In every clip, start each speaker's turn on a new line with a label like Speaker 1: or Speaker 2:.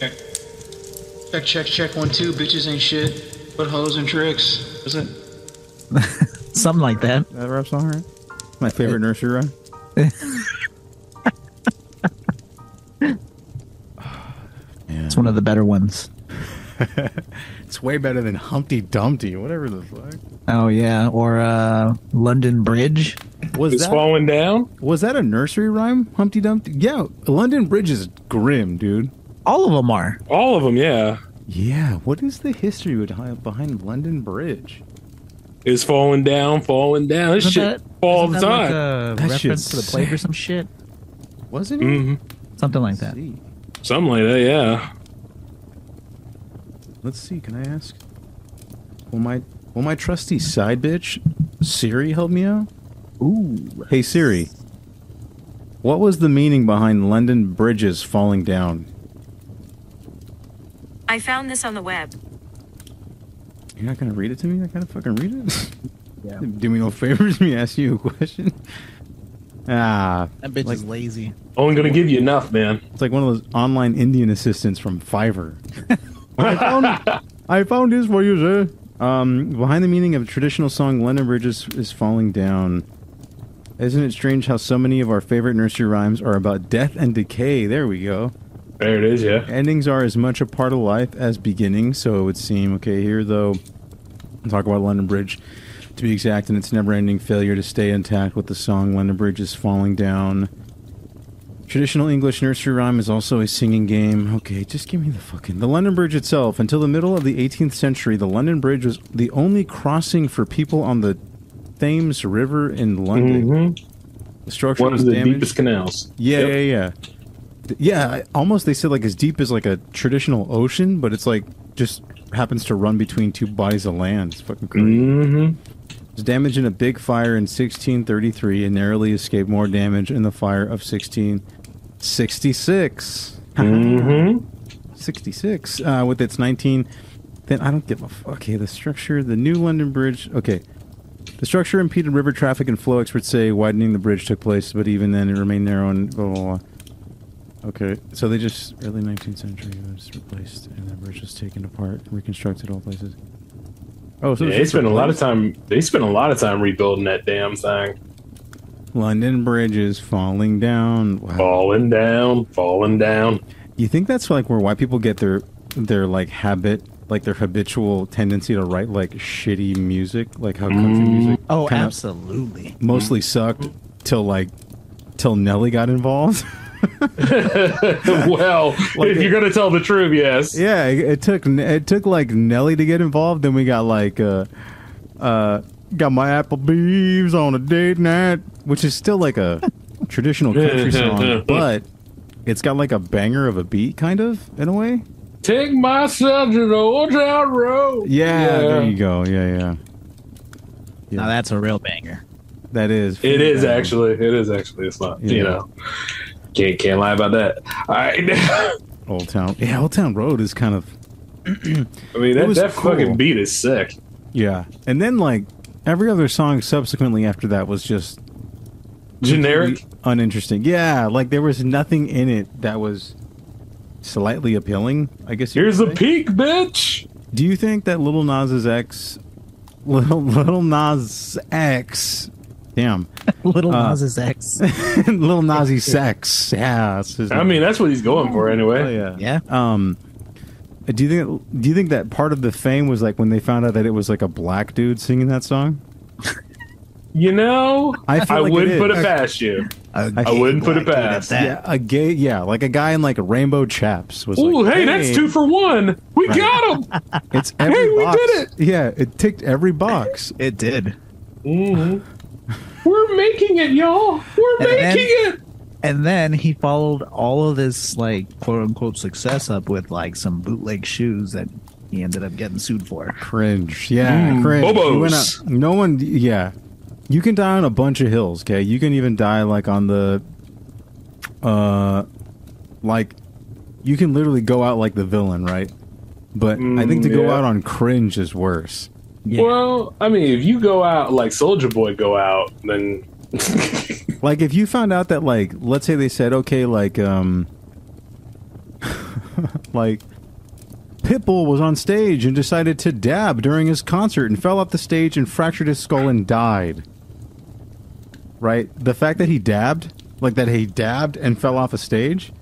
Speaker 1: Check. Check, check, check. One, two. Bitches ain't shit. But hoes and tricks. Is it?
Speaker 2: Something like that.
Speaker 3: That rap song, right? My favorite nursery rhyme. Man,
Speaker 2: It's one of the better ones.
Speaker 3: it's way better than Humpty Dumpty, whatever the fuck.
Speaker 2: Oh yeah, or uh, London Bridge.
Speaker 3: Was
Speaker 4: It's
Speaker 3: that
Speaker 4: falling down.
Speaker 3: was that a nursery rhyme? Humpty Dumpty. Yeah, London Bridge is grim, dude.
Speaker 2: All of them are.
Speaker 4: All of them, yeah,
Speaker 3: Yeah, what is the history behind behind London Bridge?
Speaker 4: is falling down, falling down. This
Speaker 2: Isn't
Speaker 4: shit all
Speaker 2: isn't
Speaker 4: the
Speaker 2: that like
Speaker 4: time.
Speaker 2: a
Speaker 3: That shit's
Speaker 2: reference to the plague or
Speaker 3: sick.
Speaker 2: some shit,
Speaker 3: Wasn't it?
Speaker 4: hmm
Speaker 2: something like
Speaker 3: Let's
Speaker 2: that.
Speaker 3: see.
Speaker 4: Something like that, yeah.
Speaker 3: Let's see. Can I ask? Will my will my trusty side bitch Siri help me out? Ooh. Hey Siri. What was the meaning behind London bridges falling down?
Speaker 5: I found this on the web.
Speaker 3: You're not gonna read it to me? I gotta fucking read it.
Speaker 2: Yeah.
Speaker 3: Do me no favors. Me ask you a question. Ah,
Speaker 2: That bitch
Speaker 3: Like-
Speaker 2: is lazy.
Speaker 4: Only gonna give you enough, man.
Speaker 3: it's like one of those online Indian assistants from Fiverr. I, found, I found this for you, sir. Um, behind the meaning of traditional song "London Bridges is falling down," isn't it strange how so many of our favorite nursery rhymes are about death and decay? There we go.
Speaker 4: There it is, yeah.
Speaker 3: Endings are as much a part of life as beginnings, so it would seem. Okay, here though, we'll talk about London Bridge to be exact, and its never ending failure to stay intact with the song London Bridge is Falling Down. Traditional English nursery rhyme is also a singing game. Okay, just give me the fucking. The London Bridge itself. Until the middle of the 18th century, the London Bridge was the only crossing for people on the Thames River in London.
Speaker 4: Mm-hmm.
Speaker 3: The structure
Speaker 4: One
Speaker 3: was
Speaker 4: of the
Speaker 3: damaged.
Speaker 4: deepest canals.
Speaker 3: Yeah,
Speaker 4: Yep.
Speaker 3: yeah, yeah. Yeah, I- almost they said like as deep as like a traditional ocean, but it's like just happens to run between two bodies of land. It's fucking crazy.
Speaker 4: Mm-hmm.
Speaker 3: It was damaged in a big fire in 1633 and narrowly escaped more damage in the fire of 1666.
Speaker 4: Mm-hmm.
Speaker 3: 66 uh, with its 19 then i don't give a fuck okay the structure the new london bridge okay the structure impeded river traffic and flow experts say widening the bridge took place but even then it remained narrow and blah blah blah okay so they just early 19th century it was replaced and the bridge was taken apart reconstructed all places oh so
Speaker 4: Yeah,
Speaker 3: it's
Speaker 4: they
Speaker 3: just
Speaker 4: spent a lot of
Speaker 3: replaced?
Speaker 4: time. They spent a lot of time rebuilding that damn thing.
Speaker 3: london bridge is falling down wow
Speaker 4: Falling down, falling down.
Speaker 3: You think that's like where white people get their their like habit, like their habitual tendency to write like shitty music, like how
Speaker 4: Mm.
Speaker 3: country music
Speaker 2: Oh,
Speaker 3: kinda
Speaker 2: absolutely.
Speaker 3: mostly sucked till like till Nelly got involved.
Speaker 4: well, if you're gonna tell the truth, yes.
Speaker 3: yeah, it, it took it took like Nelly to get involved. Then we got like uh uh got my Applebee's on a date night, which is still like a traditional country song, but it's got like a banger of a beat, kind of in a way.
Speaker 4: Take myself to the old town road.
Speaker 3: Yeah, there you go. Yeah, yeah.
Speaker 2: Now that's a real banger.
Speaker 3: That is.
Speaker 4: It is actually. It is actually. It's not.
Speaker 3: Yeah.
Speaker 4: You know, can't can't lie about that. All right.
Speaker 3: Old Town. Yeah, Old Town Road is kind of.
Speaker 4: I mean, that,
Speaker 3: was
Speaker 4: that
Speaker 3: cool.
Speaker 4: fucking beat is sick.
Speaker 3: Yeah. And then, like, every other song subsequently after that was just
Speaker 4: Generic.
Speaker 3: uninteresting. Yeah, like, there was nothing in it that was slightly appealing, I guess. you
Speaker 4: Here's the
Speaker 3: could say.
Speaker 4: peak, bitch.
Speaker 3: Do you think that Little Nas's ex. Little, little Nas X. Damn.
Speaker 2: Little
Speaker 3: Uh,
Speaker 2: Nas Nas X.
Speaker 3: little Nasty Sex. Yeah. that's his
Speaker 4: I
Speaker 3: name.
Speaker 4: mean, that's what he's going for
Speaker 3: Oh,
Speaker 4: anyway.
Speaker 3: yeah.
Speaker 2: Yeah.
Speaker 3: Um, do you think do you think that part of the fame was like when they found out that it was like a black dude singing that song?
Speaker 4: You know,
Speaker 3: I feel
Speaker 4: I
Speaker 3: like it
Speaker 4: wouldn't
Speaker 3: is.
Speaker 4: put it past you. I wouldn't put it past.
Speaker 3: Yeah, a gay, yeah, like a guy in like rainbow chaps was
Speaker 4: Ooh,
Speaker 3: like,
Speaker 4: hey, that's two for one. We got him.
Speaker 3: It's every
Speaker 4: Hey, we
Speaker 3: box.
Speaker 4: did it!
Speaker 3: Yeah, it ticked every box.
Speaker 2: It did.
Speaker 4: Mm-hmm. We're making it, y'all. We're
Speaker 2: And then-
Speaker 4: making it.
Speaker 2: And then he followed all of this like quote unquote success up with like some bootleg shoes that he ended up getting sued for.
Speaker 3: Cringe. Yeah,
Speaker 4: Mm,
Speaker 3: cringe. You
Speaker 4: Bobos.
Speaker 3: went out- no one. Yeah, you can die on a bunch of hills. Okay, you can even die like on the, uh, like, you can literally go out like the villain, right? But I think to
Speaker 4: Mm,
Speaker 3: go
Speaker 4: yeah.
Speaker 3: out on cringe is worse.
Speaker 2: Yeah.
Speaker 4: Well, I mean, if you go out like Soldier Boy go out, then
Speaker 3: Like if you found out that like let's say they said okay like um Like, Pitbull was on stage and decided to dab during his concert and fell off the stage and fractured his skull and died. Right? The fact that he dabbed, like that he dabbed and fell off a stage,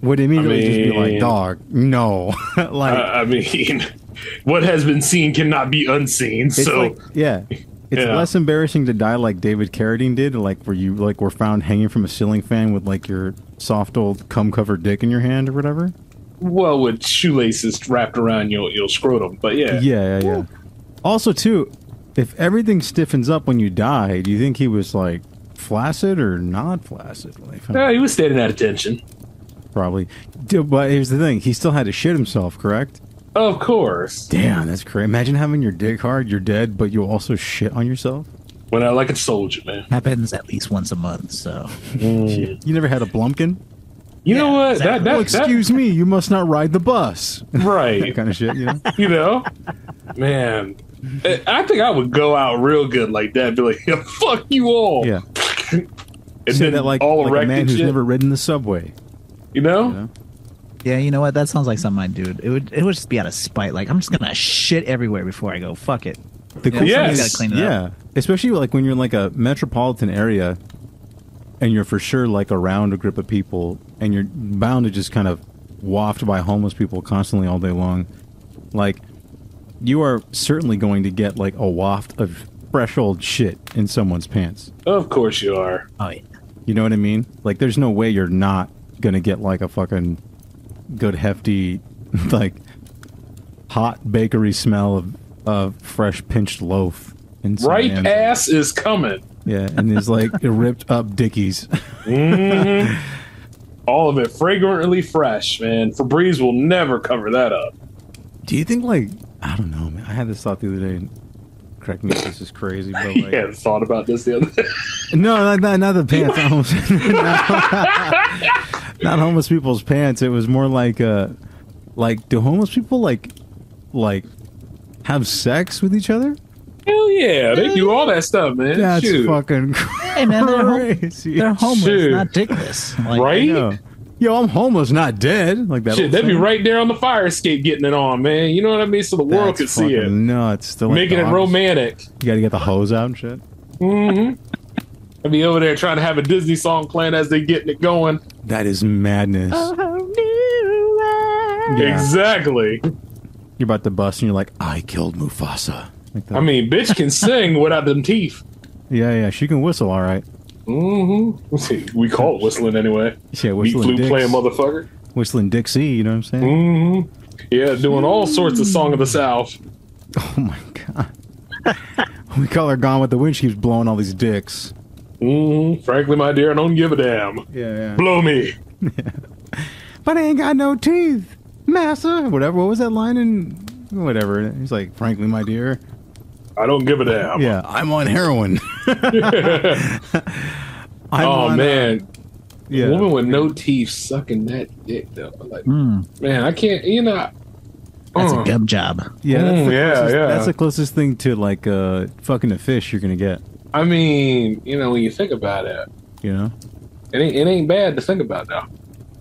Speaker 3: would immediately just be like,
Speaker 4: mean-
Speaker 3: dog, no. like,
Speaker 4: I I mean, what has been seen cannot be unseen.
Speaker 3: It's
Speaker 4: so
Speaker 3: like, yeah, it's
Speaker 4: Yeah.
Speaker 3: less embarrassing to die like David Carradine did, like where you like were found hanging from a ceiling fan with like your soft old cum covered dick in your hand or whatever.
Speaker 4: well, with shoelaces wrapped around your your scrotum. But yeah,
Speaker 3: Yeah, yeah, yeah. Also, too, if everything stiffens up when you die, do you think he was like flaccid or not flaccid? Like,
Speaker 4: Yeah, he was standing at attention.
Speaker 3: Probably. Dude, but here's the thing: he still had to shit himself, correct?
Speaker 4: Of course.
Speaker 3: Damn, that's crazy. Imagine having your dick hard, you're dead, but you also shit on yourself.
Speaker 4: When I like a soldier, man.
Speaker 2: Happens at least once a month, so
Speaker 3: You never had a blumpkin?
Speaker 4: Mm. You know
Speaker 2: Yeah,
Speaker 4: what?
Speaker 2: exactly.
Speaker 4: That
Speaker 3: Well,
Speaker 4: that, that
Speaker 3: excuse me, you must not ride the bus.
Speaker 4: right.
Speaker 3: kind of shit, you know?
Speaker 4: you know, man. I I think I would go out real good like that. Be like, yeah, fuck you all.
Speaker 3: Yeah.
Speaker 4: and
Speaker 3: Say
Speaker 4: then
Speaker 3: that like,
Speaker 4: all
Speaker 3: like a
Speaker 4: erect
Speaker 3: man
Speaker 4: and
Speaker 3: who's
Speaker 4: shit,
Speaker 3: never ridden the subway.
Speaker 4: You know.
Speaker 3: you know?
Speaker 2: yeah, you know what? That sounds like something I'd do. It would it would just be out of spite. Like I'm just gonna shit everywhere before I go. Fuck it.
Speaker 3: The
Speaker 2: Yeah,
Speaker 3: cool
Speaker 4: Yes.
Speaker 2: somebody's gotta clean it up.
Speaker 3: yeah. Especially like when you're in like a metropolitan area and you're for sure like around a group of people and you're bound to just kind of waft by homeless people constantly all day long. Like you are certainly going to get like a waft of fresh old shit in someone's pants.
Speaker 4: Of course you are.
Speaker 2: Oh yeah.
Speaker 3: You know what I mean? Like, there's no way you're not gonna get like a fucking good hefty, like hot bakery smell of of fresh pinched loaf. And some
Speaker 4: Right eh?
Speaker 3: yams.
Speaker 4: ass is coming.
Speaker 3: yeah, and there's like ripped up dickies.
Speaker 4: Mm-hmm. All of it fragrantly fresh, man. Febreze will never cover that up.
Speaker 3: Do you think like I don't know, man? I had this thought the other day. And correct me if this is crazy, but like,
Speaker 4: Yeah, thought about this the other day.
Speaker 3: No, not, not, not the pants. Not homeless, not, not homeless people's pants. It was more like, uh, like do homeless people like, like, have sex with each other?
Speaker 4: Hell yeah, they do all that stuff, man.
Speaker 3: That's
Speaker 4: Shoot.
Speaker 3: fucking
Speaker 2: Hey man, they're, hom-
Speaker 3: crazy.
Speaker 2: they're homeless,
Speaker 4: Shoot.
Speaker 2: not dickless. Like,
Speaker 4: right?
Speaker 3: No. Yo, I'm homeless, not dead. Like that.
Speaker 4: Shit,
Speaker 3: old
Speaker 4: they'd be
Speaker 3: saying.
Speaker 4: right there on the fire escape getting it on, man. You know what I mean? So the world
Speaker 3: That's
Speaker 4: could see
Speaker 3: fucking
Speaker 4: it,
Speaker 3: Nuts. They're like
Speaker 4: making it
Speaker 3: dogs.
Speaker 4: romantic.
Speaker 3: You got to get the hose out and shit.
Speaker 4: I'd Mm-hmm. be over there trying to have a Disney song playing as they getting it going.
Speaker 3: That is madness. Yeah.
Speaker 4: Exactly.
Speaker 3: You're about to bust, and you're like, I killed Mufasa. Like that.
Speaker 4: I mean, bitch can sing without them teeth.
Speaker 3: yeah, yeah, she can whistle, all right.
Speaker 4: Mm-hmm. We call it whistling anyway.
Speaker 3: Yeah,
Speaker 4: Meat
Speaker 3: whistling
Speaker 4: flute
Speaker 3: dicks.
Speaker 4: playing motherfucker. Mm-hmm.
Speaker 3: whistling Dixie. You know what I'm saying?
Speaker 4: Yeah, doing all sorts of song of the south.
Speaker 3: Oh my god. we call her gone with the wind. She keeps blowing all these dicks.
Speaker 4: Mm, frankly, my dear, I don't give a damn.
Speaker 3: Yeah,
Speaker 4: Blow me.
Speaker 3: But I ain't got no teeth, massa. Whatever. What was that line in? Whatever. He's like, frankly, my dear.
Speaker 4: I don't give a damn.
Speaker 3: Yeah, I'm on heroin. I'm
Speaker 4: oh
Speaker 3: on, uh,
Speaker 4: man,
Speaker 3: yeah.
Speaker 4: woman with no teeth sucking that dick though. Like,
Speaker 3: Hmm.
Speaker 2: Mm,
Speaker 4: man, I can't. You know.
Speaker 2: that's a
Speaker 4: uh,
Speaker 2: gum job.
Speaker 3: Yeah, that's
Speaker 4: Mm,
Speaker 3: the
Speaker 4: yeah,
Speaker 3: closest,
Speaker 4: yeah.
Speaker 3: That's the closest thing to like uh, fucking a fish you're gonna get.
Speaker 4: I mean, you know, when you think about it,
Speaker 3: You know,
Speaker 4: it ain't, it ain't bad to think about though.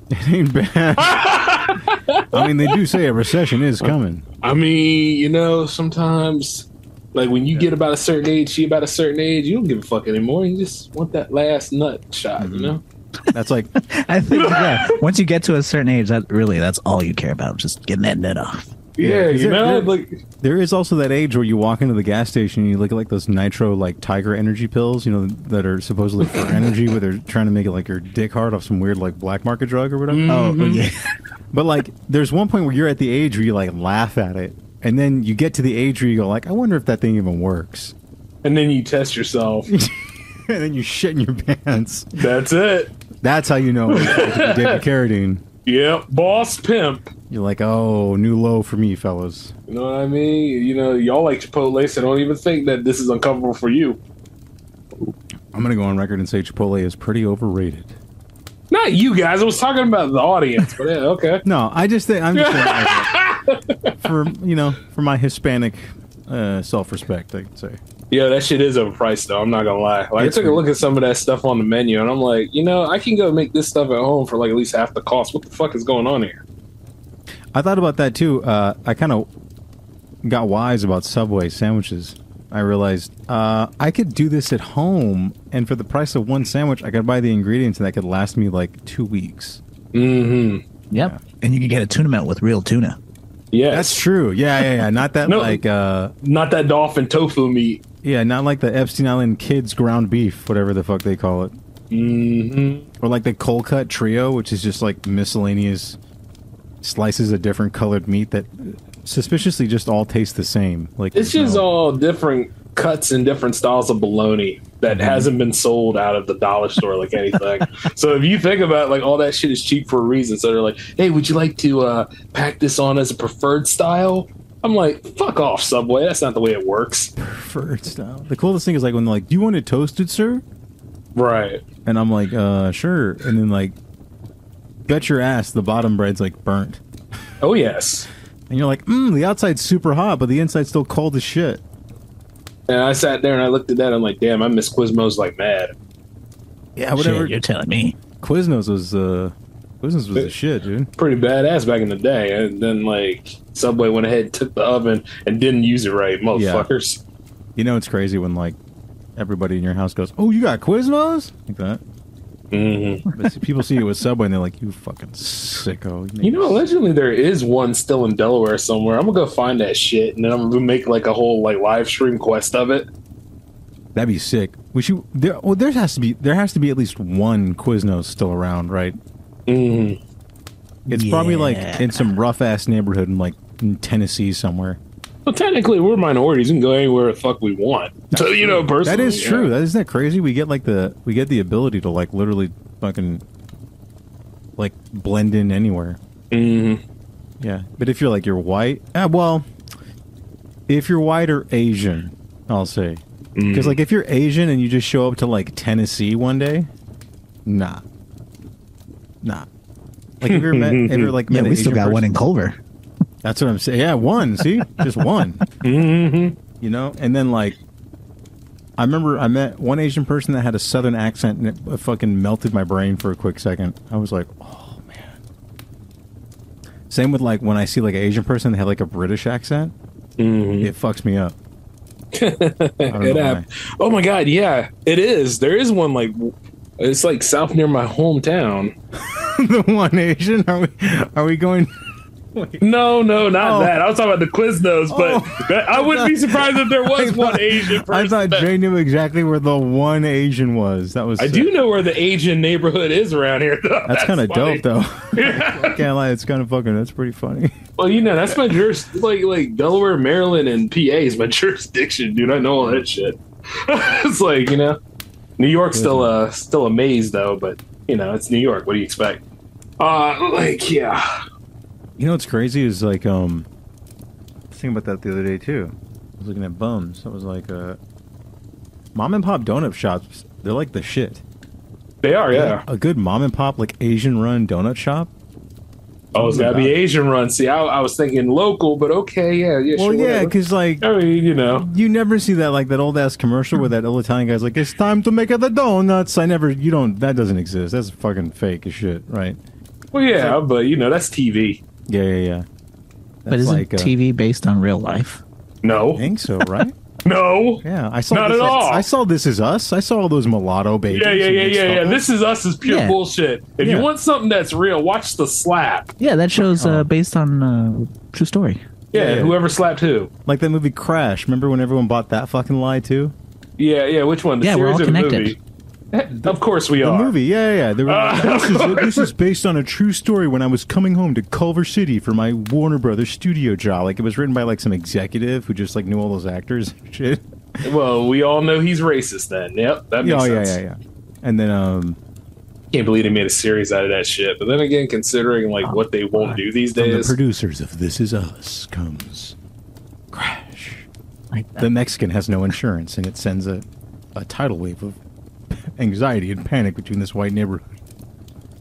Speaker 3: it ain't bad. I mean, they do say a recession is coming.
Speaker 4: I mean, you know, sometimes, like when you get about a certain age, she about a certain age, you don't give a fuck anymore. You just want that last nut shot,
Speaker 3: Mm-hmm.
Speaker 4: you know?
Speaker 3: That's like
Speaker 2: I think yeah. Once you get to a certain age, that really that's all you care about, just getting that net off.
Speaker 4: Yeah,
Speaker 3: is
Speaker 4: you
Speaker 3: it-
Speaker 4: know,
Speaker 3: yeah.
Speaker 4: like
Speaker 3: There is also that age where you walk into the gas station and you look at like those nitro like tiger energy pills, you know, that are supposedly for energy, where they're trying to make it like your dick hard off some weird like black market drug or whatever.
Speaker 2: Oh yeah.
Speaker 3: But like, there's one point where you're at the age where you like laugh at it, and then you get to the age where you go like, I wonder if that thing even works,
Speaker 4: and then you test yourself.
Speaker 3: and then you shit in your pants.
Speaker 4: That's it. That's
Speaker 3: That's how you know it's David Carradine.
Speaker 4: yep, boss pimp.
Speaker 3: You're like, oh, new low for me, fellas.
Speaker 4: You know what I mean? You know, y'all like Chipotle, so don't even think that this is uncomfortable for you.
Speaker 3: I'm gonna go on record and say Chipotle is pretty overrated.
Speaker 4: Not you guys. I was talking about the audience, but yeah, okay.
Speaker 3: No, I just think I'm just saying, like, for you know for my Hispanic uh, self-respect, I'd say.
Speaker 4: Yeah, that shit is overpriced though. I'm not gonna lie. Like, I
Speaker 3: It's
Speaker 4: took a
Speaker 3: weird.
Speaker 4: look at some of that stuff on the menu, and I'm like, you know, I can go make this stuff at home for like at least half the cost. What the fuck is going on here?
Speaker 3: I thought about that too. Uh, I kind of got wise about Subway sandwiches. I realized uh, I could do this at home, and for the price of one sandwich, I could buy the ingredients, and that could last me like two weeks.
Speaker 4: Mm-hmm.
Speaker 2: Yep. And you can get a tuna melt with real tuna.
Speaker 4: Yeah,
Speaker 3: That's true. Yeah, yeah, yeah. Not that
Speaker 4: No.
Speaker 3: like, uh,
Speaker 4: not that dolphin tofu meat.
Speaker 3: yeah, not like the Epstein Island kids ground beef, whatever the fuck they call it,
Speaker 4: Mm-hmm.
Speaker 3: or like the cold cut trio, which is just like miscellaneous slices of different colored meat that suspiciously just all taste the same. Like
Speaker 4: It's
Speaker 3: there's
Speaker 4: just
Speaker 3: no-
Speaker 4: all different cuts and different styles of bologna that
Speaker 3: Mhm.
Speaker 4: hasn't been sold out of the dollar store like anything. so if you think about it, like all that shit is cheap for a reason. So they're like, "Hey, would you like to uh, pack this on as a preferred style?" I'm like, "Fuck off, Subway. That's not the way it works."
Speaker 3: preferred style. The coolest thing is like when they're like, "Do you want it toasted, sir?"
Speaker 4: Right.
Speaker 3: And I'm like, "Uh, sure." And then like, bet your ass the bottom bread's like burnt,
Speaker 4: Oh yes.
Speaker 3: and you're like, "Mmm, the outside's super hot, but the inside's still cold as shit."
Speaker 4: And I sat there and I looked at that. I'm like, "Damn, I miss Quizmos like mad."
Speaker 3: Yeah, whatever.
Speaker 2: Shit, you're telling me.
Speaker 3: Quiznos was uh, Quiznos was the shit, dude.
Speaker 4: pretty badass back in the day. And then like Subway went ahead and took the oven and didn't use it right, motherfuckers.
Speaker 3: You know, it's crazy when like everybody in your house goes, "Oh, you got Quiznos?" Like that.
Speaker 4: Mhm.
Speaker 3: But see, people see you with Subway and they're like, "You fucking sicko."
Speaker 4: You know, allegedly there is one still in Delaware somewhere. I'm gonna go find that shit and then I'm gonna make like a whole like live stream quest of it.
Speaker 3: that'd be sick. We should. There, well, there has to be there has to be at least one Quiznos still around, right?
Speaker 4: Mm.
Speaker 3: It's probably like
Speaker 2: Yeah.
Speaker 3: in some rough ass neighborhood in like in Tennessee somewhere.
Speaker 4: Well, technically we're minorities. We can go anywhere the fuck we want. so you know, personally,
Speaker 3: That is
Speaker 4: yeah.
Speaker 3: true. That isn't that crazy. We get like the we get the ability to like literally fucking like blend in anywhere.
Speaker 4: Mhm.
Speaker 3: Yeah, but if you're like you're white, uh, well, if you're white or Asian, I'll say
Speaker 4: Mm-hmm.
Speaker 3: because like if you're Asian and you just show up to like Tennessee one day, nah, nah. Like if you're met, if you're like
Speaker 2: Yeah,
Speaker 3: met an
Speaker 2: we still
Speaker 3: Asian
Speaker 2: got one
Speaker 3: person-
Speaker 2: in Culver.
Speaker 3: that's what I'm saying. Yeah, one. See, just one. Mm-hmm. You know, and then like, I remember I met one Asian person that had a southern accent, and it fucking melted my brain for a quick second. I was like, oh man. Same with like when I see like an Asian person that have like a British accent, it fucks me up. I don't
Speaker 4: Mm-hmm. It
Speaker 3: know
Speaker 4: hap-
Speaker 3: why.
Speaker 4: Oh my god, yeah, it is. There is one like w- it's like south near my hometown.
Speaker 3: the one Asian? Are we? Are we going?
Speaker 4: No, no, not
Speaker 3: Oh.
Speaker 4: that. I was talking about the Quiznos, but
Speaker 3: Oh.
Speaker 4: that, I wouldn't be surprised if there was
Speaker 3: I
Speaker 4: one
Speaker 3: thought-
Speaker 4: Asian
Speaker 3: I
Speaker 4: person.
Speaker 3: thought
Speaker 4: that-
Speaker 3: Jay knew exactly where the one Asian was. That was.
Speaker 4: I
Speaker 3: sick.
Speaker 4: do know where the Asian neighborhood is around here, though.
Speaker 3: That's, kind of
Speaker 4: funny.
Speaker 3: dope, though. Can't lie, it's kind of fucking. That's pretty funny.
Speaker 4: Well, you know, that's my juris like like Delaware, Maryland, and PA is my jurisdiction, dude. I know all that shit. it's like you know, New York's still
Speaker 3: Mm-hmm.
Speaker 4: uh still a maze though, but you know it's New York. What do you expect? Uh, like yeah,
Speaker 3: You know what's crazy is like um. I was thinking about that the other day too. I was looking at bums. I was like, uh, mom and pop donut shops. They're like the shit.
Speaker 4: they are. Yeah.
Speaker 3: A good mom and pop like Asian run donut shop.
Speaker 4: Oh, it's gotta be Asian run. See, I, I was thinking local, but okay, yeah, yeah.
Speaker 3: Well,
Speaker 4: sure,
Speaker 3: yeah,
Speaker 4: whatever.
Speaker 3: because like
Speaker 4: I mean, you know.
Speaker 3: you never see that like that old ass commercial where that old Italian guy's like, "It's time to make the donuts." I never. You don't. That doesn't exist. That's fucking fake as shit, right?
Speaker 4: Well, yeah, but you know that's TV.
Speaker 3: Yeah, yeah, yeah.
Speaker 2: But
Speaker 3: That's
Speaker 2: isn't
Speaker 3: uh,
Speaker 2: TV based on real life?
Speaker 3: I
Speaker 4: No,
Speaker 3: think so, right?
Speaker 4: no.
Speaker 3: Yeah, I saw.
Speaker 4: Not
Speaker 3: this
Speaker 4: at all.
Speaker 3: I saw this is us. I saw all those mulatto babies.
Speaker 4: Yeah, yeah,
Speaker 3: who
Speaker 4: yeah,
Speaker 3: get
Speaker 4: yeah, yeah.
Speaker 3: stolen.
Speaker 4: This is us is pure
Speaker 2: Yeah.
Speaker 4: bullshit. If
Speaker 3: Yeah.
Speaker 4: you want something that's real, watch the slap.
Speaker 2: Yeah, that show's uh, based on uh, true story.
Speaker 4: Yeah,
Speaker 3: Oh. Yeah, yeah.
Speaker 4: whoever slapped who.
Speaker 3: Like that movie Crash. Remember when everyone bought that fucking lie too?
Speaker 4: Yeah, yeah. Which one? The
Speaker 2: Yeah, we're
Speaker 4: series
Speaker 2: all
Speaker 4: or the movie?
Speaker 2: connected.
Speaker 4: of course we
Speaker 3: The
Speaker 4: are.
Speaker 3: movie, yeah, yeah. yeah. They were like,
Speaker 4: Ah,
Speaker 3: this, is, this is based on a true story. When I was coming home to Culver City for my Warner Brothers studio job, like it was written by like some executive who just like knew all those actors and shit.
Speaker 4: Well, we all know he's racist. Then, yep, that
Speaker 3: Yeah,
Speaker 4: makes
Speaker 3: oh, yeah,
Speaker 4: sense.
Speaker 3: yeah, yeah. And then, um,
Speaker 4: Can't believe they made a series out of that shit. But then again, considering like what they won't do these
Speaker 3: from the
Speaker 4: days,
Speaker 3: producers of This Is Us comes Crash.
Speaker 2: Like that.
Speaker 3: The Mexican has no insurance, and it sends a, a tidal wave of anxiety and panic between this white neighborhood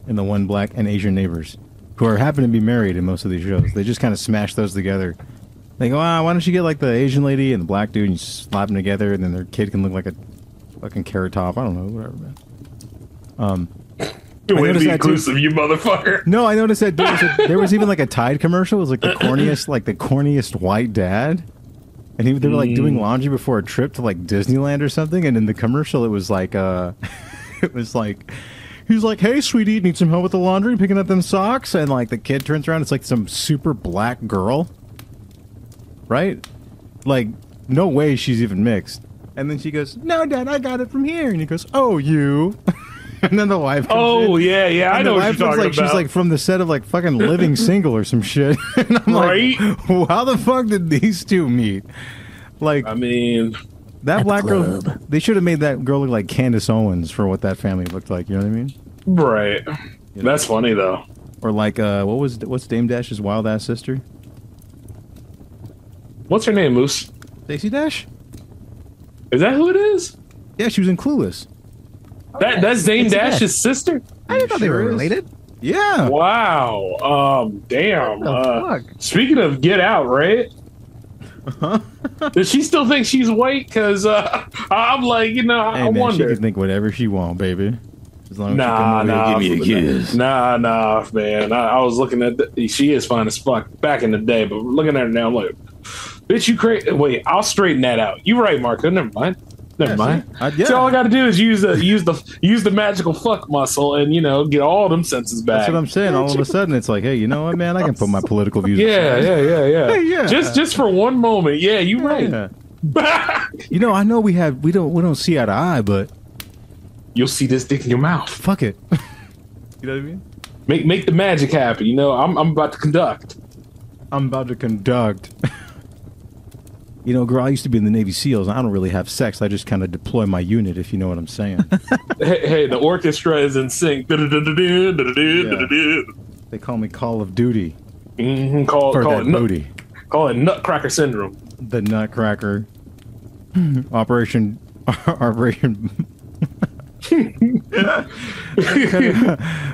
Speaker 3: and the one black and Asian neighbors, who are happen to be married in most of these shows. They just kind of smash those together. They go, ah, why don't you get like the Asian lady and the black dude and you slap them together, and then their kid can look like a fucking carrot top. I don't know, whatever. Man. Um, I
Speaker 4: Way to
Speaker 3: noticed
Speaker 4: be
Speaker 3: that too.
Speaker 4: inclusive, you motherfucker.
Speaker 3: No, I noticed that there was, a, there was even like a Tide commercial. It was like the corniest, like the corniest white dad, and he, they were like
Speaker 4: Mm.
Speaker 3: doing laundry before a trip to like Disneyland or something. And in the commercial, it was like, uh, it was like, he's like, "Hey, sweetie, need some help with the laundry, picking up them socks?" And like the kid turns around, it's like some super black girl, right? Like, no way she's even mixed. And then she goes, "No, dad, I got it from here." And he goes, "Oh, you." and then the wife. comes in.
Speaker 4: Oh yeah, yeah, I
Speaker 3: And
Speaker 4: know
Speaker 3: the
Speaker 4: what
Speaker 3: wife
Speaker 4: you're
Speaker 3: looks
Speaker 4: talking
Speaker 3: like
Speaker 4: about.
Speaker 3: she's like from the set of like fucking Living Single or some shit. and I'm
Speaker 4: Right?
Speaker 3: like, "Well, how the fuck did these two meet? Like
Speaker 4: I mean,
Speaker 3: that
Speaker 2: the
Speaker 3: black girl.
Speaker 2: club.
Speaker 3: They should have made that girl look like Candace Owens for what that family looked like. You know what I mean?
Speaker 4: right. That's funny though.
Speaker 3: Or like uh, what was what's Dame Dash's wild ass sister?
Speaker 4: What's her name, Moose?
Speaker 3: Stacy Dash.
Speaker 4: Is that who it is?
Speaker 3: Yeah, she was in Clueless.
Speaker 4: That that's Dame
Speaker 2: It's
Speaker 4: Dash's sister.
Speaker 2: I didn't know they were
Speaker 3: Sure is.
Speaker 2: related.
Speaker 3: Yeah.
Speaker 4: Wow. Um. Damn.
Speaker 2: The
Speaker 4: Uh,
Speaker 2: fuck?
Speaker 4: speaking of Get Out, right?
Speaker 3: Uh-huh.
Speaker 4: Does she still think she's white? Because uh, I'm like, you know, I
Speaker 3: Hey man, she
Speaker 4: wonder.
Speaker 3: can think whatever she want, baby. As long as
Speaker 4: Nah,
Speaker 3: she come over
Speaker 4: nah,
Speaker 3: here, give me a kiss.
Speaker 4: nah, nah, man. I, I was looking at the, she is fine as fuck back in the day, but looking at her now, I'm like, bitch, you crazy. Wait, I'll straighten that out. You're right, Marco. Never mind. Never
Speaker 3: Yeah,
Speaker 4: mind.
Speaker 3: see? I- yeah.
Speaker 4: See, all I got to do is use the use the use the magical fuck muscle, and you know, get all them senses back.
Speaker 3: That's what I'm saying. All of a sudden, it's like, hey, you know what, man? I can put my political views.
Speaker 4: yeah,
Speaker 3: aside.
Speaker 4: yeah, yeah, yeah,
Speaker 3: Hey, yeah.
Speaker 4: Just just for one moment. Yeah, you right.
Speaker 3: yeah. You know, I know we have we don't we don't see eye to eye, but
Speaker 4: You'll see this dick in your mouth.
Speaker 3: fuck it. you know what I mean?
Speaker 4: Make make the magic happen. You know, I'm I'm about to conduct.
Speaker 3: I'm about to conduct. you know, girl, I used to be in the Navy SEALs. And I don't really have sex. I just kind of deploy my unit, if you know what I'm saying.
Speaker 4: Hey, hey the orchestra is in sync. Mm-hmm.
Speaker 3: they call me Call of Duty
Speaker 4: Call
Speaker 3: for
Speaker 4: call
Speaker 3: that
Speaker 4: it nut,
Speaker 3: booty.
Speaker 4: call it nutcracker syndrome.
Speaker 3: The Nutcracker Operation Operation.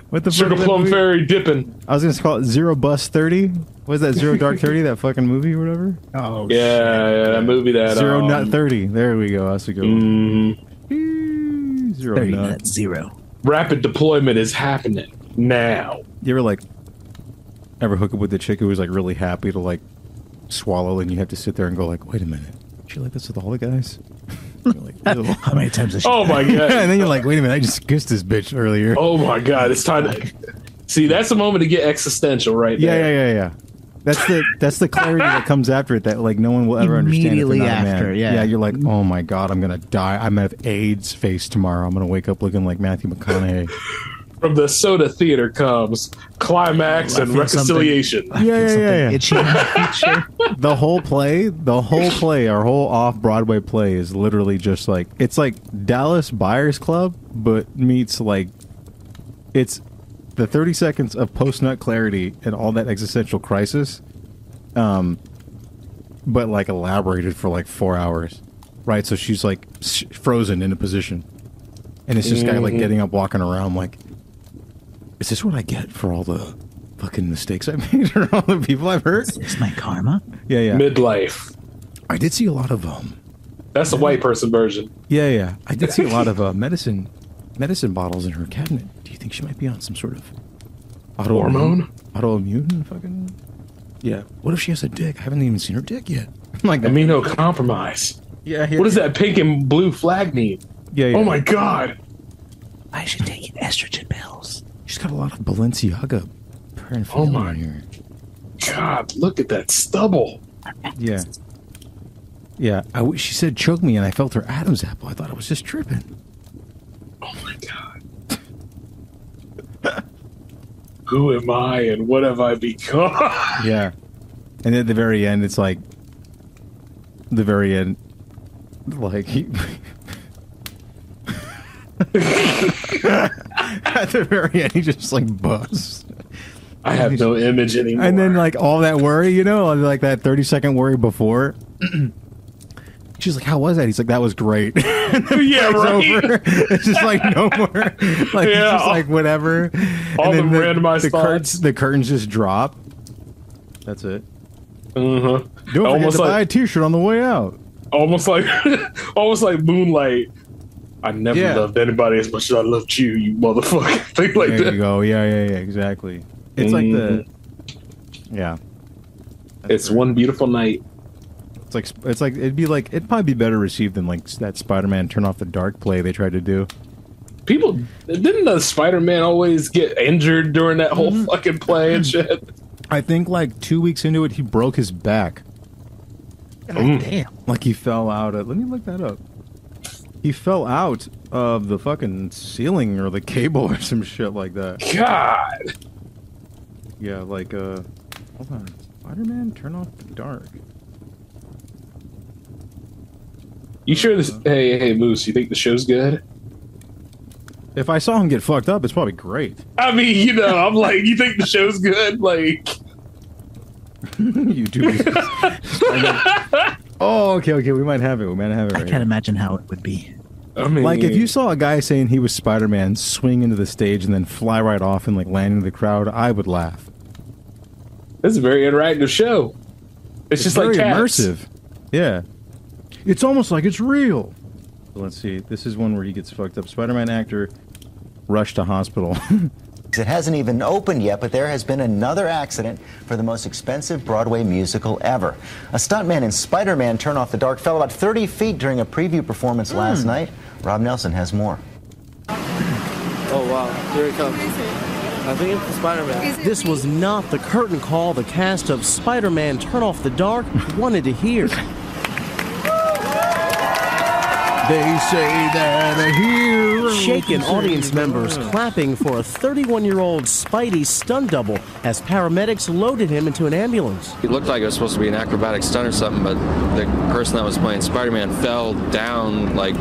Speaker 3: what the
Speaker 4: Sugar
Speaker 3: fuck? is that
Speaker 4: plum
Speaker 3: movie?
Speaker 4: fairy dipping.
Speaker 3: I was gonna call it Zero Bus Thirty. Was that Zero Dark Thirty? that fucking movie or whatever.
Speaker 2: Oh,
Speaker 4: Yeah, yeah, that movie that
Speaker 3: Zero
Speaker 4: um,
Speaker 3: Nut 30. There we go. That's a good one.
Speaker 4: mm,
Speaker 3: Eee, Zero
Speaker 2: thirty
Speaker 3: Nut.
Speaker 2: nuts zero.
Speaker 4: rapid deployment is happening now.
Speaker 3: You ever, like, ever hook up with the chick who was, like, really happy to, like, swallow and you have to sit there and go, like, wait a minute. She like this with all the guys? You're like, "Ew."
Speaker 2: How many times has she?
Speaker 4: Oh my
Speaker 3: and
Speaker 4: god.
Speaker 3: then you're like, wait a minute. I just kissed this bitch earlier.
Speaker 4: Oh my god. It's time. To, see, that's a moment to get existential right
Speaker 3: yeah,
Speaker 4: there.
Speaker 3: yeah, yeah, yeah. That's the that's the clarity that comes after it that like no one will ever understand. if they're
Speaker 2: Immediately
Speaker 3: not a man.
Speaker 2: after, yeah.
Speaker 3: yeah. You're like, oh my god, I'm gonna die. I'm gonna have AIDS face tomorrow. I'm gonna wake up looking like Matthew McConaughey.
Speaker 4: From the soda theater comes climax
Speaker 2: I
Speaker 4: and
Speaker 2: feel
Speaker 4: reconciliation.
Speaker 3: yeah, yeah,
Speaker 2: Something
Speaker 3: yeah, yeah.
Speaker 2: itchy in the future.
Speaker 3: the whole play, the whole play, our whole off Broadway play is literally just like it's like Dallas Buyers Club, but meets like it's the thirty seconds of post nut clarity and all that existential crisis, um, but like elaborated for like four hours, right? So she's like s- frozen in a position, and it's just guy like getting up, walking around, like, is this what I get for all the fucking mistakes I made or all the people I've hurt?
Speaker 2: It's my karma.
Speaker 3: Yeah, yeah.
Speaker 4: Midlife.
Speaker 3: I did see a lot of um.
Speaker 4: That's the white person version.
Speaker 3: Yeah, yeah. I did see a lot of uh, medicine, medicine bottles in her cabinet. Do you think she might be on some sort of autoimmune,
Speaker 4: Hormone?
Speaker 3: Autoimmune, fucking. Yeah. What if she has a dick? I haven't even seen her dick yet. like,
Speaker 4: Amino compromise.
Speaker 3: yeah. Here,
Speaker 4: What does that pink and blue flag mean?
Speaker 3: Yeah, yeah.
Speaker 4: Oh my god.
Speaker 2: I should take estrogen pills.
Speaker 3: She's got a lot of Balenciaga.
Speaker 4: Oh
Speaker 3: Oh
Speaker 4: my.
Speaker 3: my. Here.
Speaker 4: God, look at that stubble.
Speaker 3: Yeah. Yeah. I w- she said choke me, and I felt her Adam's apple. I thought I was just tripping.
Speaker 4: Oh my god. Who am I and what have I become?
Speaker 3: Yeah. And at the very end, it's like, the very end, like he. at the very end, he just like busts,
Speaker 4: I have no image anymore.
Speaker 3: and then like all that worry, you know, like that thirty second worry before. She's like, "How was that?" He's like, "That was great." it's
Speaker 4: yeah, right.
Speaker 3: over. It's just like no more. Like it's
Speaker 4: Yeah.
Speaker 3: just like whatever.
Speaker 4: All
Speaker 3: and then
Speaker 4: the
Speaker 3: the,
Speaker 4: randomized
Speaker 3: the curtains,
Speaker 4: thoughts.
Speaker 3: the curtains just drop. That's it.
Speaker 4: Uh-huh.
Speaker 3: Don't forget
Speaker 4: Almost
Speaker 3: to buy a
Speaker 4: like,
Speaker 3: T-shirt on the way out.
Speaker 4: almost like, almost like moonlight. I never
Speaker 3: Yeah.
Speaker 4: loved anybody as much as I loved you, you motherfucker. Thing like
Speaker 3: there
Speaker 4: that.
Speaker 3: you go. Yeah, yeah, yeah. Exactly. It's like the. Yeah. That's
Speaker 4: Mm-hmm. It's
Speaker 3: right.
Speaker 4: one beautiful night.
Speaker 3: It's like sp- it's like it'd be like it'd probably be better received than like s- that Spider-Man turn off the dark play they tried to do.
Speaker 4: People didn't the Spider Man always get injured during that
Speaker 3: Mm-hmm.
Speaker 4: whole fucking play and shit.
Speaker 3: I think like two weeks into it, he broke his back.
Speaker 4: Oh,
Speaker 2: God damn.
Speaker 3: Like he fell out. Of, let me look that up. He fell out of the fucking ceiling or the cable or some shit like that.
Speaker 4: God,
Speaker 3: Yeah, like uh, hold on, Spider-Man turn off the dark.
Speaker 4: you sure this?
Speaker 3: Uh-huh.
Speaker 4: Hey, hey, Moose, you think the show's good?
Speaker 3: If I saw him get fucked up, it's probably great.
Speaker 4: I mean, you know, I'm like, you think the show's good? Like,
Speaker 3: you do. oh, okay, okay. We might have it. We might have it.
Speaker 2: I
Speaker 3: right
Speaker 2: can't imagine how it would be.
Speaker 4: I mean,
Speaker 3: Like if you saw a guy saying he was Spider Man swing into the stage and then fly right off and like land into the crowd, I would laugh.
Speaker 4: this is a very interactive show. It's, just
Speaker 3: very
Speaker 4: like cats.
Speaker 3: immersive. Yeah. It's almost like it's real. Let's see. This is one where he gets fucked up. Spider Man actor rushed to hospital.
Speaker 5: It hasn't even opened yet, but there has been another accident for the most expensive Broadway musical ever. A stuntman in Spider Man Turn Off the Dark fell about 30 feet during a preview performance
Speaker 6: Hmm.
Speaker 5: last night. Rob Nelson has more.
Speaker 6: Oh wow, here it comes. I think it's Spider-Man. This was not the curtain call the cast of Spider-Man Turn Off the Dark wanted to hear.
Speaker 3: they say they're the hero.
Speaker 6: Shaken audience members clapping for a 31-year-old Spidey stunt double as paramedics loaded him into an ambulance.
Speaker 7: It looked like it was supposed to be an acrobatic stunt or something, but the person that was playing Spider-Man fell down like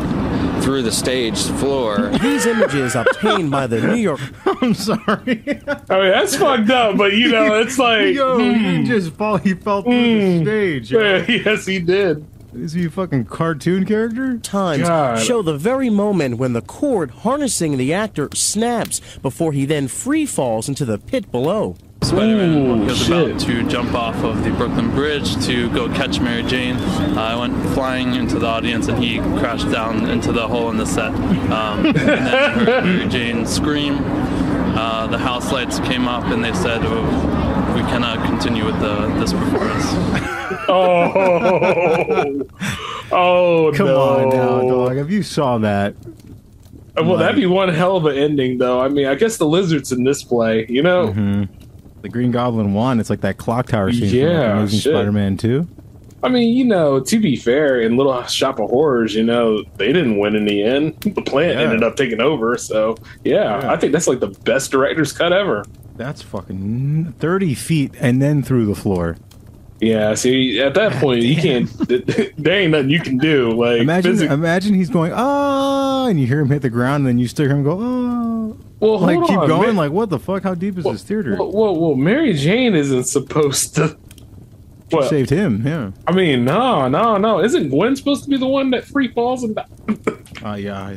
Speaker 7: through the stage floor.
Speaker 6: These images obtained by the New York
Speaker 3: I'm sorry.
Speaker 4: I mean, that's fucked up, but you know, it's like, hmm.
Speaker 3: Yo, he didn't just fall. He fell through the stage. yo.
Speaker 4: yes, he did.
Speaker 3: Is he a fucking cartoon character?
Speaker 6: Times
Speaker 4: God.
Speaker 6: show the very moment when the cord harnessing the actor snaps before he then free falls into the pit below.
Speaker 8: Spider-Man
Speaker 4: Ooh,
Speaker 8: was
Speaker 4: shit.
Speaker 8: about to jump off of the Brooklyn Bridge to go catch Mary Jane. Uh, I went flying into the audience, and he crashed down into the hole in the set. Um, and then you heard Mary Jane scream. Uh, the house lights came up, and they said, oh, "We cannot continue with the, this performance."
Speaker 4: Oh, oh,
Speaker 3: Come
Speaker 4: no.
Speaker 3: on now, dog. If you saw that,
Speaker 4: Uh, Well, that'd be one hell of an ending, though. I mean, I guess the lizards in this play, you know,
Speaker 3: Mm-hmm. the Green Goblin won, it's like that clock tower scene
Speaker 4: Yeah,
Speaker 3: from Amazing
Speaker 4: shit.
Speaker 3: Spider-Man 2.
Speaker 4: I mean, you know, to be fair, in Little Shop of Horrors, you know, they didn't win in the end. The plant
Speaker 3: Yeah.
Speaker 4: ended up taking over. So, yeah,
Speaker 3: Yeah.
Speaker 4: I think that's like the best director's cut ever.
Speaker 3: That's fucking 30 feet and then through the floor.
Speaker 4: Yeah, see, at that point, you can't, there ain't nothing you can do. Like,
Speaker 3: Imagine
Speaker 4: physic-
Speaker 3: imagine he's going, "Ah!" and you hear him hit the ground and then you still hear him go, "Oh."
Speaker 4: well,
Speaker 3: Like
Speaker 4: hold
Speaker 3: keep
Speaker 4: on,
Speaker 3: going
Speaker 4: Ma-
Speaker 3: like, "What the fuck? How deep is this theater?"
Speaker 4: Well, well, well, Mary Jane isn't supposed to. Well,
Speaker 3: Saved him, yeah.
Speaker 4: I mean, no, no, no. Isn't Gwen supposed to be the one that free falls and die?
Speaker 3: Uh, yeah. I-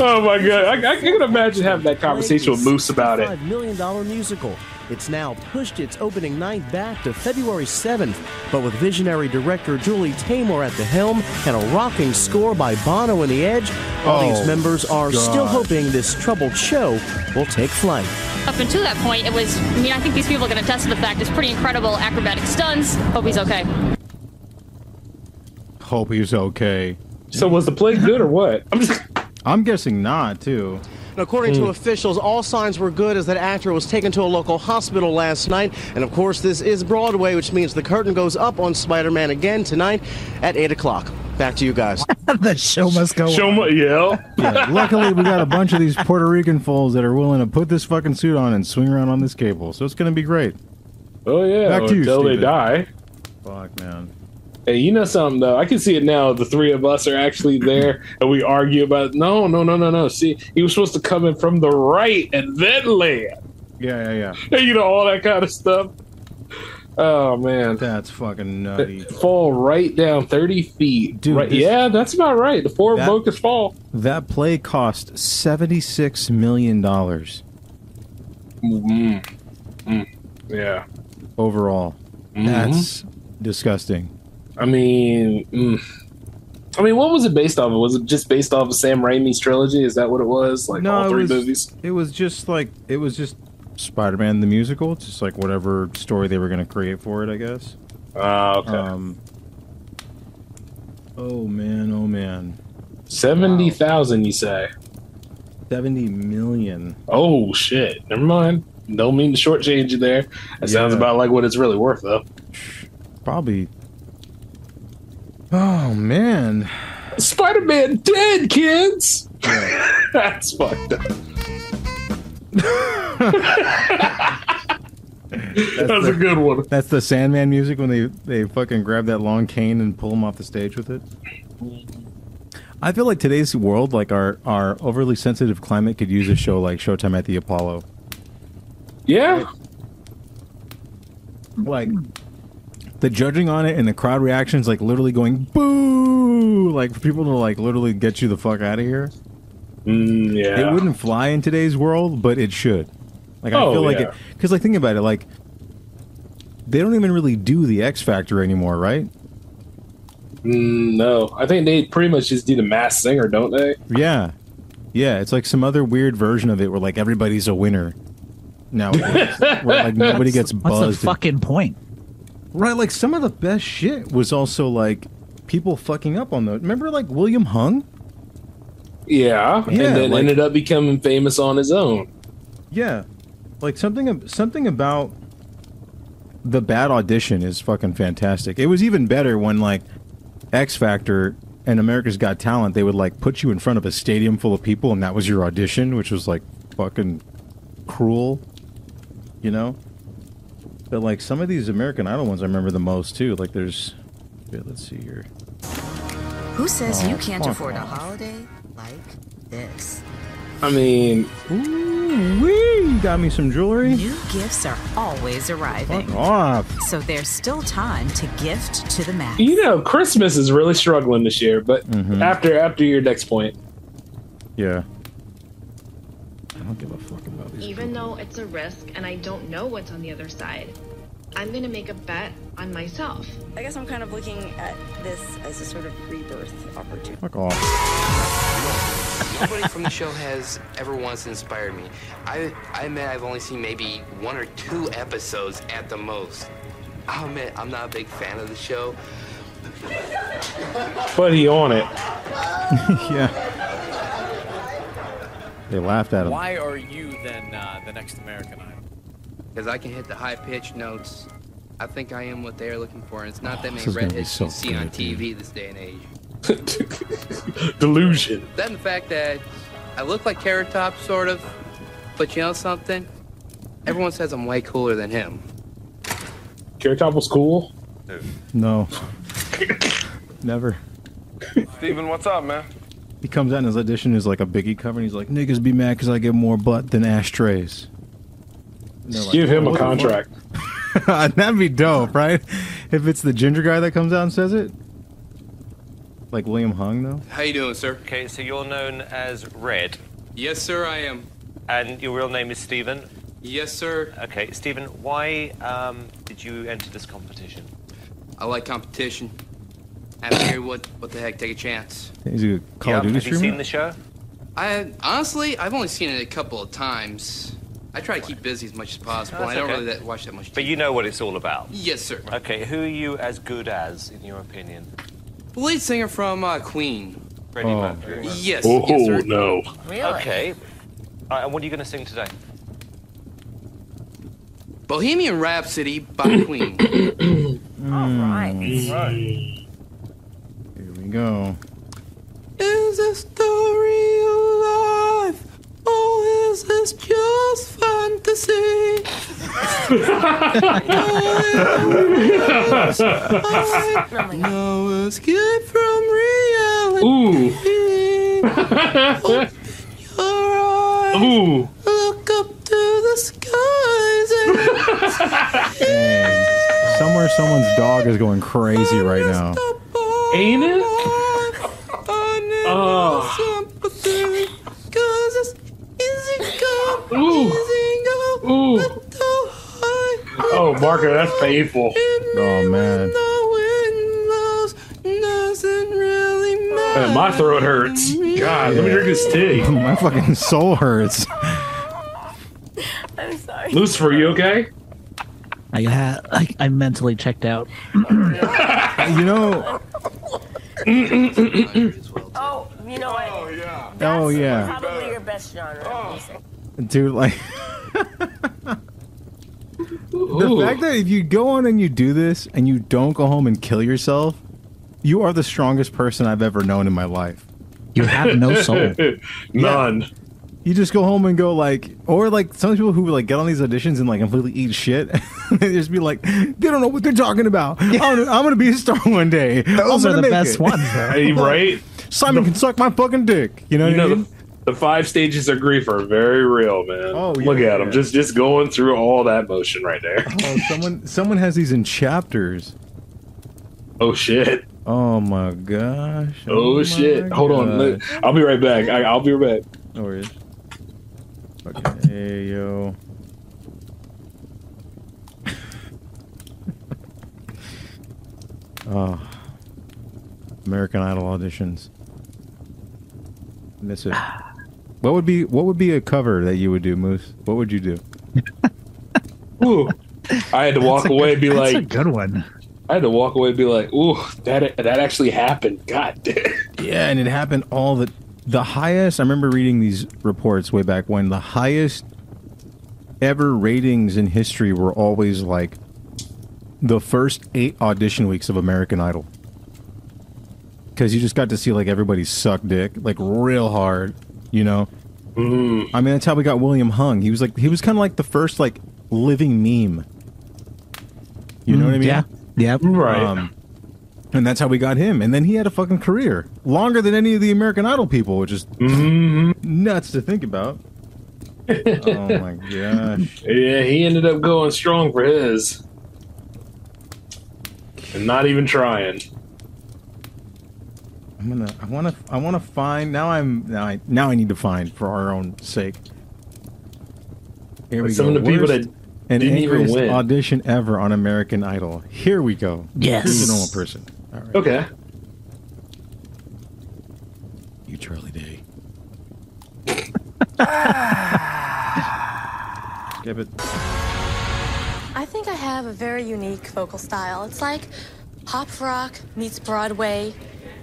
Speaker 4: Oh my god, I, I can imagine having that conversation with Moose about it.
Speaker 6: $65 million dollar musical. It's now pushed its opening night back to February 7th, but with visionary director Julie Taymor at the helm and a rocking score by Bono and the Edge, audience members are still
Speaker 3: God.
Speaker 6: hoping this troubled show will take flight.
Speaker 9: Up until that point, it was, I mean, I think these people are going to test the fact it's pretty incredible acrobatic stunts. Hope he's okay.
Speaker 3: Hope he's okay.
Speaker 4: So was the play good or what? I'm just
Speaker 3: I'm guessing not, too.
Speaker 6: And according to officials, all signs were good as that actor was taken to a local hospital last night. And of course, this is Broadway, which means the curtain goes up on Spider Man again tonight at 8 o'clock. Back to you guys.
Speaker 2: the show must go
Speaker 4: show
Speaker 2: on.
Speaker 4: my yeah.
Speaker 3: Yeah, luckily we got a bunch of these Puerto Rican fools that are willing to put this fucking suit on and swing around on this cable. So it's going to be great.
Speaker 4: Oh yeah,
Speaker 3: Back to you,
Speaker 4: until they
Speaker 3: Steven.
Speaker 4: die.
Speaker 3: Fuck, man.
Speaker 4: Hey, you know something though? I can see it now. The three of us are actually there, and we argue about no, no, no, no, no. See, he was supposed to come in from the right and then land.
Speaker 3: Yeah, yeah, yeah.
Speaker 4: And, you know all that kind of stuff. Oh man,
Speaker 3: That's fucking nutty.
Speaker 4: fall right down thirty feet.
Speaker 3: Dude,
Speaker 4: right,
Speaker 3: this-
Speaker 4: yeah, that's about right. The four
Speaker 3: That-
Speaker 4: focus fall.
Speaker 3: That play cost $76 million
Speaker 4: Mm. Mm. Mm-hmm. Yeah.
Speaker 3: overall. That's disgusting.
Speaker 4: I mean, mm, I mean, what was it based off of? Was it just based off of Sam Raimi's trilogy? Is that what it was? Like all
Speaker 3: it
Speaker 4: three
Speaker 3: was,
Speaker 4: movies?
Speaker 3: It was just like it was just Spider-Man the musical, just like whatever story they were going to create for it, I guess.
Speaker 4: Ah, okay.
Speaker 3: Um, oh man, oh man,
Speaker 4: 70,000, you say?
Speaker 3: seventy million.
Speaker 4: Oh, shit. Never mind. Don't mean to shortchange you there. That sounds
Speaker 3: Yeah.
Speaker 4: about like what it's really worth, though.
Speaker 3: Probably. Oh man,
Speaker 4: Spider Man dead, kids! That's fucked up. That's, a
Speaker 3: the-
Speaker 4: good one.
Speaker 3: that's the Sandman music when they they fucking grab that long cane and pull him off the stage with it. I feel like today's world, like our our overly sensitive climate, could use a show like Showtime at the Apollo.
Speaker 4: Yeah.
Speaker 3: like the judging on it and the crowd reactions like literally going boo like for people to like literally get you the fuck out of here
Speaker 4: Mm, yeah.
Speaker 3: it wouldn't fly in today's world but it should like i
Speaker 4: Oh,
Speaker 3: feel like
Speaker 4: yeah.
Speaker 3: it because like think about it like they don't even really do the x factor anymore right
Speaker 4: Mm, no. I think they pretty much just do the mass singer, don't they?
Speaker 3: yeah yeah it's like some other weird version of it where like everybody's a winner now where like nobody gets
Speaker 2: What's
Speaker 3: buzzed
Speaker 2: the fucking point?
Speaker 3: Right, like some of the best shit was also like people fucking up on those. Remember, like William Hung?
Speaker 4: Yeah. and
Speaker 3: Yeah,
Speaker 4: then
Speaker 3: like-
Speaker 4: ended up becoming famous on his own.
Speaker 3: Yeah, like something ab- something about the bad audition is fucking fantastic. It was even better when like X Factor and America's Got Talent they would like put you in front of a stadium full of people and that was your audition, which was like fucking cruel, you know. But like some of these American Idol ones, I remember the most too. Like there's, yeah, let's see here.
Speaker 10: Who says
Speaker 3: Oh,
Speaker 10: you can't
Speaker 3: fuck
Speaker 10: afford a
Speaker 3: off.
Speaker 10: holiday like this?
Speaker 4: I mean,
Speaker 3: Ooh, wee, got me some jewelry.
Speaker 10: New gifts are always arriving,
Speaker 3: Fuck off.
Speaker 10: so there's still time to gift to the max.
Speaker 4: you know, Christmas is really struggling this year, but after after your next point.
Speaker 3: Mm-hmm. Yeah. I don't give a fuck about these.
Speaker 11: Even though it's a risk and I don't know what's on the other side, I'm going to make a bet on myself.
Speaker 12: I guess I'm kind of looking at this as a sort of rebirth opportunity.
Speaker 3: Fuck off.
Speaker 13: Nobody from the show has ever once inspired me. I I admit I've only seen maybe one or two episodes at the most. I'll admit I'm not a big fan of the show.
Speaker 4: But he on it.
Speaker 3: yeah. They laughed at him.
Speaker 14: Why are you then uh, the next American Idol?
Speaker 13: Because I can hit the high pitched notes. I think I am what they are looking for, and it's not that
Speaker 3: Oh, this
Speaker 13: many
Speaker 3: is gonna be
Speaker 13: redheads
Speaker 3: so
Speaker 13: you see on
Speaker 3: good, dude.
Speaker 13: TV this day and age.
Speaker 4: Delusion.
Speaker 13: That and the fact that I look like Carrot Top, sort of, but you know something? Everyone says I'm way cooler than him.
Speaker 4: Carrot Top was cool.
Speaker 3: No. Never.
Speaker 15: Steven, what's up, man?
Speaker 3: He comes out in his audition is like a biggie cover, and he's like, "Niggas be mad because I get more butt than ashtrays." And they're
Speaker 4: Just
Speaker 3: like,
Speaker 4: give him a
Speaker 3: "What the fuck?"
Speaker 4: contract.
Speaker 3: That'd be dope, right? If it's the ginger guy that comes out and says it, like William Hung, though.
Speaker 13: How you doing, sir?
Speaker 15: Okay, so you're known as Red,
Speaker 13: Yes, sir, I am.
Speaker 15: and your real name is Steven.
Speaker 13: Yes, sir.
Speaker 15: Okay, Steven, why um, did you enter this competition?
Speaker 13: I like competition. I figured what what the heck, take a chance.
Speaker 3: He's a Call
Speaker 15: Yeah,
Speaker 3: of Duty
Speaker 15: have you
Speaker 3: streamer.
Speaker 15: seen the show?
Speaker 13: I honestly, I've only seen it a couple of times. I try to keep busy as much as possible.
Speaker 15: That's
Speaker 13: I don't
Speaker 15: okay.
Speaker 13: really that, watch that much.
Speaker 15: But you know what it's all about.
Speaker 13: Yes, sir.
Speaker 15: Okay, who are you as good as, in your opinion?
Speaker 13: The lead singer from uh, Queen.
Speaker 15: Freddie
Speaker 3: Oh.
Speaker 15: Mercury.
Speaker 13: Yes.
Speaker 15: Oh,
Speaker 13: yes, sir.
Speaker 4: no.
Speaker 15: Okay. Uh, and what are you going to sing today?
Speaker 13: Bohemian Rhapsody by Queen.
Speaker 12: All right.
Speaker 3: Hmm. Here we go.
Speaker 13: is this the real life, or is this just fantasy? no escape from reality.
Speaker 4: Ooh.
Speaker 13: Your eyes
Speaker 4: Ooh.
Speaker 13: look up to the skies and
Speaker 3: Dang. Somewhere, someone's dog is going crazy right now.
Speaker 4: Ain't it? Oh. Ooh. Ooh. Oh, Marco, that's painful.
Speaker 3: Oh man.
Speaker 13: The wind blows, doesn't really
Speaker 4: Uh, my throat hurts. God, let me drink this tea.
Speaker 3: My fucking soul hurts. Oh,
Speaker 12: I'm sorry.
Speaker 4: Lucifer, you okay?
Speaker 2: I ha- I, I mentally checked out.
Speaker 3: you know.
Speaker 12: Oh, you know what? Oh yeah.
Speaker 3: Oh, yeah.
Speaker 12: Probably your best genre.
Speaker 4: Oh.
Speaker 12: of music.
Speaker 3: Dude, like. The fact that if you go on and you do this and you don't go home and kill yourself, you are the strongest person I've ever known in my life.
Speaker 2: You have no soul.
Speaker 4: None.
Speaker 3: You just go home and go like, or like some people who like get on these auditions and like completely eat shit. they just be like, they don't know what they're talking about. I'm, gonna, I'm gonna be a star one day.
Speaker 2: Those
Speaker 3: I'm
Speaker 2: are
Speaker 3: gonna
Speaker 2: the
Speaker 3: make
Speaker 2: best
Speaker 3: it."
Speaker 2: ones,
Speaker 4: Hey, right?
Speaker 3: Simon can suck my fucking dick. You know what
Speaker 4: You
Speaker 3: I
Speaker 4: know
Speaker 3: mean?
Speaker 4: the, the five stages of grief are very real, man.
Speaker 3: Oh, yeah,
Speaker 4: Look at
Speaker 3: yeah.
Speaker 4: him, just just going through all that motion right there.
Speaker 3: Oh, someone someone has these in chapters.
Speaker 4: Oh shit!
Speaker 3: Oh my gosh.
Speaker 4: Oh,
Speaker 3: my
Speaker 4: shit! Hold on,
Speaker 3: gosh.
Speaker 4: let- I'll be right back. I, I'll be right back.
Speaker 3: No worries. Fucking hey yo. oh. American Idol auditions. Miss it. What would be what would be a cover that you would do, Moose? What would you do?
Speaker 4: Ooh. I had to walk
Speaker 2: That's a
Speaker 4: away
Speaker 2: good-
Speaker 4: and be
Speaker 2: that's a
Speaker 4: like,
Speaker 2: good one.
Speaker 4: I had to walk away and be like, ooh, that that actually happened. God damn.
Speaker 3: Yeah, and it happened all the the highest. I remember reading these reports way back when the highest ever ratings in history were always like the first eight audition weeks of American Idol because you just got to see like everybody suck dick like real hard, you know. I mean, that's how we got William Hung. He was like he was kind of like the first like living meme. You know what I mean?
Speaker 2: Mm,
Speaker 3: Um,
Speaker 2: Yeah. Yep.
Speaker 4: Right.
Speaker 3: and that's how we got him. And then he had a fucking career longer than any of the American Idol people, which is
Speaker 4: Mm-hmm.
Speaker 3: nuts to think about. oh my gosh!
Speaker 4: Yeah, he ended up going strong for his. And not even trying.
Speaker 3: I'm gonna. I want to. I want to find. Now I'm. Now I. Now I need to find for our own sake. Here we
Speaker 4: Like some
Speaker 3: go.
Speaker 4: of the people
Speaker 3: Worst
Speaker 4: that
Speaker 3: and
Speaker 4: didn't even
Speaker 3: angriest
Speaker 4: win.
Speaker 3: audition ever on American Idol. Here we go.
Speaker 2: Yes.
Speaker 3: Here's a normal person. All right.
Speaker 4: Okay.
Speaker 3: You Charlie Day. Skip it.
Speaker 16: I think I have a very unique vocal style. It's like pop rock meets Broadway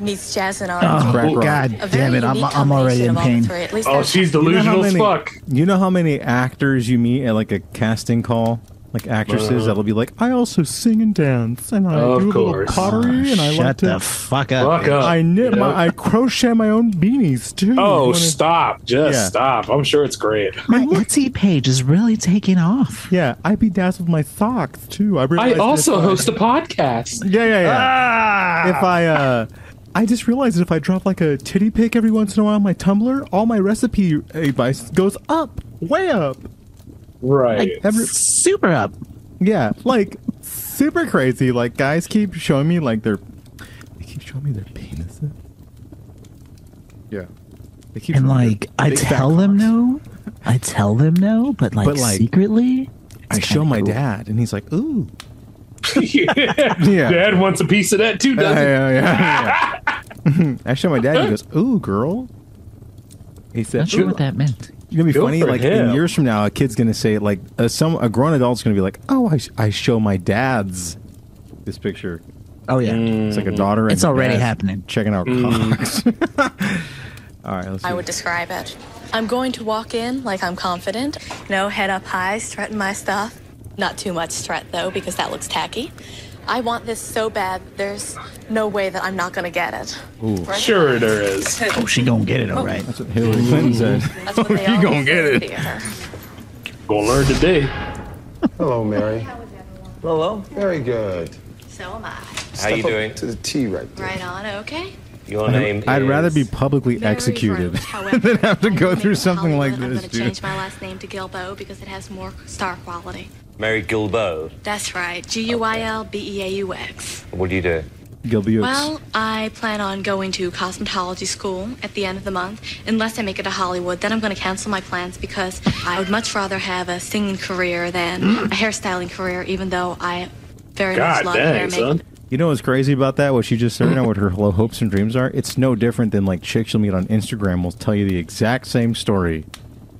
Speaker 16: meets jazz and R&B.
Speaker 2: Oh, Crack rock. God
Speaker 16: A very
Speaker 2: damn it, I'm-
Speaker 16: unique
Speaker 2: I'm
Speaker 16: combination
Speaker 2: already in
Speaker 16: of all the
Speaker 2: pain.
Speaker 16: three. At least
Speaker 4: Oh,
Speaker 16: that's-
Speaker 4: she's delusional as fuck.
Speaker 3: You know how many actors you meet at like a casting call? Like actresses
Speaker 4: Uh-huh.
Speaker 3: that'll be like, I also sing and dance, and I
Speaker 4: Of
Speaker 3: do a little
Speaker 4: course.
Speaker 3: pottery, and I
Speaker 2: Shut
Speaker 3: like to
Speaker 2: the fuck up.
Speaker 4: Fuck up.
Speaker 3: I knit
Speaker 4: Yep.
Speaker 3: my, I crochet my own beanies too.
Speaker 4: Oh,
Speaker 3: You wanna-
Speaker 4: stop. Just
Speaker 3: Yeah.
Speaker 4: stop. I'm sure it's great.
Speaker 2: My Etsy page is really taking off.
Speaker 3: Yeah, I be dazzled my socks too. I, realized if I-
Speaker 4: a podcast.
Speaker 3: Yeah, yeah, yeah. If I, uh, I just realized that if I drop like a titty pic every once in a while on my Tumblr, all my recipe advice goes up, way up.
Speaker 4: Right.
Speaker 3: Every,
Speaker 2: Super up.
Speaker 3: Yeah, like super crazy. Like guys keep showing me like their they keep showing me their penises. Yeah. They keep
Speaker 2: And
Speaker 3: showing me
Speaker 2: like,
Speaker 3: their
Speaker 2: I
Speaker 3: big fat
Speaker 2: tell them no. I tell them no, but like,
Speaker 3: But, like,
Speaker 2: secretly,
Speaker 3: I show my dad and he's like, "Ooh."
Speaker 4: yeah. Dad wants a piece of that too, doesn't he?
Speaker 3: Uh, yeah, yeah, yeah. I show my dad and he goes, "Ooh, girl." He said,
Speaker 2: not sure
Speaker 3: "Ooh."
Speaker 2: what that meant.
Speaker 3: You know, it'd be
Speaker 4: Good
Speaker 3: funny.
Speaker 4: for
Speaker 3: Like
Speaker 4: him.
Speaker 3: in years from now, a kid's gonna say like uh, some a grown adult's gonna be like, "Oh, I, sh- I show my dad's this picture."
Speaker 2: Oh yeah,
Speaker 3: It's
Speaker 4: Mm.
Speaker 3: like a daughter. and
Speaker 2: It's already
Speaker 3: dad's
Speaker 2: happening.
Speaker 3: Checking out cocks. All right, let's.
Speaker 16: I
Speaker 3: see.
Speaker 16: would describe it. I'm going to walk in like I'm confident, you know, head up high, strutting my stuff. Not too much strut though, because that looks tacky. I want this so bad, there's no way that I'm not gonna get it. Right?
Speaker 4: Sure there is.
Speaker 2: Oh, she gonna get it all right.
Speaker 3: That's what Hillary Clinton said.
Speaker 16: That's what they
Speaker 4: You
Speaker 16: all
Speaker 4: gonna get
Speaker 16: say in
Speaker 4: it.
Speaker 16: theater.
Speaker 4: Gonna learn today.
Speaker 17: Hello, Mary. Hello. Very good.
Speaker 16: So am I.
Speaker 17: How
Speaker 15: you doing?
Speaker 17: To the T right there.
Speaker 16: Right on, okay?
Speaker 15: Your name.
Speaker 3: I'd, I'd rather be publicly
Speaker 16: Very
Speaker 3: executed
Speaker 16: rude, however.
Speaker 3: than have to go
Speaker 16: I'm
Speaker 3: through
Speaker 16: in
Speaker 3: something like
Speaker 16: Hollywood.
Speaker 3: this,
Speaker 16: I'm gonna
Speaker 3: dude.
Speaker 16: change my last name to Gilbo because it has more star quality.
Speaker 15: Mary Gilbo.
Speaker 16: That's right, G U I L B E A U X.
Speaker 15: What do you do?
Speaker 3: Gilbukes.
Speaker 16: Well, I plan on going to cosmetology school at the end of the month. Unless I make it to Hollywood, then I'm going to cancel my plans because I would much rather have a singing career than a hairstyling career, even though I very
Speaker 4: Mm. God
Speaker 16: much love hair
Speaker 4: dang,
Speaker 16: and makeup.
Speaker 4: son.
Speaker 3: You know what's crazy about that? What she just said, and what her hello hopes and dreams are? It's no different than like chicks you'll meet on Instagram will tell you the exact same story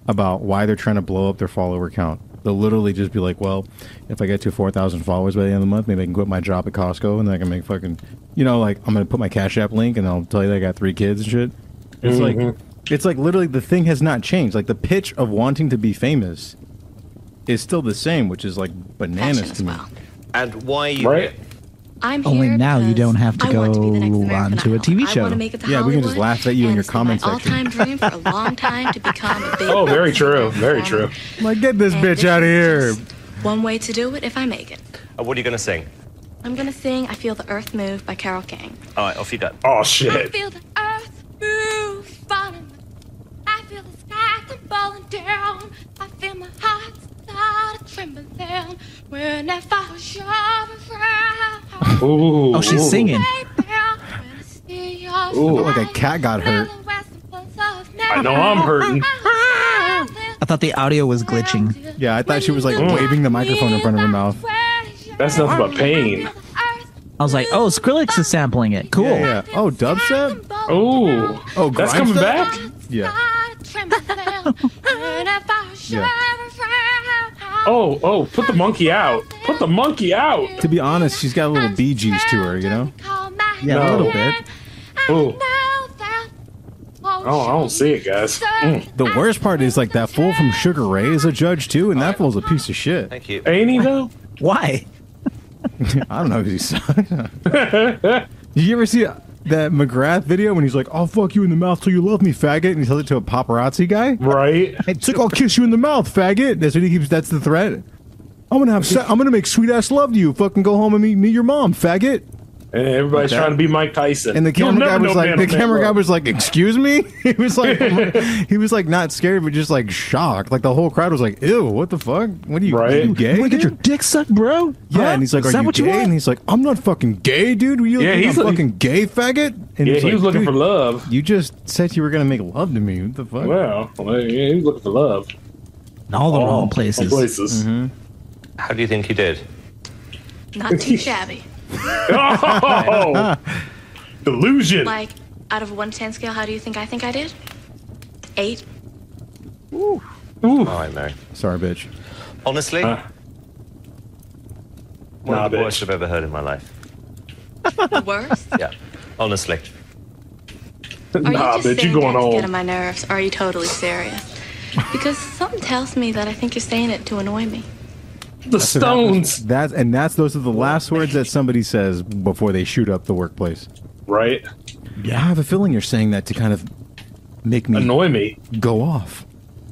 Speaker 3: about why they're trying to blow up their follower count. They'll literally just be like, "Well, if I get to four thousand followers by the end of the month, maybe I can quit my job at Costco and then I can make fucking, you know, like I'm gonna put my Cash App link and I'll tell you that I got three kids and shit." It's
Speaker 4: Mhm.
Speaker 3: like, it's like literally the thing has not changed. Like the pitch of wanting to be famous is still the same, which is like bananas to me.
Speaker 15: And why are you
Speaker 3: Right.
Speaker 15: here?
Speaker 16: I'm
Speaker 2: Only now you don't have to
Speaker 16: I
Speaker 2: go
Speaker 16: want to be the next
Speaker 2: on to a TV
Speaker 16: I
Speaker 2: show.
Speaker 16: wanna make it to Yeah, we can just Hollywood
Speaker 3: laugh at you in your comment
Speaker 16: all time dream for a long time to become a big
Speaker 4: Oh, very true. Very
Speaker 16: um,
Speaker 4: true.
Speaker 3: Like, get this bitch out of here.
Speaker 16: one way to do it if I make it.
Speaker 15: Uh, what are you going to sing?
Speaker 16: I'm gonna sing I Feel the Earth Move by Carol King.
Speaker 15: All right, off you go.
Speaker 4: Oh,
Speaker 16: I feel the earth move, falling. I feel the sky come falling down. I feel my heart start trembling down. When I fall short of ground,
Speaker 4: Ooh.
Speaker 2: Oh, she's singing. Oh,
Speaker 16: see your
Speaker 3: Ooh. Like a cat got hurt.
Speaker 4: I know I'm hurting.
Speaker 2: I thought the audio was glitching.
Speaker 3: Yeah, I thought she was like waving the microphone in front of her mouth.
Speaker 4: That's nothing but pain.
Speaker 2: I was like, "Oh, Skrillex is sampling it. Cool."
Speaker 3: Yeah, yeah. Oh, dubstep.
Speaker 4: Oh,
Speaker 3: oh,
Speaker 4: that's
Speaker 3: grind
Speaker 4: coming
Speaker 3: stuff?
Speaker 4: back.
Speaker 3: Yeah.
Speaker 16: Yeah.
Speaker 4: Oh, oh, put the monkey out. Put the monkey out.
Speaker 3: To be honest, she's got a little Bee Gees to her, you know. Yeah, a
Speaker 4: No.
Speaker 3: little bit.
Speaker 4: Oh. Oh, I don't see it, guys. Mm.
Speaker 3: The worst part is like that fool from Sugar Ray is a judge too, and that fool's a piece of shit.
Speaker 15: Thank you.
Speaker 4: Ain't he though?
Speaker 2: Why?
Speaker 3: I don't know because he sucks. Did you ever see that McGrath video when he's like, "I'll fuck you in the mouth till you love me, faggot," and he tells it to a paparazzi guy?
Speaker 4: Right.
Speaker 3: It's like I'll kiss you in the mouth, faggot. That's what he keeps. That's the threat. I'm gonna have. Se- I'm gonna make sweet ass love to you. Fucking go home and meet meet your mom, faggot.
Speaker 4: And everybody's
Speaker 3: Okay.
Speaker 4: trying to be Mike Tyson.
Speaker 3: And the
Speaker 4: You'll
Speaker 3: camera guy
Speaker 4: never
Speaker 3: was
Speaker 4: know
Speaker 3: like,
Speaker 4: man
Speaker 3: the
Speaker 4: on man,
Speaker 3: camera
Speaker 4: bro.
Speaker 3: guy was like, "Excuse me." He was like, he was like not scared, but just like shocked. Like the whole crowd was like, "Ew, what the fuck? What are you,
Speaker 4: Right.
Speaker 3: are you gay?
Speaker 2: You wanna get your dick sucked, bro?
Speaker 3: Yeah."
Speaker 2: Huh?
Speaker 3: And he's like,
Speaker 2: Is
Speaker 3: "Are
Speaker 2: that
Speaker 3: you
Speaker 2: what
Speaker 3: gay?"
Speaker 2: you want?
Speaker 3: and he's like, "I'm not fucking gay, dude. What do you
Speaker 4: Yeah,
Speaker 3: yeah,
Speaker 4: he's
Speaker 3: he's
Speaker 4: like-
Speaker 3: fucking gay, faggot." And
Speaker 4: Yeah,
Speaker 3: he's
Speaker 4: he was
Speaker 3: like,
Speaker 4: looking
Speaker 3: "Dude,
Speaker 4: for love.
Speaker 3: You just said you were gonna make love to me. What the fuck?
Speaker 4: Wow. Well, yeah, he was looking for love. Oh,
Speaker 2: In all the wrong places.
Speaker 4: All places.
Speaker 3: Mm-hmm.
Speaker 15: How do you think you did?
Speaker 16: Not too shabby.
Speaker 4: Oh! Delusion.
Speaker 16: Like, out of a 1 to 10 scale, how do you think I think I did? Eight.
Speaker 15: All right, Mary.
Speaker 3: Sorry, bitch.
Speaker 15: Honestly,
Speaker 3: Huh?
Speaker 15: one
Speaker 3: Nah,
Speaker 15: of the
Speaker 3: bitch.
Speaker 15: worst I've ever heard in my life.
Speaker 16: The worst?
Speaker 15: Yeah, honestly.
Speaker 16: Are you
Speaker 4: Nah,
Speaker 16: just
Speaker 4: bitch,
Speaker 16: saying
Speaker 4: you going
Speaker 16: that to get
Speaker 4: on.
Speaker 16: on my nerves? Or are you totally serious? Because something tells me that I think you're saying it to annoy me.
Speaker 4: The Stones.
Speaker 3: That's and that's those are the last words that somebody says before they shoot up the workplace.
Speaker 4: Right?
Speaker 3: Yeah, I have a feeling you're saying that to kind of make me
Speaker 4: Annoy me.
Speaker 3: go off.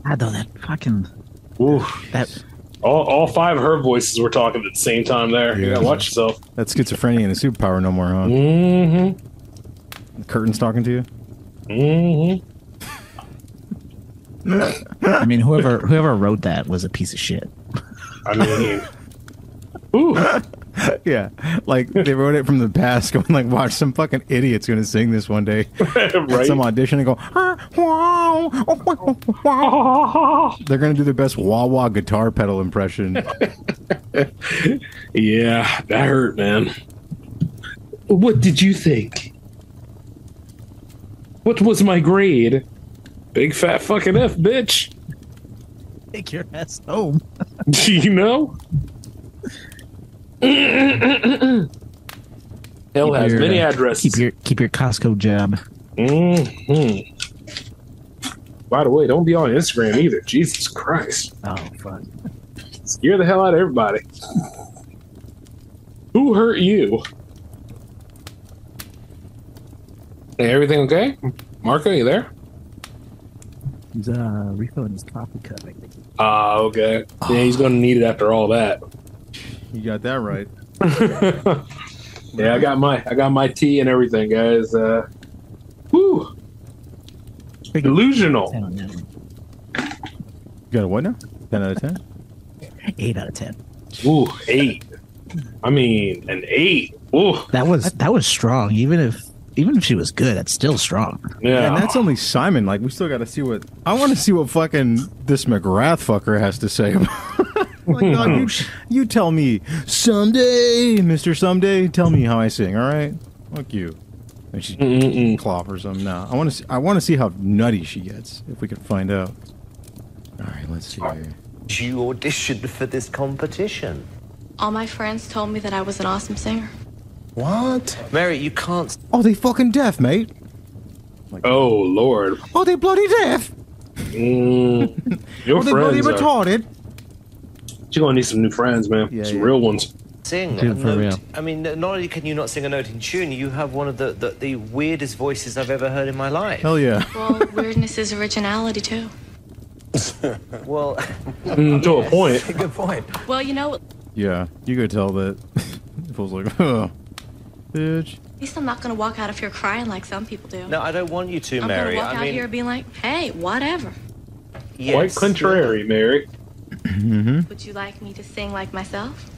Speaker 2: I know Ah, that fucking
Speaker 4: Oof.
Speaker 2: that.
Speaker 4: All, all five of her voices were talking at the same time there. You
Speaker 3: Yeah.
Speaker 4: gotta watch yourself.
Speaker 3: That schizophrenia and a superpower no more, huh?
Speaker 4: Mm-hmm.
Speaker 3: The curtain's talking to you.
Speaker 4: Mm-hmm.
Speaker 2: I mean, whoever whoever wrote that was a piece of shit.
Speaker 4: I mean, ooh.
Speaker 3: yeah, like they wrote it from the past, going like, "Watch some fucking idiots gonna sing this one day." At
Speaker 4: right?
Speaker 3: some audition and go, they're gonna do their best wah wah guitar pedal impression.
Speaker 4: Yeah, that hurt, man. What did you think? What was my grade? Big fat fucking F, bitch.
Speaker 2: Take your ass home.
Speaker 4: you know? Hell has
Speaker 2: Your,
Speaker 4: many
Speaker 2: uh,
Speaker 4: addresses.
Speaker 2: Keep your keep your Costco job.
Speaker 4: hmm By the way, don't be on Instagram either. Jesus Christ.
Speaker 2: Oh fuck.
Speaker 4: Scare the hell out of everybody. Who hurt you? Hey, everything okay? Marco, you there?
Speaker 2: He's uh refilling his coffee cup. I think.
Speaker 4: Ah, okay. Yeah, he's going to need it after all that.
Speaker 3: you got that right.
Speaker 4: Yeah, I got my I got my tea and everything, guys. Uh, woo. Delusional.
Speaker 2: Ten on that one.
Speaker 3: You got a what now? Ten out of ten.
Speaker 2: Eight out of ten.
Speaker 4: Ooh, eight. I mean, an eight. Ooh,
Speaker 2: That was that was strong. Even if even if she was good, that's still strong.
Speaker 4: yeah.
Speaker 3: And that's only Simon. Like, we still got to see what. I want to see what fucking this McGrath fucker has to say. about- Oh my God, you, you tell me someday, Mister Someday, tell me how I sing. All right, fuck you. And she clobbers him. No, I want to. See, I want to see how nutty she gets. If we can find out. All right, let's see here.
Speaker 18: You auditioned for this competition.
Speaker 16: All my friends told me that I was an awesome singer.
Speaker 18: What?
Speaker 15: Mary, you can't.
Speaker 3: Oh, they fucking deaf, mate.
Speaker 4: oh lord.
Speaker 3: Oh, they bloody deaf.
Speaker 4: Mm, your
Speaker 3: oh, they bloody
Speaker 4: friends. Are,
Speaker 3: retarded.
Speaker 4: you gonna need some new friends, man. some real ones.
Speaker 15: Sing
Speaker 4: Dude,
Speaker 15: a
Speaker 4: for
Speaker 15: note.
Speaker 4: real.
Speaker 15: I mean, not only can you not sing a note in tune, you have one of the, the, the weirdest voices I've ever heard in my life.
Speaker 3: Hell yeah.
Speaker 16: Well, weirdness is originality too.
Speaker 15: well,
Speaker 4: Mm, to a point.
Speaker 18: Good point.
Speaker 16: Well, you know, at
Speaker 3: Yeah, you could tell that. it was like, oh, bitch.
Speaker 16: least I'm not gonna walk out of here crying like some people do.
Speaker 15: no, I don't want you to,
Speaker 16: I'm
Speaker 15: Mary.
Speaker 16: gonna walk
Speaker 15: I
Speaker 16: out
Speaker 15: mean,
Speaker 16: here being like, hey, whatever.
Speaker 4: Quite
Speaker 15: yes.
Speaker 4: contrary, Mary.
Speaker 2: Mm-hmm.
Speaker 16: Would you like me to sing like myself?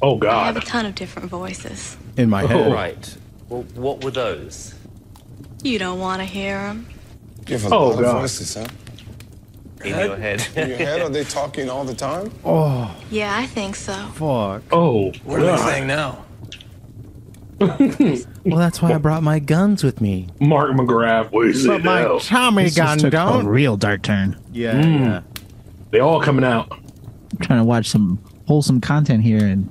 Speaker 4: Oh
Speaker 16: I have a
Speaker 4: God.
Speaker 16: ton of different voices.
Speaker 3: In my head.
Speaker 15: Right. Well, what were those?
Speaker 16: You don't want to hear them.
Speaker 17: You have a
Speaker 15: Oh,
Speaker 17: lot
Speaker 15: God.
Speaker 17: of voices, huh?
Speaker 15: In your head.
Speaker 17: In your head? Are they talking all the time?
Speaker 3: Oh,
Speaker 16: Yeah, I think so.
Speaker 3: fuck.
Speaker 4: Oh.
Speaker 17: What are they saying
Speaker 15: now?
Speaker 3: Well, that's why I brought my guns with me.
Speaker 4: Mark McGrath, what is
Speaker 3: But
Speaker 4: it
Speaker 3: my
Speaker 4: now?
Speaker 3: Tommy This just gun took a don't-
Speaker 2: real dark turn.
Speaker 3: Yeah,
Speaker 4: Mm. They all coming out.
Speaker 2: I'm trying to watch some wholesome content here, and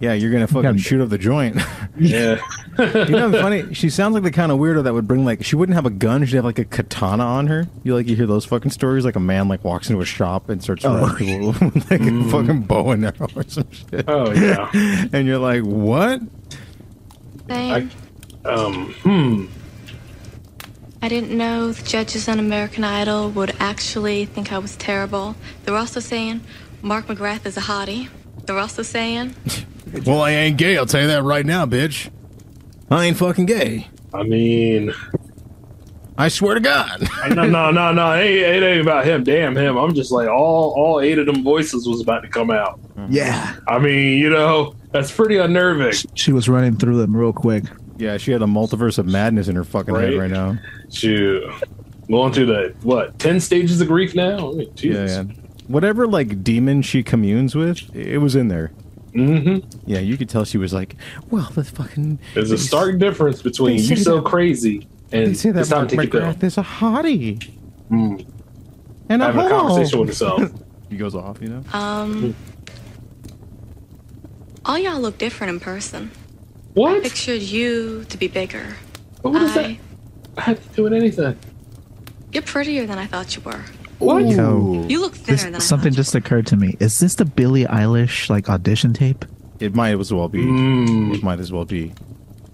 Speaker 3: yeah, you're gonna fucking shoot up the joint.
Speaker 4: Yeah.
Speaker 3: you know, what's funny. She sounds like the kind of weirdo that would bring like she wouldn't have a gun. She'd have like a katana on her. You like you hear those fucking stories like a man like walks into a shop and starts
Speaker 17: Oh.
Speaker 3: running people with like a fucking bow and arrow or some shit.
Speaker 4: Mm. Oh, yeah.
Speaker 3: and you're like, what?
Speaker 16: Same.
Speaker 4: Um. Hmm.
Speaker 16: I didn't know the judges on American Idol would actually think I was terrible. They were also saying Mark McGrath is a hottie. They were also saying
Speaker 3: Well, I ain't gay. I'll tell you that right now, bitch. I ain't fucking gay.
Speaker 4: I mean,
Speaker 3: I swear to God.
Speaker 4: no, no, no, no. It, ain't- it ain't about him. Damn him. I'm just like all all eight of them voices was about to come out.
Speaker 2: Yeah.
Speaker 4: I mean, you know, that's pretty unnerving.
Speaker 2: she was running through them real quick.
Speaker 3: Yeah, she had a multiverse of madness in her fucking head
Speaker 4: Right.
Speaker 3: right now.
Speaker 4: Shoot. Going through the what ten stages of grief now? I mean, Jesus.
Speaker 3: Yeah, yeah. Whatever like demon she communes with, it was in there.
Speaker 4: Mm-hmm.
Speaker 3: Yeah, you could tell she was like, well, the fucking.
Speaker 4: There's a stark difference between
Speaker 3: They say
Speaker 4: you so
Speaker 3: that-
Speaker 4: crazy and
Speaker 3: They say that
Speaker 4: it's time
Speaker 3: Mark
Speaker 4: to take a pill.
Speaker 3: McGrath is a hottie.
Speaker 4: Mm.
Speaker 3: And a
Speaker 4: Having a
Speaker 3: homo.
Speaker 4: conversation with himself.
Speaker 3: he goes off, you know.
Speaker 16: Um,
Speaker 4: Hmm.
Speaker 16: all y'all look different in person.
Speaker 4: What?
Speaker 16: I pictured you to be bigger.
Speaker 4: But what is
Speaker 16: I-
Speaker 4: that? I had to do with anything.
Speaker 16: You're prettier than I thought you were.
Speaker 4: What?
Speaker 16: You look thinner
Speaker 2: This-
Speaker 16: than I
Speaker 2: something just occurred to me. Is this the Billie Eilish like audition tape?
Speaker 3: It might as well be.
Speaker 4: Hmm.
Speaker 3: It might as well be.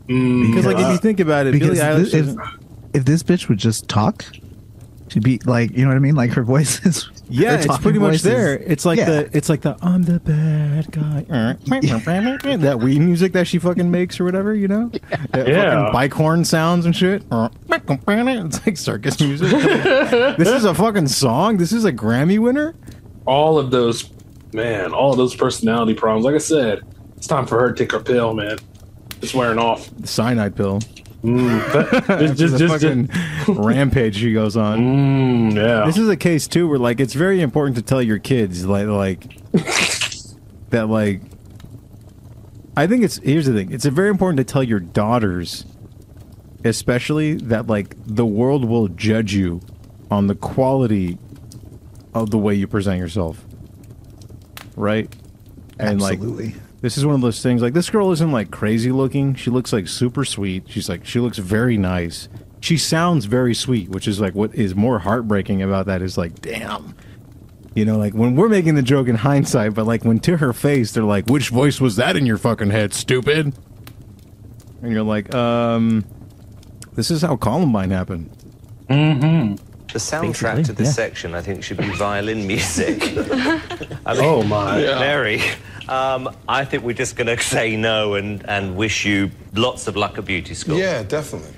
Speaker 2: Because-
Speaker 3: Because like if you think about it, Billie
Speaker 2: Because
Speaker 3: Eilish.
Speaker 2: thi- if,
Speaker 3: isn't-
Speaker 2: if this bitch would just talk, she'd be like, you know what I mean? Like her voice is. her
Speaker 3: yeah, it's
Speaker 2: talking
Speaker 3: pretty much
Speaker 2: voice is-
Speaker 3: there. It's like
Speaker 2: Yeah.
Speaker 3: the it's like the I'm the bad guy. that Wii music that she fucking makes or whatever, you know? That
Speaker 4: Yeah.
Speaker 3: fucking bike horn sounds and shit. It's like circus music. this is a fucking song. This is a Grammy winner.
Speaker 4: All of those, man, all of those personality problems. Like I said, it's time for her to take her pill, man. It's wearing off.
Speaker 3: The cyanide pill.
Speaker 4: Mm, that- just,
Speaker 3: It's
Speaker 4: just,
Speaker 3: a
Speaker 4: just, just, Mm,
Speaker 3: fucking rampage she goes on.
Speaker 4: yeah.
Speaker 3: This is a case too where like it's very important to tell your kids like like that like I think it's here's the thing. It's very important to tell your daughters especially that like the world will judge you on the quality of the way you present yourself. Right?
Speaker 2: Absolutely.
Speaker 3: like this is one of those things like this girl isn't like crazy looking. She looks like super sweet. She's like she looks very nice. She sounds very sweet, which is like what is more heartbreaking about that is like damn. You know, like when we're making the joke in hindsight, but like when to her face they're like, "Which voice was that in your fucking head, stupid?" And you're like, "Um this is how Columbine happened."
Speaker 15: Mm-hmm. The soundtrack to
Speaker 3: Basically,
Speaker 15: this
Speaker 3: yeah.
Speaker 15: section, I think, should be violin music. I
Speaker 4: Oh, my. Yeah.
Speaker 15: Mary, um, I think we're just going to say no and, and wish you lots of luck at beauty school.
Speaker 17: Yeah, definitely.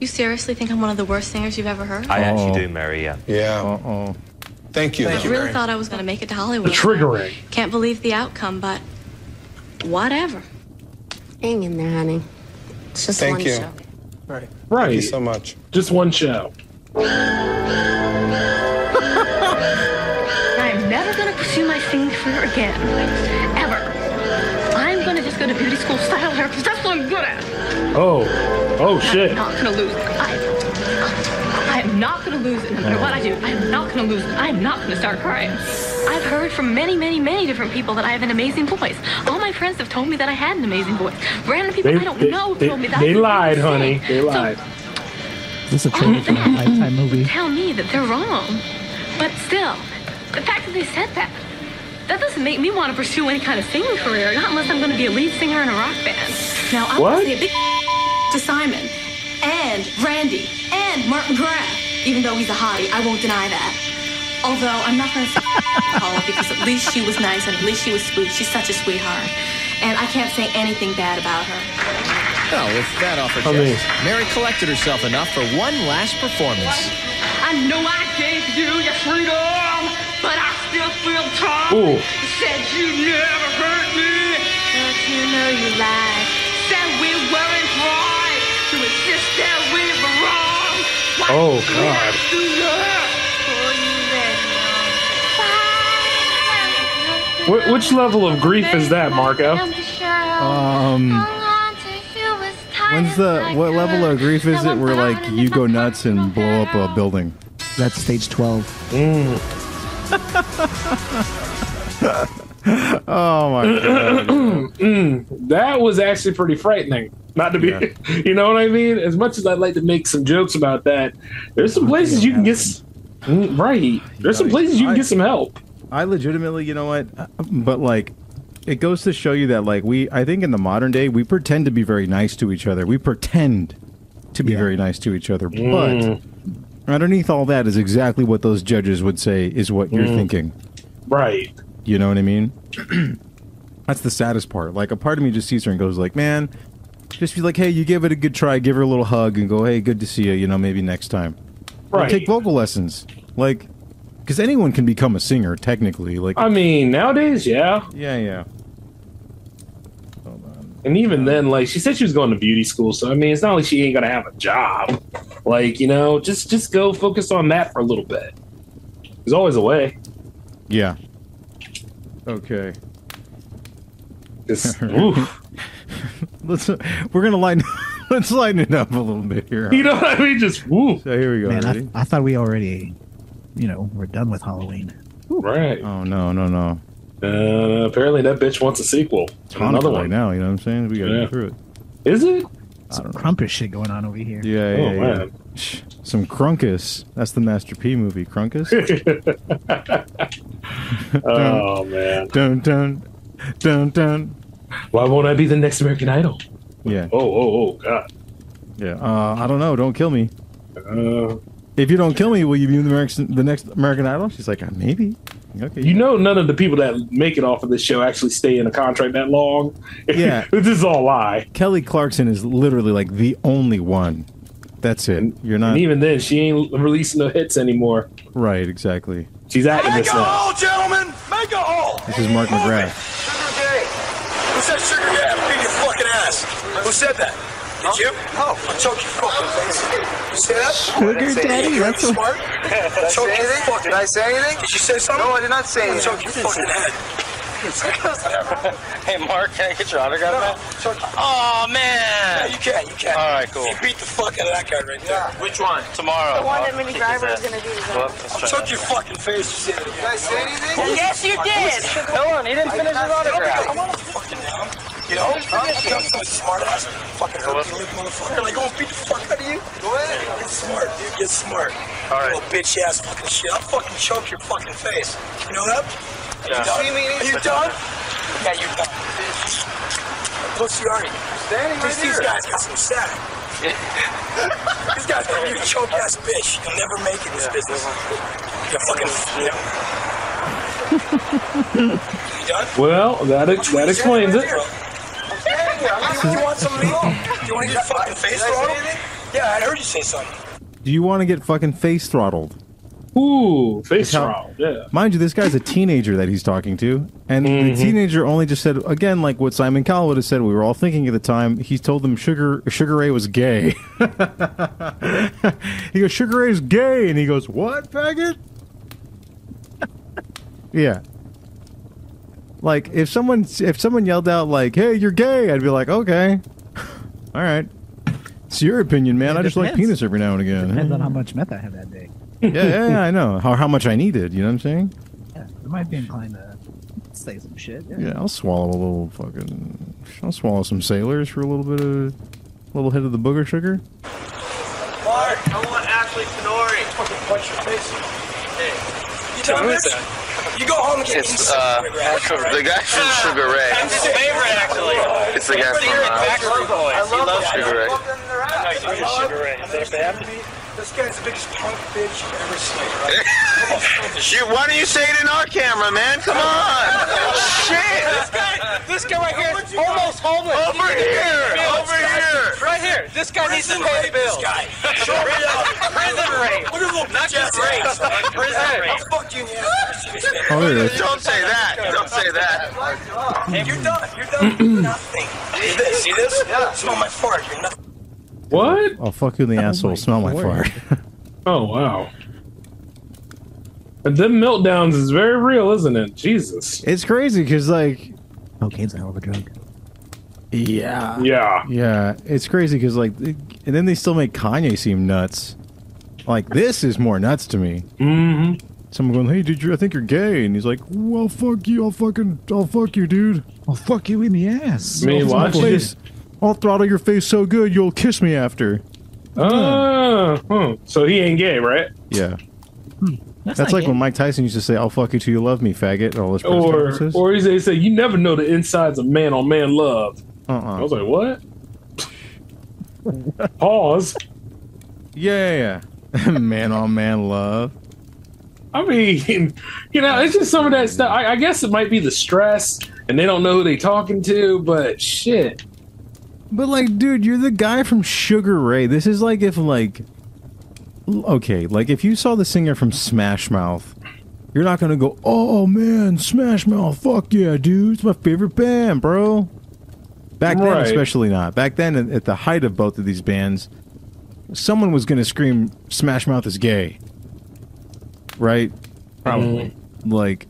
Speaker 16: You seriously think I'm one of the worst singers you've ever heard?
Speaker 15: I
Speaker 4: Oh.
Speaker 15: actually do, Mary. Yeah.
Speaker 17: Yeah.
Speaker 3: Uh-oh.
Speaker 17: Thank you.
Speaker 16: I really thought I was gonna make it to Hollywood.
Speaker 4: triggering.
Speaker 16: Can't believe the outcome, but whatever.
Speaker 19: Hang in there, honey. It's just
Speaker 4: Thank
Speaker 19: one
Speaker 4: you.
Speaker 19: show.
Speaker 17: Right.
Speaker 4: Right.
Speaker 17: Thank you so much.
Speaker 4: just one show.
Speaker 19: I'm never gonna pursue my singing
Speaker 16: transfer again, ever. I'm gonna just go to beauty school style hair because that's what I'm good at.
Speaker 4: Oh, oh shit.
Speaker 16: I'm not gonna lose. I, I am not gonna lose it no matter what I do. I am not gonna lose it. I am not gonna start crying. I've heard from many, many, many different people that I have an amazing voice. All my friends have told me that I had an amazing voice. Random people I don't know
Speaker 4: they,
Speaker 16: told me that.
Speaker 4: they
Speaker 16: I
Speaker 4: lied, honey. They lied.
Speaker 2: This is a trailer from a Lifetime movie.
Speaker 16: tell me that they're wrong. But still, the fact that they said that, that doesn't make me want to pursue any kind of singing career, not unless I'm going to be a lead singer in a rock band. Now, I want
Speaker 20: What?
Speaker 16: to say a big to Simon and Randy and Martin Graff, even though he's a hottie, I won't deny that. Although I'm not going to say Paula because at least she was nice and at least she was sweet. She's such a sweetheart. And I can't say anything bad about her.
Speaker 6: Well, with that offer,
Speaker 4: I mean-
Speaker 6: Mary collected herself enough for one last performance.
Speaker 16: I know I gave you your freedom, but I still feel torn.
Speaker 6: Ooh.
Speaker 16: Said you never hurt me, but you know you lied. Said we weren't right to insist that we were wrong. Why
Speaker 4: Oh,
Speaker 16: did you
Speaker 4: God.
Speaker 16: have to do that? Oh, you let
Speaker 4: Wh- which level of grief is that, Marco?
Speaker 3: Um, when's the what level of grief is it where like you go nuts and blow up a building?
Speaker 2: That's stage twelve.
Speaker 15: Mm.
Speaker 3: oh my god.
Speaker 4: Mm, that was actually pretty frightening. Not to be, you know what I mean. As much as I'd like to make some jokes about that, there's some places you can get. s- Mm, right, there's some places you can get some help.
Speaker 3: I legitimately, you know what? But like, it goes to show you that like we, I think in the modern day, we pretend to be very nice to each other. We pretend to be very nice to each other,
Speaker 4: Mm.
Speaker 3: but underneath all that is exactly what those judges would say is what you're
Speaker 4: Mm.
Speaker 3: thinking.
Speaker 4: Right.
Speaker 3: You know what I mean? That's the saddest part. Like a part of me just sees her and goes like, man, just be like, hey, you give it a good try, give her a little hug, and go, hey, good to see you. You know, maybe next time. Or
Speaker 4: Right.
Speaker 3: take vocal lessons, like, because anyone can become a singer technically. Like,
Speaker 4: I mean, nowadays, yeah.
Speaker 3: Yeah, yeah.
Speaker 4: And even then, like she said, she was going to beauty school. So I mean, it's not like she ain't gonna have a job. Like you know, just just go focus on that for a little bit. There's always a way.
Speaker 3: yeah. Okay.
Speaker 4: Just,
Speaker 3: let's we're gonna lighten let's lighten it up a little bit here.
Speaker 4: You know what I mean? Just woo.
Speaker 3: So here we go.
Speaker 2: Man,
Speaker 3: ready?
Speaker 2: I, I thought we already, you know, we're done with Halloween.
Speaker 4: Right.
Speaker 3: Oh no, no, no.
Speaker 4: Uh, apparently, that bitch wants a sequel.
Speaker 3: It's
Speaker 4: Another
Speaker 3: Hanukkah right
Speaker 4: one.
Speaker 3: now. You know what I'm saying? We gotta
Speaker 4: Yeah.
Speaker 3: get through it.
Speaker 4: Is it?
Speaker 2: Some crumpet shit going on over here.
Speaker 3: Yeah, yeah,
Speaker 4: Oh,
Speaker 3: yeah.
Speaker 4: man.
Speaker 3: Shh. Some Crunkus. That's the Master P movie. Crunkus.
Speaker 4: Oh man.
Speaker 3: Dun dun dun dun.
Speaker 4: Why won't I be the next American Idol?
Speaker 3: Yeah.
Speaker 4: Oh oh oh god.
Speaker 3: Yeah. Uh, I don't know. Don't kill me.
Speaker 4: Uh,
Speaker 3: If you don't kill me, will you be the, American, the next American Idol? She's like, "Uh, maybe. Okay.
Speaker 4: You know, none of the people that make it off of this show actually stay in a contract that long.
Speaker 3: Yeah.
Speaker 4: this is all a lie.
Speaker 3: Kelly Clarkson is literally like the only one. That's it. You're not
Speaker 4: and even then, she ain't releasing no hits anymore.
Speaker 3: right. Exactly.
Speaker 4: She's activist now.
Speaker 21: gentlemen! Make a hole!
Speaker 3: This is Mark McGrath.
Speaker 21: Who said sugar gas? Beat your fucking ass! Who said that? Did you? No. I'll choke your fucking face. You say that?
Speaker 2: Sugar
Speaker 21: Did I say
Speaker 2: daddy,
Speaker 21: anything?
Speaker 2: that's what-
Speaker 21: smart. Did I say anything? Did I say anything? Did you say something? No, I did not say anything. Choke your fucking head. hey Mark, can I get your autograph? No. Oh man! you can, you can. All right, cool. You beat the fuck out of that guy right there. Which one? Tomorrow.
Speaker 22: The one that Minnie Driver was gonna do.
Speaker 21: Well, Chuck your fucking face. You said it again. Did I say anything?
Speaker 22: Oh, Yes, you did.
Speaker 21: Hold on, he didn't finish his autograph. Come on, fucking down. You know, huh? I'm so smart ass. Fucking hurt motherfucker. Like, oh, beat the fuck out of you. Go ahead. Get smart, dude. Get smart. All right. Little bitch ass fucking shit. I'll fucking choke your fucking face. You know that?
Speaker 23: Yeah.
Speaker 21: Are you done? Are you done? Yeah, you're done. Pussy are you? Standing
Speaker 23: right
Speaker 21: These
Speaker 23: here.
Speaker 21: guys got some sack. These guys gonna be a choke ass bitch. You'll never make it in this business. You're fucking. You know.
Speaker 4: Well, that that explains it.
Speaker 21: You want some meat? You want to get fucking face throttled? Yeah, I heard you say something.
Speaker 3: Do you want to get fucking face throttled?
Speaker 4: Ooh, face
Speaker 3: How-
Speaker 4: trial. Yeah. Mm-hmm.
Speaker 3: Mind you, this guy's a teenager that he's talking to, and the teenager only just said again, like what Simon Cowell would have said. We were all thinking at the time. He told them Sugar Sugar Ray was gay. he goes, Sugar Ray's gay, and he goes, "What, faggot?" yeah, Like if someone if someone yelled out like, "Hey, you're gay," I'd be like, "Okay, all right." It's your opinion, man. I just like
Speaker 2: depends.
Speaker 3: penis every now and again.
Speaker 2: Depends on how much meth I had that day.
Speaker 3: yeah, yeah, yeah, I know how how much I needed. You know what I'm saying?
Speaker 2: I might be inclined to say some shit.
Speaker 3: Yeah, I'll swallow a little fucking. I'll swallow some sailors for a little bit of, a little hit of the booger sugar.
Speaker 21: Mark, I want Ashley Tenori. Fucking punch your face. Hey, you done
Speaker 13: Who
Speaker 21: this?
Speaker 13: is
Speaker 21: You go home and get
Speaker 13: It's,
Speaker 21: me
Speaker 13: uh,
Speaker 21: some Sugar Ray. Sugar Ray.
Speaker 13: the guy from Sugar Ray.
Speaker 21: That's his favorite, actually.
Speaker 13: It's the guy from,
Speaker 21: Everybody here at
Speaker 13: uh,
Speaker 21: Backstreet Boys.
Speaker 13: I love
Speaker 21: loves
Speaker 13: Sugar Ray.
Speaker 21: I know you do Sugar Ray. Is that bad? This guy's the biggest punk bitch you've ever seen, right?
Speaker 13: Shoot, why don't you say it in our camera, man? Come on! Shit!
Speaker 21: This guy, this guy right here, almost homeless.
Speaker 13: Over here, over here.
Speaker 21: Right here. This guy needs to pay a bill. This guy. Show me up. Prison rape. What a little Not just rape. Prison rape. I'll fuck you in the ass.
Speaker 3: Oh, there it is.
Speaker 13: Don't say that. Don't say that.
Speaker 21: Hey, you're done. You're done. You're nothing. See this? See this? Yeah. Smell my fart. You're nothing.
Speaker 3: What? I'll fuck you in the asshole. Smell Oh my
Speaker 21: Lord.
Speaker 3: fart.
Speaker 4: Oh wow. And them meltdowns is very real, isn't it? Jesus.
Speaker 3: It's crazy because like
Speaker 2: cocaine's a hell of a drug.
Speaker 3: Yeah.
Speaker 4: Yeah.
Speaker 3: Yeah. It's crazy because like, it- and then they still make Kanye seem nuts. Like this is more nuts to me. Mm-hmm. Someone going, "Hey, did you? I think you're gay," and he's like, "Well, fuck you. I'll fucking, I'll fuck you, dude. I'll fuck you in the ass.
Speaker 4: Me
Speaker 3: I'll,
Speaker 4: watching
Speaker 3: face- I'll throttle your face so good you'll kiss me after."
Speaker 4: Oh, hmm. so he ain't gay, right?
Speaker 3: Yeah. That's,
Speaker 4: not
Speaker 3: like
Speaker 4: gay.
Speaker 3: when Mike Tyson used to say, "I'll fuck you till you love me, faggot." All those press
Speaker 4: Or,
Speaker 3: conferences.
Speaker 4: or he's- they say you never know the insides of man on man love.
Speaker 3: Uh-uh.
Speaker 4: I was like, what? Pause.
Speaker 3: Yeah, yeah, yeah. man on man love.
Speaker 4: I mean, you know, it's just some of that stuff. I, I guess it might be the stress, and they don't know who they talking to. But shit,
Speaker 3: But like, dude, you're the guy from Sugar Ray. This is like if like, l- okay, like if you saw the singer from Smash Mouth, you're not gonna go, oh man, Smash Mouth, fuck yeah, dude, it's my favorite band, bro. Back then,
Speaker 4: Right.
Speaker 3: especially not. Back then, at- at the height of both of these bands, someone was gonna scream, Smash Mouth is gay, right?
Speaker 4: Probably.
Speaker 3: Like,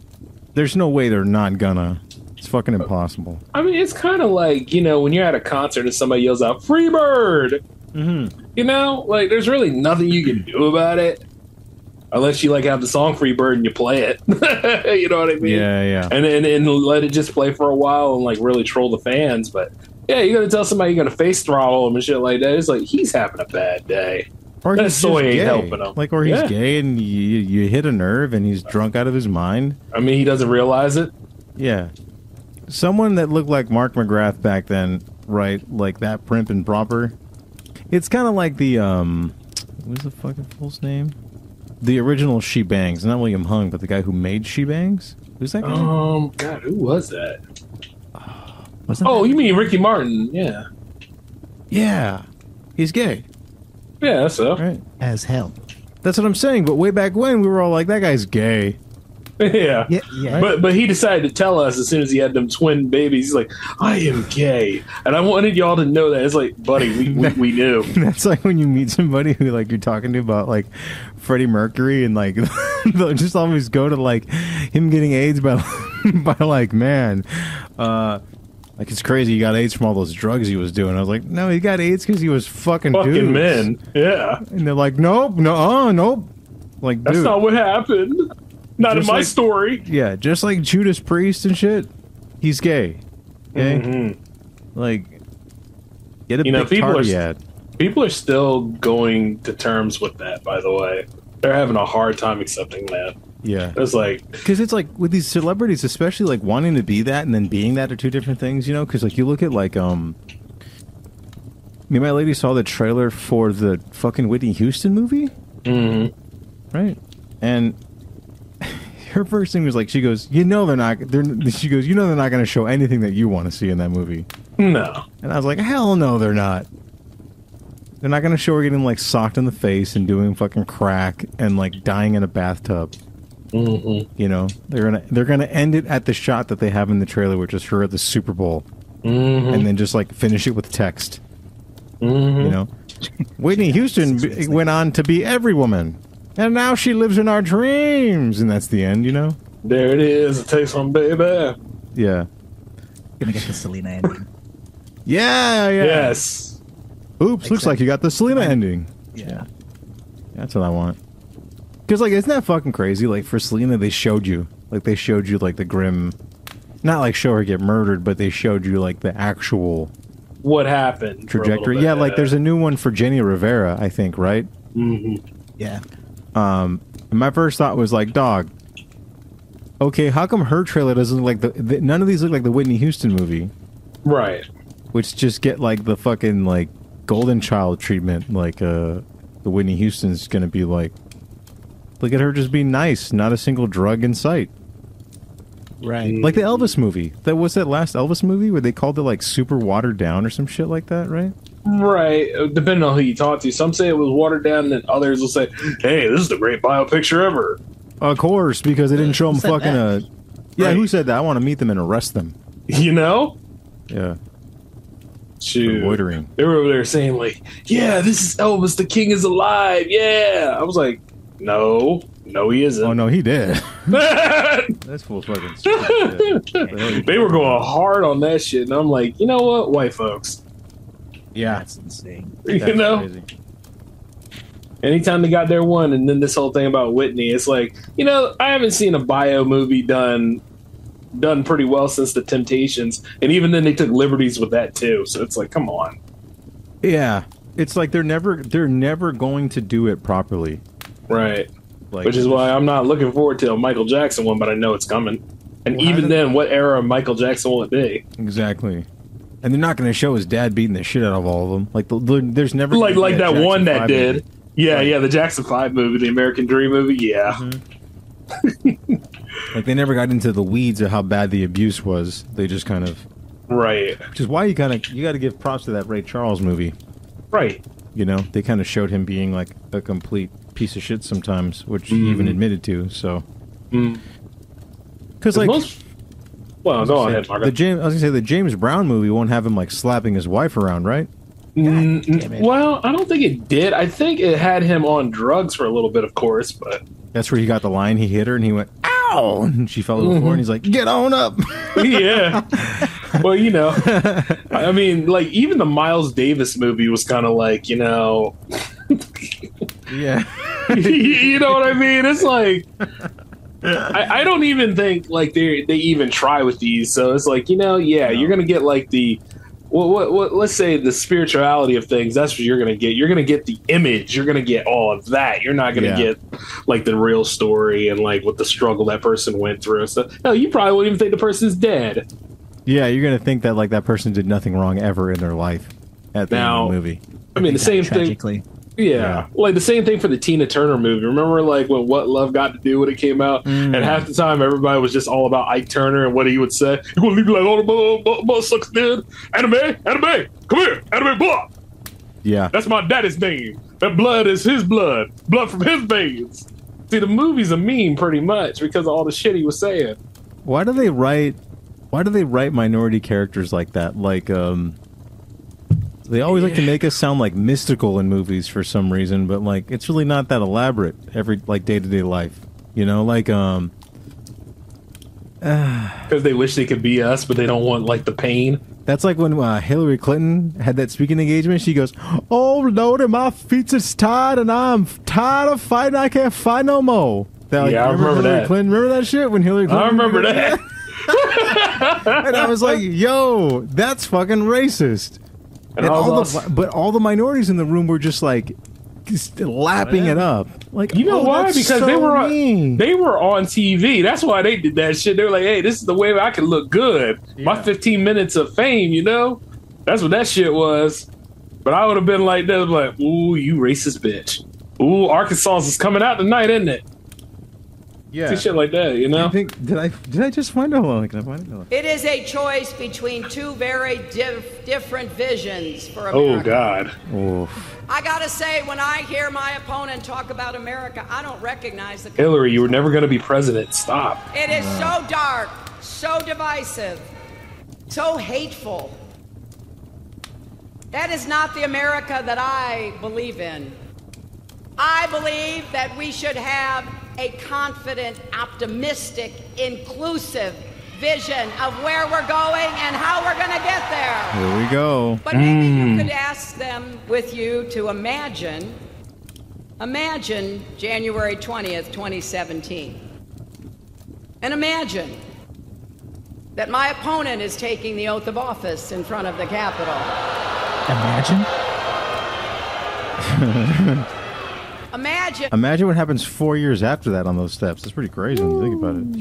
Speaker 3: there's no way they're not gonna. It's fucking impossible.
Speaker 4: I mean, it's kind of like you know when you're at a concert and somebody yells out "Freebird."
Speaker 3: Mm-hmm.
Speaker 4: You know, like there's really nothing you can do about it unless you like have the song "Freebird" and you play it. you know what I mean?
Speaker 3: Yeah, yeah.
Speaker 4: And, and and let it just play for a while and like really troll the fans. But yeah, you're gonna tell somebody you're gonna face throttle him and shit like that. It's like he's having a bad day.
Speaker 3: Or
Speaker 4: that
Speaker 3: he's just
Speaker 4: soy ain't
Speaker 3: gay.
Speaker 4: helping him.
Speaker 3: Like, or he's
Speaker 4: Yeah.
Speaker 3: gay and you, you hit a nerve and he's drunk out of his mind.
Speaker 4: I mean, he doesn't realize it.
Speaker 3: Yeah. Someone that looked like Mark McGrath back then, right? Like that primp and proper. It's kind of like the, um, what's the fucking fool's name? The original She Bangs. Not William Hung, but the guy who made She Bangs. Who's that guy?
Speaker 4: Um, God, who was that? oh, you mean Ricky Martin? Yeah,
Speaker 3: yeah. He's gay.
Speaker 4: yeah, so
Speaker 3: right.
Speaker 2: As hell.
Speaker 3: That's what I'm saying. But way back when, we were all like, that guy's gay.
Speaker 4: yeah.
Speaker 2: yeah, yeah.
Speaker 4: But but he decided to tell us as soon as he had them twin babies. He's like, I am gay, and I wanted y'all to know that. It's like, buddy, we we, we knew.
Speaker 3: That's like when you meet somebody who like you're talking to about like Freddie Mercury and like they'll just always go to like him getting AIDS by by like man, uh, like it's crazy. He got AIDS from all those drugs he was doing. I was like, no, he got AIDS because he was fucking
Speaker 4: Fucking
Speaker 3: dudes.
Speaker 4: men, yeah.
Speaker 3: And they're like, nope, no, uh, nope. Like,
Speaker 4: That's
Speaker 3: dude,
Speaker 4: not what happened. Not in
Speaker 3: Just
Speaker 4: my
Speaker 3: like-
Speaker 4: story.
Speaker 3: yeah, just like Judas Priest and shit. He's gay. Okay,
Speaker 4: Mhm.
Speaker 3: like get a
Speaker 4: You know,
Speaker 3: big
Speaker 4: people are
Speaker 3: party
Speaker 4: s-
Speaker 3: ad.
Speaker 4: People are still going to terms with that. By the way, they're having a hard time accepting that.
Speaker 3: Yeah.
Speaker 4: It's like,
Speaker 3: Because it's like with these celebrities, especially like wanting to be that and then being that are two different things, you know. Because like you look at like um, me and my lady saw the trailer for the fucking Whitney Houston movie, mm-hmm. right? And her first thing was like, she goes, "You know they're not." They're she goes, "You know they're not going to show anything that you want to see in that movie."
Speaker 4: no.
Speaker 3: And I was like, "Hell no, they're not." They're not going to show her getting like socked in the face and doing fucking crack and like dying in a bathtub.
Speaker 4: Mm-hmm.
Speaker 3: You know, they're gonna they're gonna end it at the shot that they have in the trailer, which is her at the Super Bowl,
Speaker 4: Mhm.
Speaker 3: and then just like finish it with text.
Speaker 4: Mhm.
Speaker 3: You know, Whitney Houston b- went on to be every woman, and now she lives in our dreams, and that's the end. You know,
Speaker 4: There it is. It takes one baby.
Speaker 3: Yeah.
Speaker 2: Gonna get the Selena ending.
Speaker 3: Yeah, yeah.
Speaker 4: Yes.
Speaker 3: Oops, looks like you got the Selena ending.
Speaker 2: Yeah.
Speaker 3: That's what I want. Because, like, isn't that fucking crazy? Like, for Selena, they showed you. Like, they showed you, like, the grim. Not like show her get murdered, but they showed you, like, the actual
Speaker 4: What happened? for a little
Speaker 3: trajectory.
Speaker 4: bit,
Speaker 3: Yeah, like, there's a new one for Jenny Rivera, I think, right?
Speaker 4: Mm-hmm.
Speaker 2: Yeah.
Speaker 3: Um, and my first thought was, like, dog. Okay, how come her trailer doesn't look like the. the none of these look like the Whitney Houston movie?
Speaker 4: Right.
Speaker 3: which just get like the fucking like golden child treatment like uh the whitney houston's gonna be like look at her just being nice not a single drug in sight
Speaker 2: right
Speaker 3: like the elvis movie that was that last elvis movie where they called it like super watered down or some shit like that right
Speaker 4: Right, uh, depending on who you talk to. Some say it was watered down, and then others will say, "Hey, this is the great bio picture ever."
Speaker 3: of course because they didn't show them
Speaker 4: Who said
Speaker 3: fucking
Speaker 4: that?
Speaker 3: a yeah who said that i want to meet them and arrest them
Speaker 4: You know,
Speaker 3: yeah
Speaker 4: Shoot.
Speaker 3: loitering
Speaker 4: they were over there saying like, "Yeah, this is Elvis. The King is alive." Yeah, I was like, "No, no, he isn't." Oh
Speaker 3: no, he did.
Speaker 4: That's
Speaker 3: full fucking.
Speaker 4: they were going hard on that shit, and I'm like, you know what, white folks,
Speaker 3: yeah
Speaker 2: that's insane
Speaker 4: you know. Anytime they got their one, and then this whole thing about Whitney, it's like you know I haven't seen a bio movie done done pretty well since The Temptations, and even then they took liberties with that too. So it's like, come on,
Speaker 3: yeah it's like they're never they're never going to do it properly
Speaker 4: right?
Speaker 3: Like-
Speaker 4: Which is why I'm not looking forward to a Michael Jackson one, but I know it's coming. And
Speaker 3: Well, how
Speaker 4: even
Speaker 3: did-
Speaker 4: then, what era of Michael Jackson will it be?
Speaker 3: Exactly. And they're not going to show his dad beating the shit out of all of them. Like, the, the- there's never
Speaker 4: Like
Speaker 3: gonna be
Speaker 4: like that
Speaker 3: Jackson
Speaker 4: one that
Speaker 3: 5
Speaker 4: did.
Speaker 3: movie.
Speaker 4: Yeah, yeah, the Jackson Five movie, the American Dream movie. Yeah,
Speaker 3: Mm-hmm. Like, they never got into the weeds of how bad the abuse was. They just kind of,
Speaker 4: right,
Speaker 3: which is why you kind of you got to give props to that Ray Charles movie.
Speaker 4: right.
Speaker 3: You know, they kind of showed him being like a complete piece of shit sometimes, which he even
Speaker 4: Mhm.
Speaker 3: admitted to. So,
Speaker 4: Because
Speaker 3: like-
Speaker 4: Mm. most, well, go on ahead, Margaret.
Speaker 3: the James, I was gonna say the James Brown movie won't have him like slapping his wife around, right?
Speaker 4: Mm, Well, I don't think it did. I think it had him on drugs for a little bit, of course, but
Speaker 3: That's where he got the line. He hit her, and he went ow, and she fell to the floor, and he's like, get on up.
Speaker 4: yeah. Well, you know, I mean, like even the Miles Davis movie was kind of like, you know,
Speaker 3: yeah,
Speaker 4: you know what I mean? It's like I, I don't even think like they they even try with these. So it's like you know, yeah, you're gonna get like the what, what what let's say the spirituality of things. That's what you're gonna get. You're gonna get the image. You're gonna get all of that. You're not gonna
Speaker 3: Yeah.
Speaker 4: get like the real story and like what the struggle that person went through and stuff. No, you probably wouldn't even think the person's dead.
Speaker 3: Yeah, you're gonna think that like that person did nothing wrong ever in their life at the end
Speaker 4: Now-
Speaker 3: of the movie.
Speaker 4: I mean, the same thing.
Speaker 2: Tragically.
Speaker 4: Yeah. like the same thing for the Tina Turner movie. Remember, like when What Love Got to Do when it came out, and half the time everybody was just all about Ike Turner and what he would say. You gonna leave me like all the bu- bu- bu- sucks did? Anime, anime, come here, anime boy.
Speaker 3: Yeah,
Speaker 4: That's my daddy's name. That blood is his blood, blood from his veins. See, the movie's a meme pretty much because of all the shit he was saying.
Speaker 3: why do they write? Why do they write minority characters like that? Like, um, they always like to make us sound like mystical in movies for some reason, but like it's really not that elaborate every like day to day life. You know, like um,
Speaker 4: Because they wish they could be us, but they don't want like the pain.
Speaker 3: that's like when uh, Hillary Clinton had that speaking engagement. She goes, "Oh Lord, and my feet is tired, and I'm tired of fighting. I can't fight no more." That,
Speaker 4: Yeah, I remember
Speaker 3: Hillary
Speaker 4: that.
Speaker 3: Clinton, remember that shit when Hillary Clinton?
Speaker 4: I remember that.
Speaker 3: and I was like, "Yo, that's fucking racist." And,
Speaker 4: And I was
Speaker 3: all
Speaker 4: also-
Speaker 3: the but all the minorities in the room were just like just lapping it up. Like
Speaker 4: You know
Speaker 3: "Oh,
Speaker 4: why?
Speaker 3: that's
Speaker 4: Because
Speaker 3: so
Speaker 4: they were uh, on,
Speaker 3: mean."
Speaker 4: they were on TV. That's why they did that shit. They were like, "Hey, this is the way I can look good. My 15 minutes of fame." You know, that's what that shit was. But I would have been like, "This, like, ooh, you racist bitch. Ooh, Arkansas is coming out tonight, isn't it?"
Speaker 3: yeah.
Speaker 4: See shit like that. You know.
Speaker 3: I think did I did I just find out? Hold on, can I find it? Hold on.
Speaker 1: It is a choice between two very diff- different visions for
Speaker 4: Oh
Speaker 1: America.
Speaker 4: God.
Speaker 1: I gotta say, when I hear my opponent talk about America, I don't recognize the.
Speaker 4: Hillary, you were never going to be president. Stop.
Speaker 1: It is so dark, so divisive, so hateful. That is not the America that I believe in. I believe that we should have a confident, optimistic, inclusive, vision of where we're going and how we're going to get there.
Speaker 3: Here we go.
Speaker 1: But maybe
Speaker 4: Mm. Hmm.
Speaker 1: you could ask them with you to imagine, imagine January 20th, 2017. And imagine that my opponent is taking the oath of office in front of the Capitol.
Speaker 2: Imagine.
Speaker 1: Imagine.
Speaker 3: Imagine what happens four years after that on those steps. That's pretty crazy when you think about it.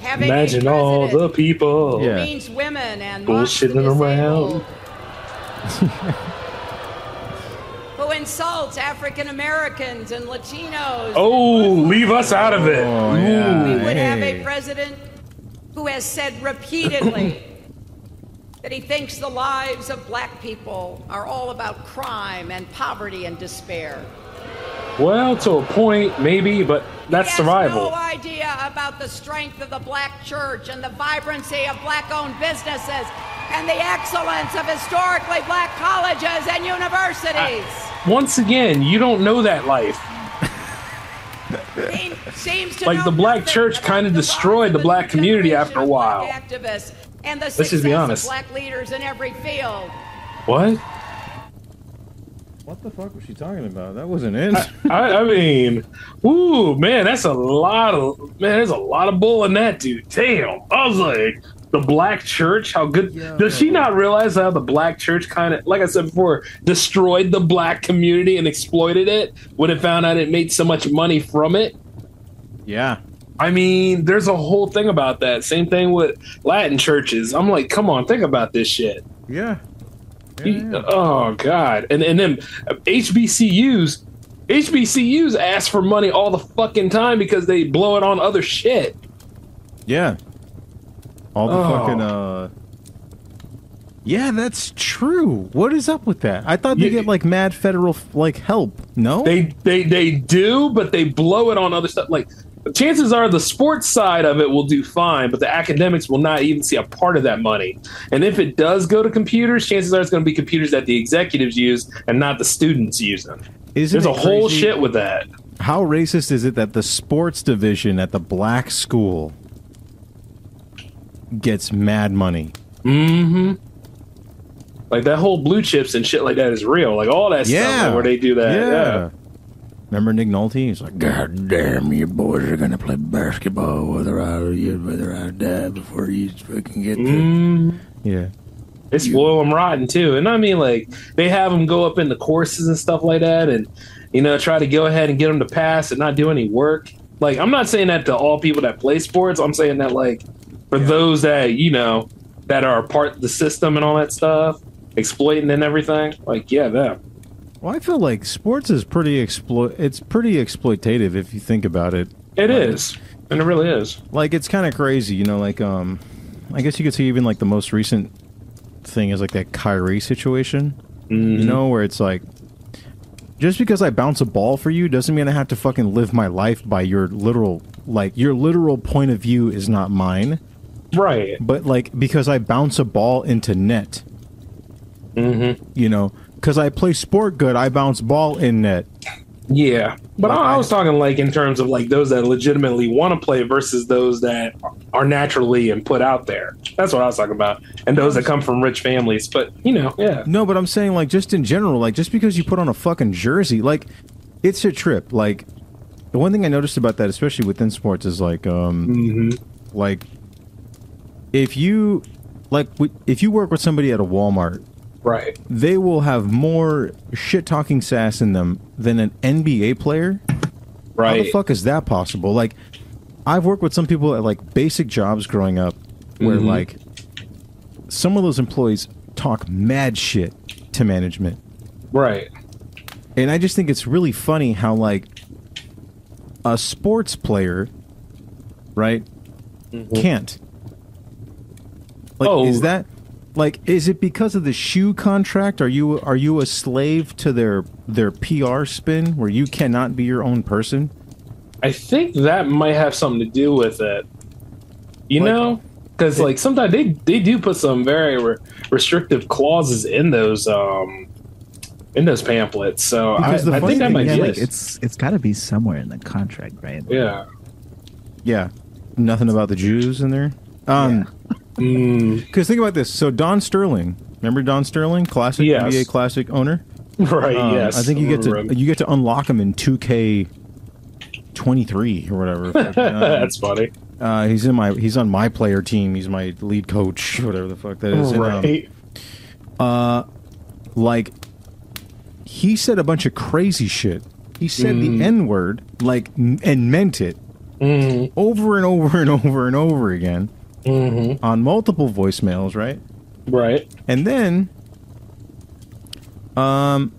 Speaker 1: Having a
Speaker 4: Hmm. Imagine all the people
Speaker 1: means women and monks and
Speaker 4: bullshitting around.
Speaker 1: who insults African Americans and Latinos.
Speaker 4: Oh, leave us out of it.
Speaker 1: we would have
Speaker 4: Ooh.
Speaker 1: a president who has said repeatedly that he thinks the lives of black people are all about crime and poverty and despair.
Speaker 4: Well, to a point, maybe, but that's survival.
Speaker 1: No idea about the strength of the black church and the vibrancy of black owned businesses and the excellence of historically black colleges and universities.
Speaker 4: Once again, you don't know that life.
Speaker 1: Seem- seems to
Speaker 4: Like
Speaker 1: know
Speaker 4: the black church kind of destroyed the black community after a
Speaker 1: black
Speaker 4: while.
Speaker 1: activists and the
Speaker 4: Let's just be
Speaker 1: success of
Speaker 4: honest.
Speaker 1: black leaders in every field.
Speaker 4: What?
Speaker 3: What the fuck was she talking about? That wasn't it.
Speaker 4: I, I mean, woo, man, that's a lot of man. There's a lot of bull in that, dude. Damn, I was like, the black church. How good does she not realize how the black church kind of, like I said before, destroyed the black community and exploited it when it found out it made so much money from it.
Speaker 3: Yeah.
Speaker 4: I mean, there's a whole thing about that. Same thing with Latin churches. I'm like, come on, think about this shit.
Speaker 3: Yeah.
Speaker 4: You- Oh God! And and then uh, HBCUs, HBCUs ask for money all the fucking time because they blow it on other shit.
Speaker 3: Yeah. All the
Speaker 4: Oh.
Speaker 3: fucking uh Yeah, that's true. What is up with that? I thought they get like mad federal like help. No?
Speaker 4: They they they do, but they blow it on other stuff. Like chances are the sports side of it will do fine, but the academics will not even see a part of that money. And if it does go to computers, chances are it's going to be computers that the executives use and not the students using.
Speaker 3: Isn't
Speaker 4: There's
Speaker 3: it
Speaker 4: a whole
Speaker 3: crazy-
Speaker 4: shit with that.
Speaker 3: How racist is it that the sports division at the black school gets mad money?
Speaker 4: Mm-hmm. Like that whole blue chips and shit like that is real. Like all that stuff like, where they do that. Yeah.
Speaker 3: Remember Nick Nolte? He's like, God damn, you boys are gonna play basketball whether I whether I die before you fucking get
Speaker 4: Mm,
Speaker 3: Yeah.
Speaker 4: they spoil them rotten too. And I mean, like they have them go up into courses and stuff like that, and you know try to go ahead and get them to pass and not do any work. Like I'm not saying that to all people that play sports. I'm saying that like for those that you know that are a part of the system and all that stuff, exploiting and everything. Like yeah, them.
Speaker 3: Well, I feel like sports is pretty exploit. It's pretty exploitative if you think about it.
Speaker 4: It is, and it really is.
Speaker 3: Like it's kind of crazy, you know. Like um, I guess you could say even like the most recent thing is like that Kyrie situation.
Speaker 4: Mm-hmm.
Speaker 3: You know, where it's like just because I bounce a ball for you doesn't mean I have to fucking live my life by your literal like your literal point of view is not mine.
Speaker 4: Right.
Speaker 3: But like because I bounce a ball into net.
Speaker 4: Mm-hmm.
Speaker 3: You know, because I play sport good, I bounce ball in net.
Speaker 4: Yeah, but I, I was talking like in terms of like those that legitimately want to play versus those that are naturally and put out there. That's what I was talking about, and those that come from rich families. But you know, yeah,
Speaker 3: No, but I'm saying like just in general, like just because you put on a fucking jersey, like it's a trip. Like the one thing I noticed about that, especially within sports, is like um
Speaker 4: Mm-hmm.
Speaker 3: like if you like w- if you work with somebody at a Walmart,
Speaker 4: right?
Speaker 3: They will have more shit talking sass in them than an NBA player. How the
Speaker 4: Right.
Speaker 3: fuck is that possible? Like, I've worked with some people at like basic jobs growing up, where
Speaker 4: Mhm.
Speaker 3: like some of those employees talk mad shit to management,
Speaker 4: right?
Speaker 3: And I just think it's really funny how like a sports player, right,
Speaker 4: Mm-hmm.
Speaker 3: can't. Like, is that like is it because of the shoe contract? Are you are you a slave to their their PR spin where you cannot be your own person?
Speaker 4: I think that might have something to do with it. You know, because like sometimes they they do put some very re- restrictive clauses in those um in those pamphlets.
Speaker 3: Oh,
Speaker 4: So I,
Speaker 2: Because the
Speaker 4: I
Speaker 2: funny
Speaker 4: think that
Speaker 2: thing-
Speaker 4: might
Speaker 2: yeah,
Speaker 4: be
Speaker 2: like,
Speaker 4: it.
Speaker 2: it's it's got to be somewhere in the contract, right?
Speaker 4: Yeah.
Speaker 3: Yeah. nothing about the Jews in there. Um,
Speaker 4: Hmm.
Speaker 3: because think about this. So Don Sterling, remember Don Sterling, classic
Speaker 4: Yes.
Speaker 3: NBA classic owner. Uh,
Speaker 4: Right, yes.
Speaker 3: Um, I think you get to
Speaker 4: Remember him.
Speaker 3: you get to unlock him in 2K23 or whatever.
Speaker 4: That's funny.
Speaker 3: Uh, he's in my he's on my player team. He's my lead coach, whatever the fuck that is. And, um,
Speaker 4: Right.
Speaker 3: uh, like he said a bunch of crazy shit. He said
Speaker 4: Mm.
Speaker 3: the N word, like, n- and meant it
Speaker 4: Mm-hmm.
Speaker 3: over and over and over and over again on multiple voicemails, right?
Speaker 4: Mm-hmm. Right.
Speaker 3: And then, um,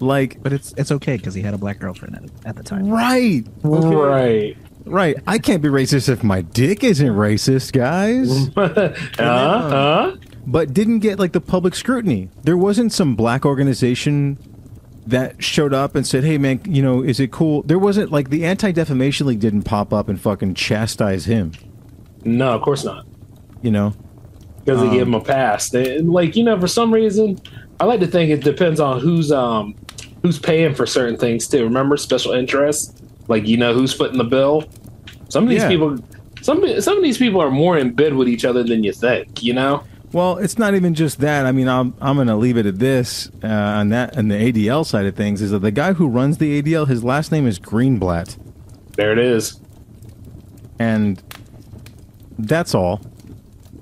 Speaker 3: like,
Speaker 2: but it's it's okay because he had a black girlfriend at, at the time.
Speaker 3: right,
Speaker 4: right,
Speaker 3: right. I can't be racist if my dick isn't racist, guys.
Speaker 4: Uh-huh.
Speaker 3: But didn't get like the public scrutiny. There wasn't some black organization that showed up and said, "Hey, man, you know, is it cool?" There wasn't like the Anti Defamation League didn't pop up and fucking chastise him.
Speaker 4: No, of course not.
Speaker 3: You know,
Speaker 4: because they
Speaker 3: Um,
Speaker 4: give him a pass. They, like you know, for some reason, I like to think it depends on who's um who's paying for certain things too. Remember special interests, like you know who's footing the bill. Some of these
Speaker 3: Yeah.
Speaker 4: people, some some of these people are more in bed with each other than you think. You know,
Speaker 3: Well, it's not even just that. I mean, I'm I'm going to leave it at this uh, on that and the ADL side of things is that the guy who runs the ADL, his last name is Greenblatt,
Speaker 4: there it is.
Speaker 3: and that's all.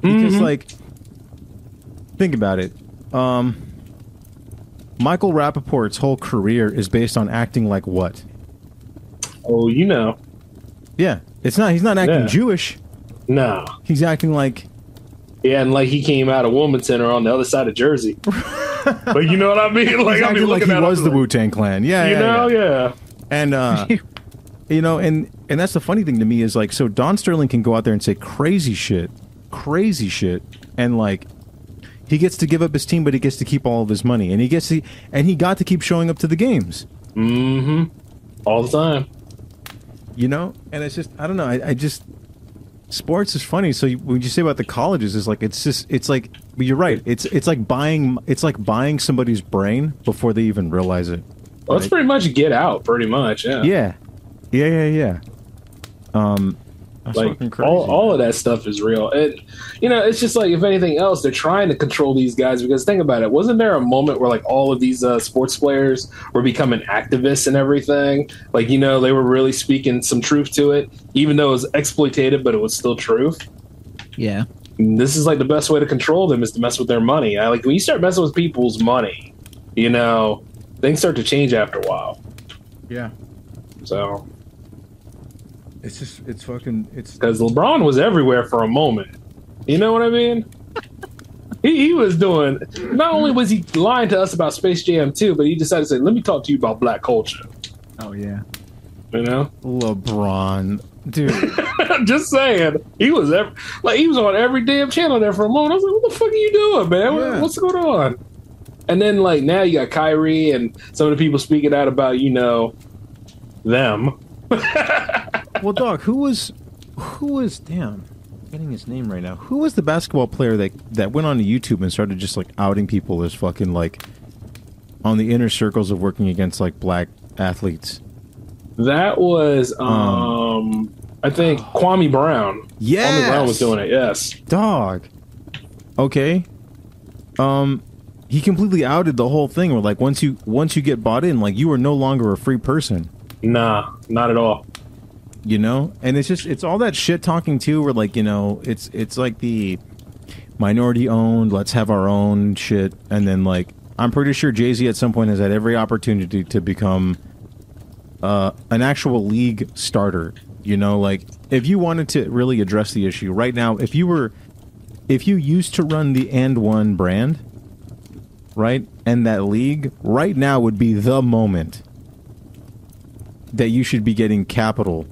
Speaker 3: Because
Speaker 4: Mm-hmm.
Speaker 3: like, think about it. Um, Michael Rappaport's whole career is based on acting like what?
Speaker 4: Oh, you know,
Speaker 3: Yeah, it's not. He's not acting
Speaker 4: Yeah.
Speaker 3: Jewish.
Speaker 4: no,
Speaker 3: He's acting like
Speaker 4: yeah, and like he came out of Woman Center on the other side of Jersey. but you know what I mean?
Speaker 3: he's
Speaker 4: Like I mean,
Speaker 3: acting like
Speaker 4: looking
Speaker 3: he
Speaker 4: at
Speaker 3: was
Speaker 4: him,
Speaker 3: the Wu Tang Clan. Yeah,
Speaker 4: you
Speaker 3: yeah, yeah.
Speaker 4: know, yeah.
Speaker 3: And uh you know, and and that's the funny thing to me is like so Don Sterling can go out there and say crazy shit, crazy shit, and like he gets to give up his team, but he gets to keep all of his money, and he gets to, and he got to keep showing up to the games.
Speaker 4: Mm-hmm. All the time.
Speaker 3: You know, and it's just I don't know. I, I just sports is funny. So you, what you say about the colleges is like it's just it's like but you're right. It's it's like buying it's like buying somebody's brain before they even realize it.
Speaker 4: Well, Oh, that's pretty much get out, pretty much. Yeah.
Speaker 3: Yeah, yeah, yeah, yeah. Um, that's fucking
Speaker 4: like
Speaker 3: crazy.
Speaker 4: all, all of that stuff is real and you know it's just like if anything else they're trying to control these guys because think about it wasn't there a moment where like all of these uh, sports players were becoming activists and everything like you know they were really speaking some truth to it even though it was exploitative but it was still truth
Speaker 2: Yeah.
Speaker 4: this is like the best way to control them is to mess with their money I, like when you start messing with people's money you know things start to change after a while
Speaker 3: Yeah.
Speaker 4: so
Speaker 3: It's just it's fucking it's
Speaker 4: because LeBron was everywhere for a moment. You know what I mean? he, he was doing. Not only was he lying to us about Space Jam too, but he decided to say, "Let me talk to you about black culture."
Speaker 2: Oh yeah.
Speaker 4: You know,
Speaker 3: LeBron, dude.
Speaker 4: just saying he was ev- like he was on every damn channel there for a moment. I was like, "What the fuck are you doing, man? What-
Speaker 3: Yeah.
Speaker 4: What's going on?" And then like now you got Kyrie and some of the people speaking out about you know them.
Speaker 3: well, dog, who was who was damn I'm getting his name right now? Who was the basketball player that that went on to YouTube and started just like outing people as fucking like on the inner circles of working against like black athletes?
Speaker 4: That was um, I think Kwame Brown. Kwame Brown
Speaker 3: Yes!
Speaker 4: was doing it. Yes.
Speaker 3: Dog. Okay. Um he completely outed the whole thing where like once you once you get bought in like you are no longer a free person.
Speaker 4: Nah, not at all.
Speaker 3: you know and it's just it's all that shit talking too where like you know it's it's like the minority owned let's have our own shit and then like i'm pretty sure jay-z at some point has had every opportunity to become uh, an actual league starter you know like if you wanted to really address the issue right now if you were if you used to run the and one brand right and that league right now would be the moment that you should be getting capital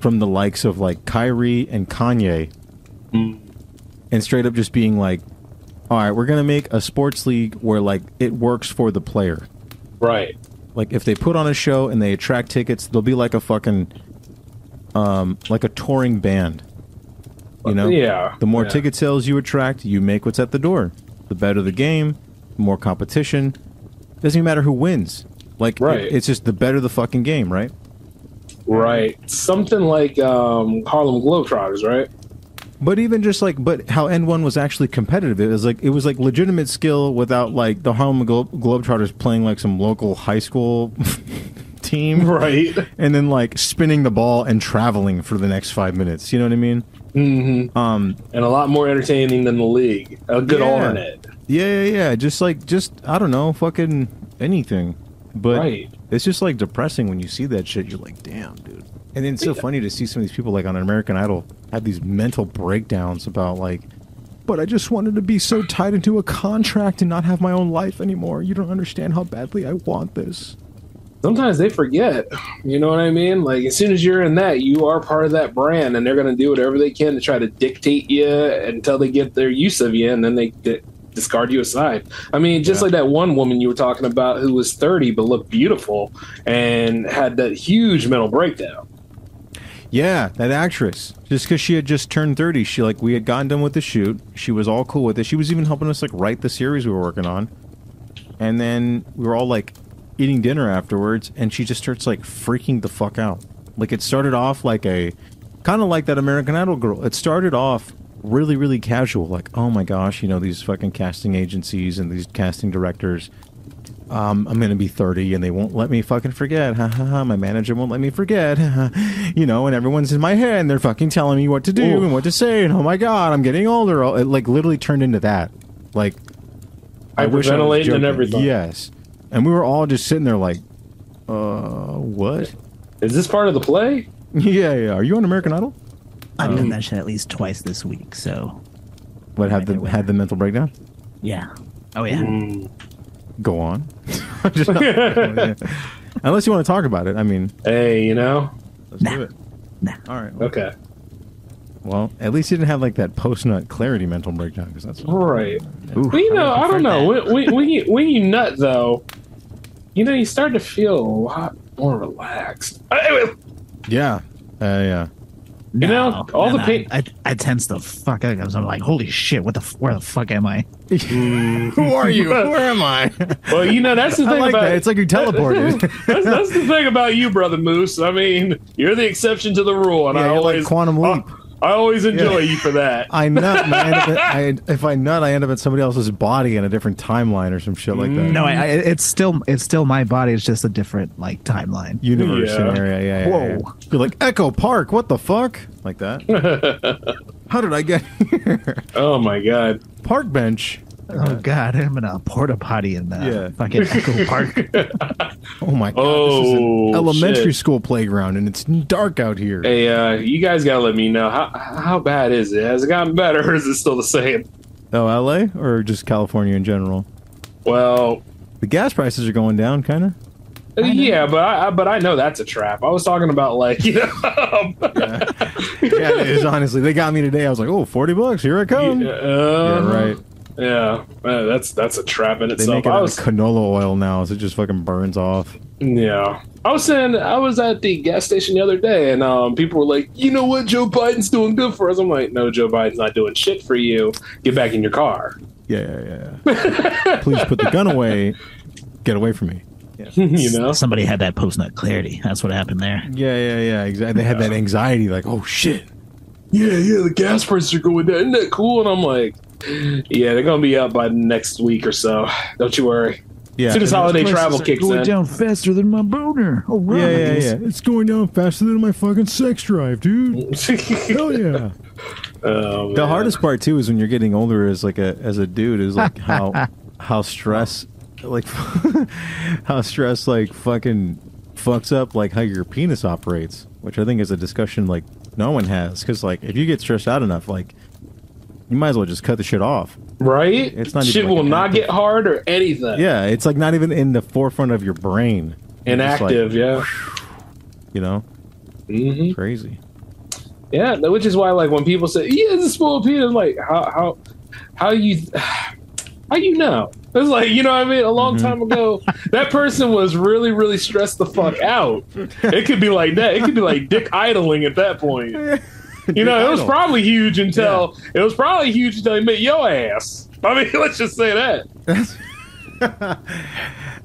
Speaker 3: from the likes of like Kyrie and Kanye, and straight up just being like, "All right, we're gonna make a sports league where like it works for the player."
Speaker 4: Right.
Speaker 3: Like if they put on a show and they attract tickets, they'll be like a fucking, um, like a touring band. You know,
Speaker 4: Yeah,
Speaker 3: The more
Speaker 4: yeah.
Speaker 3: ticket sales you attract, you make what's at the door. The better the game, the more competition. Doesn't even matter who wins. Like, it-
Speaker 4: Right.
Speaker 3: it's just the better the fucking game, right?
Speaker 4: Right. Something like um, Harlem Globetrotters, right?
Speaker 3: But even just like, but how N one was actually competitive. It was like it was like legitimate skill without like the Harlem Glo- Globetrotters playing like some local high school team,
Speaker 4: right?
Speaker 3: And then like spinning the ball and traveling for the next five minutes. You know what I mean?
Speaker 4: Mm-hmm.
Speaker 3: Um,
Speaker 4: and a lot more entertaining than the league. A good
Speaker 3: yeah.
Speaker 4: alternate.
Speaker 3: Yeah, yeah, yeah. Just like, just I don't know, fucking anything. But
Speaker 4: Right.
Speaker 3: it's just like depressing when you see that shit. You're like, damn, dude. And then it's so funny to see some of these people like on American Idol have these mental breakdowns about like, but I just wanted to be so tied into a contract and not have my own life anymore. You don't understand how badly I want this.
Speaker 4: Sometimes they forget. You know what I mean? Like as soon as you're in that, you are part of that brand, and they're going to do whatever they can to try to dictate you until they get their use of you, and then they di- discard you aside. I mean, just like that one woman you were talking about who was 30 but looked beautiful and had that huge mental breakdown.
Speaker 3: Yeah, that actress. Just because she had just turned thirty, she like we had gotten done with the shoot. She was all cool with it. She was even helping us like write the series we were working on. And then we were all like eating dinner afterwards, and she just starts like freaking the fuck out. Like it started off like a kind of like that American Idol girl. It started off really, really casual. Like, oh my gosh, you know these fucking casting agencies and these casting directors. Um, I'm gonna be 30 and they won't let me fucking forget. Ha ha ha. My manager won't let me forget. Ha, ha. you know, and everyone's in my head and they're fucking telling me what to do and what to say. And oh my god, I'm getting older. Oh, It like literally turned into that. Like,
Speaker 4: Hyperventilating and
Speaker 3: joking.
Speaker 4: everything.
Speaker 3: Yes, and we were all just sitting there like, uh, what?
Speaker 4: Is this part of the play?
Speaker 3: yeah, yeah. Are you on American Idol?
Speaker 2: I've
Speaker 3: Um,
Speaker 2: done that shit at least twice this week. So
Speaker 3: What had the had the mental breakdown?
Speaker 2: yeah. Oh yeah.
Speaker 4: Mm.
Speaker 3: Go on. I'm just not- Unless you want to talk about it. I mean,
Speaker 4: hey, you know,
Speaker 3: let's do it. All right.
Speaker 4: Okay.
Speaker 3: Well, at least you didn't have like that post nut clarity mental breakdown because that's
Speaker 4: Right. Well, you know, I don't know. When, when, when you when you nut though, you know, you start to feel a lot more relaxed. Anyway,
Speaker 3: yeah, uh, yeah.
Speaker 4: You know, all the pain.
Speaker 2: I, I, I tense the fuck out. 'cause I'm like, holy shit! What the? f- Where the fuck am I?
Speaker 3: Who are you? Where am I?
Speaker 4: Well, you know, that's the
Speaker 3: I
Speaker 4: thing
Speaker 3: like
Speaker 4: about
Speaker 3: that. It's like you teleported.
Speaker 4: that's, that's the thing about you, brother Moose. I mean, you're the exception to the rule, and
Speaker 3: Yeah,
Speaker 4: I
Speaker 3: you're like
Speaker 4: always
Speaker 3: quantum leap.
Speaker 4: I always enjoy
Speaker 3: Yeah.
Speaker 4: you for that.
Speaker 3: I nut. And I end up in, I, if I nut, I end up in somebody else's body in a different timeline or some shit like that.
Speaker 2: No, I, I, it's still it's still my body. It's just a different like timeline.
Speaker 3: universe scenario. Yeah, yeah,
Speaker 2: Whoa.
Speaker 3: yeah. You're like Echo Park. What the fuck? Like that? How did I get here?
Speaker 4: Oh my god.
Speaker 3: Park bench.
Speaker 2: Oh god, I'm in a porta potty in the fucking Echo Park.
Speaker 3: oh my god. this is
Speaker 4: Oh,
Speaker 3: an elementary
Speaker 4: shit.
Speaker 3: school playground, and it's dark out here.
Speaker 4: Hey, uh, you guys gotta let me know how how bad is it? Has it gotten better, or is it still the same?
Speaker 3: Oh, LA or just California in general?
Speaker 4: Well,
Speaker 3: The gas prices are going down, kind of.
Speaker 4: yeah, but I, I but I know that's a trap. I was talking about like you know
Speaker 3: yeah, it is honestly. They got me today. I was like, oh, 40 bucks. Here I come.
Speaker 4: Yeah, uh,
Speaker 3: Yeah, right.
Speaker 4: Yeah, uh, that's that's a trap in
Speaker 3: They make
Speaker 4: itself.
Speaker 3: it
Speaker 4: I
Speaker 3: out
Speaker 4: was
Speaker 3: of canola oil now, so it just fucking burns off.
Speaker 4: yeah. I was saying I was at the gas station the other day, and um, people were like, "You know what? Joe Biden's doing good for us." I'm like, "No, Joe Biden's not doing shit for you. Get back in your car."
Speaker 3: Yeah, yeah, yeah. Please put the gun away. Get away from me.
Speaker 4: you know,
Speaker 2: somebody had that post nut clarity. That's what happened there.
Speaker 3: Yeah, yeah, yeah. Exactly. They had that anxiety, like, oh shit.
Speaker 4: Yeah, yeah. The gas prices are going down. Isn't that cool? And I'm like, "Yeah, they're gonna be up by next week or so. Don't you worry."
Speaker 3: Yeah.
Speaker 4: As soon as
Speaker 3: And
Speaker 4: holiday
Speaker 3: those prices
Speaker 4: travel
Speaker 3: are
Speaker 4: kicks
Speaker 2: Going
Speaker 4: in.
Speaker 2: down faster than my boner. All right.
Speaker 3: Yeah, yeah, yeah. It's going down faster than my fucking sex drive, dude. Hell yeah.
Speaker 4: Oh,
Speaker 3: the hardest part too is when you're getting older as like a as a dude is like how how stress like how stress like fucking fucks up like how your penis operates, which I think is a discussion like no one has because like if you get stressed out enough, like you might as well just cut the shit off.
Speaker 4: Right?
Speaker 3: It's not even
Speaker 4: shit
Speaker 3: like
Speaker 4: will
Speaker 3: an
Speaker 4: not get hard or anything.
Speaker 3: Yeah, it's like not even in the forefront of your brain. It's just, like,
Speaker 4: Inactive. yeah.
Speaker 3: you know,
Speaker 4: mm-hmm.
Speaker 3: crazy.
Speaker 4: Yeah, no, which is why, like, when people say, "Yeah, it's a small penis," like, how how how you how you know? It's like you know what I mean. A long
Speaker 3: Mm-hmm.
Speaker 4: time ago, that person was really really stressed the fuck out. It could be like that. It could be like dick idling at that point. You know, it was
Speaker 3: idle.
Speaker 4: probably huge until it was probably huge until he met your ass. I mean, let's just say that.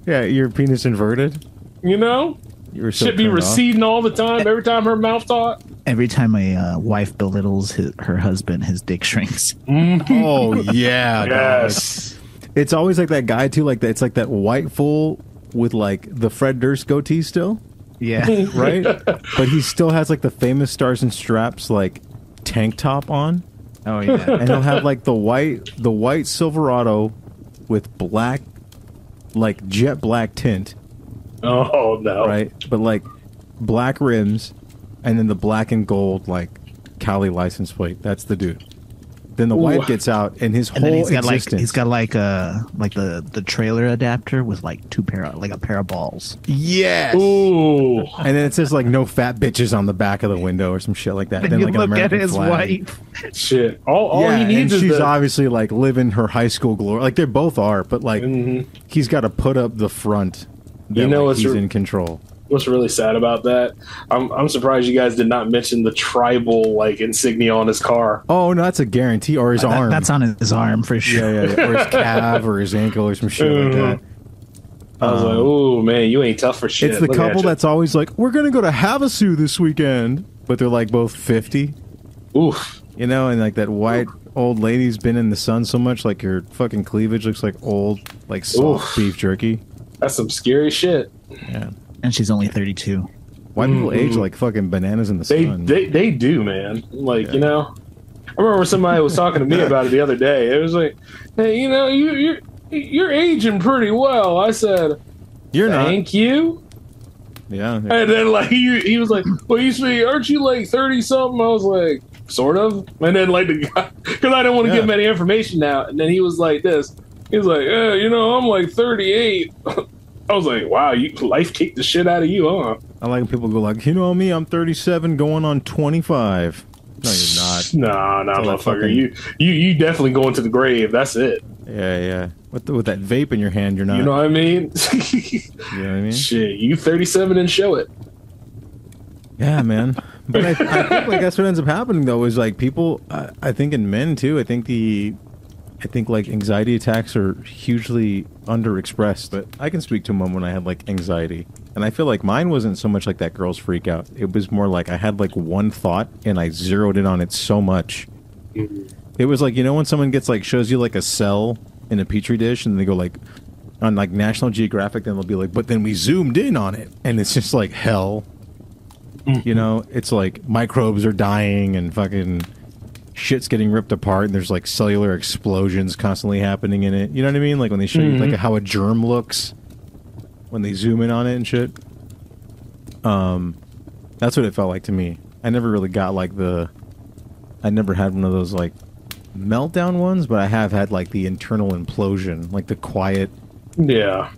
Speaker 3: Yeah, your penis inverted.
Speaker 4: You know,
Speaker 3: You were so
Speaker 4: Should be
Speaker 3: turned off.
Speaker 4: receding all the time. Every time her mouth talk.
Speaker 2: Every time my uh, wife belittles his, her husband, his dick shrinks.
Speaker 3: Oh yeah. dog.
Speaker 4: Yes.
Speaker 3: It's always like that guy too. Like that. It's like that white fool with like the Fred Durst goatee still.
Speaker 2: Yeah.
Speaker 3: Right. but he still has like the famous stars and straps like tank top on.
Speaker 2: Oh yeah.
Speaker 3: and he'll have like the white the white Silverado with black like jet black tint.
Speaker 4: Oh no.
Speaker 3: Right? But like black rims and then the black and gold like Cali license plate. That's the dude. Then the
Speaker 2: Ooh.
Speaker 3: wife gets out and his
Speaker 2: And
Speaker 3: whole
Speaker 2: then he's got
Speaker 3: existence.
Speaker 2: like he's got like a like the the trailer adapter with like two pair of- like a pair of balls.
Speaker 3: Yes.
Speaker 4: Ooh.
Speaker 3: And then it says like no fat bitches on the back of the window or some shit like that.
Speaker 2: And
Speaker 3: then
Speaker 2: you
Speaker 3: like an
Speaker 2: look at
Speaker 3: American
Speaker 2: his
Speaker 3: flag.
Speaker 2: wife.
Speaker 4: Shit. All, all
Speaker 3: yeah,
Speaker 4: he
Speaker 3: and
Speaker 4: needs is
Speaker 3: she's
Speaker 4: the,
Speaker 3: obviously like living her high school glory. Like they both are, but like he's got to put up the front. That,
Speaker 4: Mm-hmm. You know
Speaker 3: like,
Speaker 4: what's
Speaker 3: he's
Speaker 4: re-
Speaker 3: in control.
Speaker 4: what's really sad about that. I'm I'm surprised you guys did not mention the tribal like insignia on his car.
Speaker 3: Oh no, that's a guarantee, or his
Speaker 2: Uh, that-
Speaker 3: arm.
Speaker 2: that's on his arm for sure.
Speaker 3: Yeah, yeah, yeah. or his calf, or his ankle, or some shit like that.
Speaker 4: I was like,
Speaker 3: Um,
Speaker 4: oh man, you ain't tough for shit.
Speaker 3: it's the
Speaker 4: Look at
Speaker 3: couple
Speaker 4: ya."
Speaker 3: that's always like, we're gonna go to Havasu this weekend, but they're like both fifty.
Speaker 4: Oof.
Speaker 3: You know, and like that white old lady's been in the sun so much, like your fucking cleavage looks like old, like soft beef jerky.
Speaker 4: that's some scary shit.
Speaker 3: Yeah.
Speaker 2: And she's only thirty two.
Speaker 3: White people
Speaker 4: Mhm.
Speaker 3: age like fucking bananas in the
Speaker 4: They
Speaker 3: sun.
Speaker 4: they they do, man. Like you know, I remember somebody was talking to me about it the other day. It was like, hey, you know, you you're you're aging pretty well. I said,
Speaker 3: you're not.
Speaker 4: thank you.
Speaker 3: Yeah.
Speaker 4: And then like he, he was like, well, you see, aren't you like thirty something? I was like, sort of. And then like the guy, because I didn't want to give him any information now. And then he was like this. He was like, yeah, you know, I'm like thirty eight. I was like, wow, you life kicked the shit out of you, huh?
Speaker 3: I like when people go like, you know me, I'm 37, going on 25. No, you're not.
Speaker 4: Nah, nah,
Speaker 3: It's all that
Speaker 4: motherfucker.
Speaker 3: fucking-
Speaker 4: You, you, you definitely going to the grave. That's it.
Speaker 3: Yeah, yeah. With the, with that vape in your hand, you're not.
Speaker 4: You know what I mean?
Speaker 3: You know what I mean?
Speaker 4: Shit, you 37 and show it.
Speaker 3: Yeah, man. But I, I think like that's what ends up happening though is like people. I, I think in men too. I think the, I think like anxiety attacks are hugely underexpressed. But I can speak to a moment when I had like anxiety, and I feel like mine wasn't so much like that girl's freak out. It was more like I had like one thought and I zeroed in on it so much. It was like you know when someone gets like shows you like a cell in a petri dish and they go like on like National Geographic, then they'll be like, but then we zoomed in on it and it's just like hell. You know, it's like microbes are dying and fucking shit's getting ripped apart and there's like cellular explosions constantly happening in it. You know what I mean? Like when they show you
Speaker 4: Mhm.
Speaker 3: like how a germ looks when they zoom in on it and shit. Um that's what it felt like to me. I never really got like the I never had one of those like meltdown ones, but I have had like the internal implosion, like the quiet
Speaker 4: Yeah.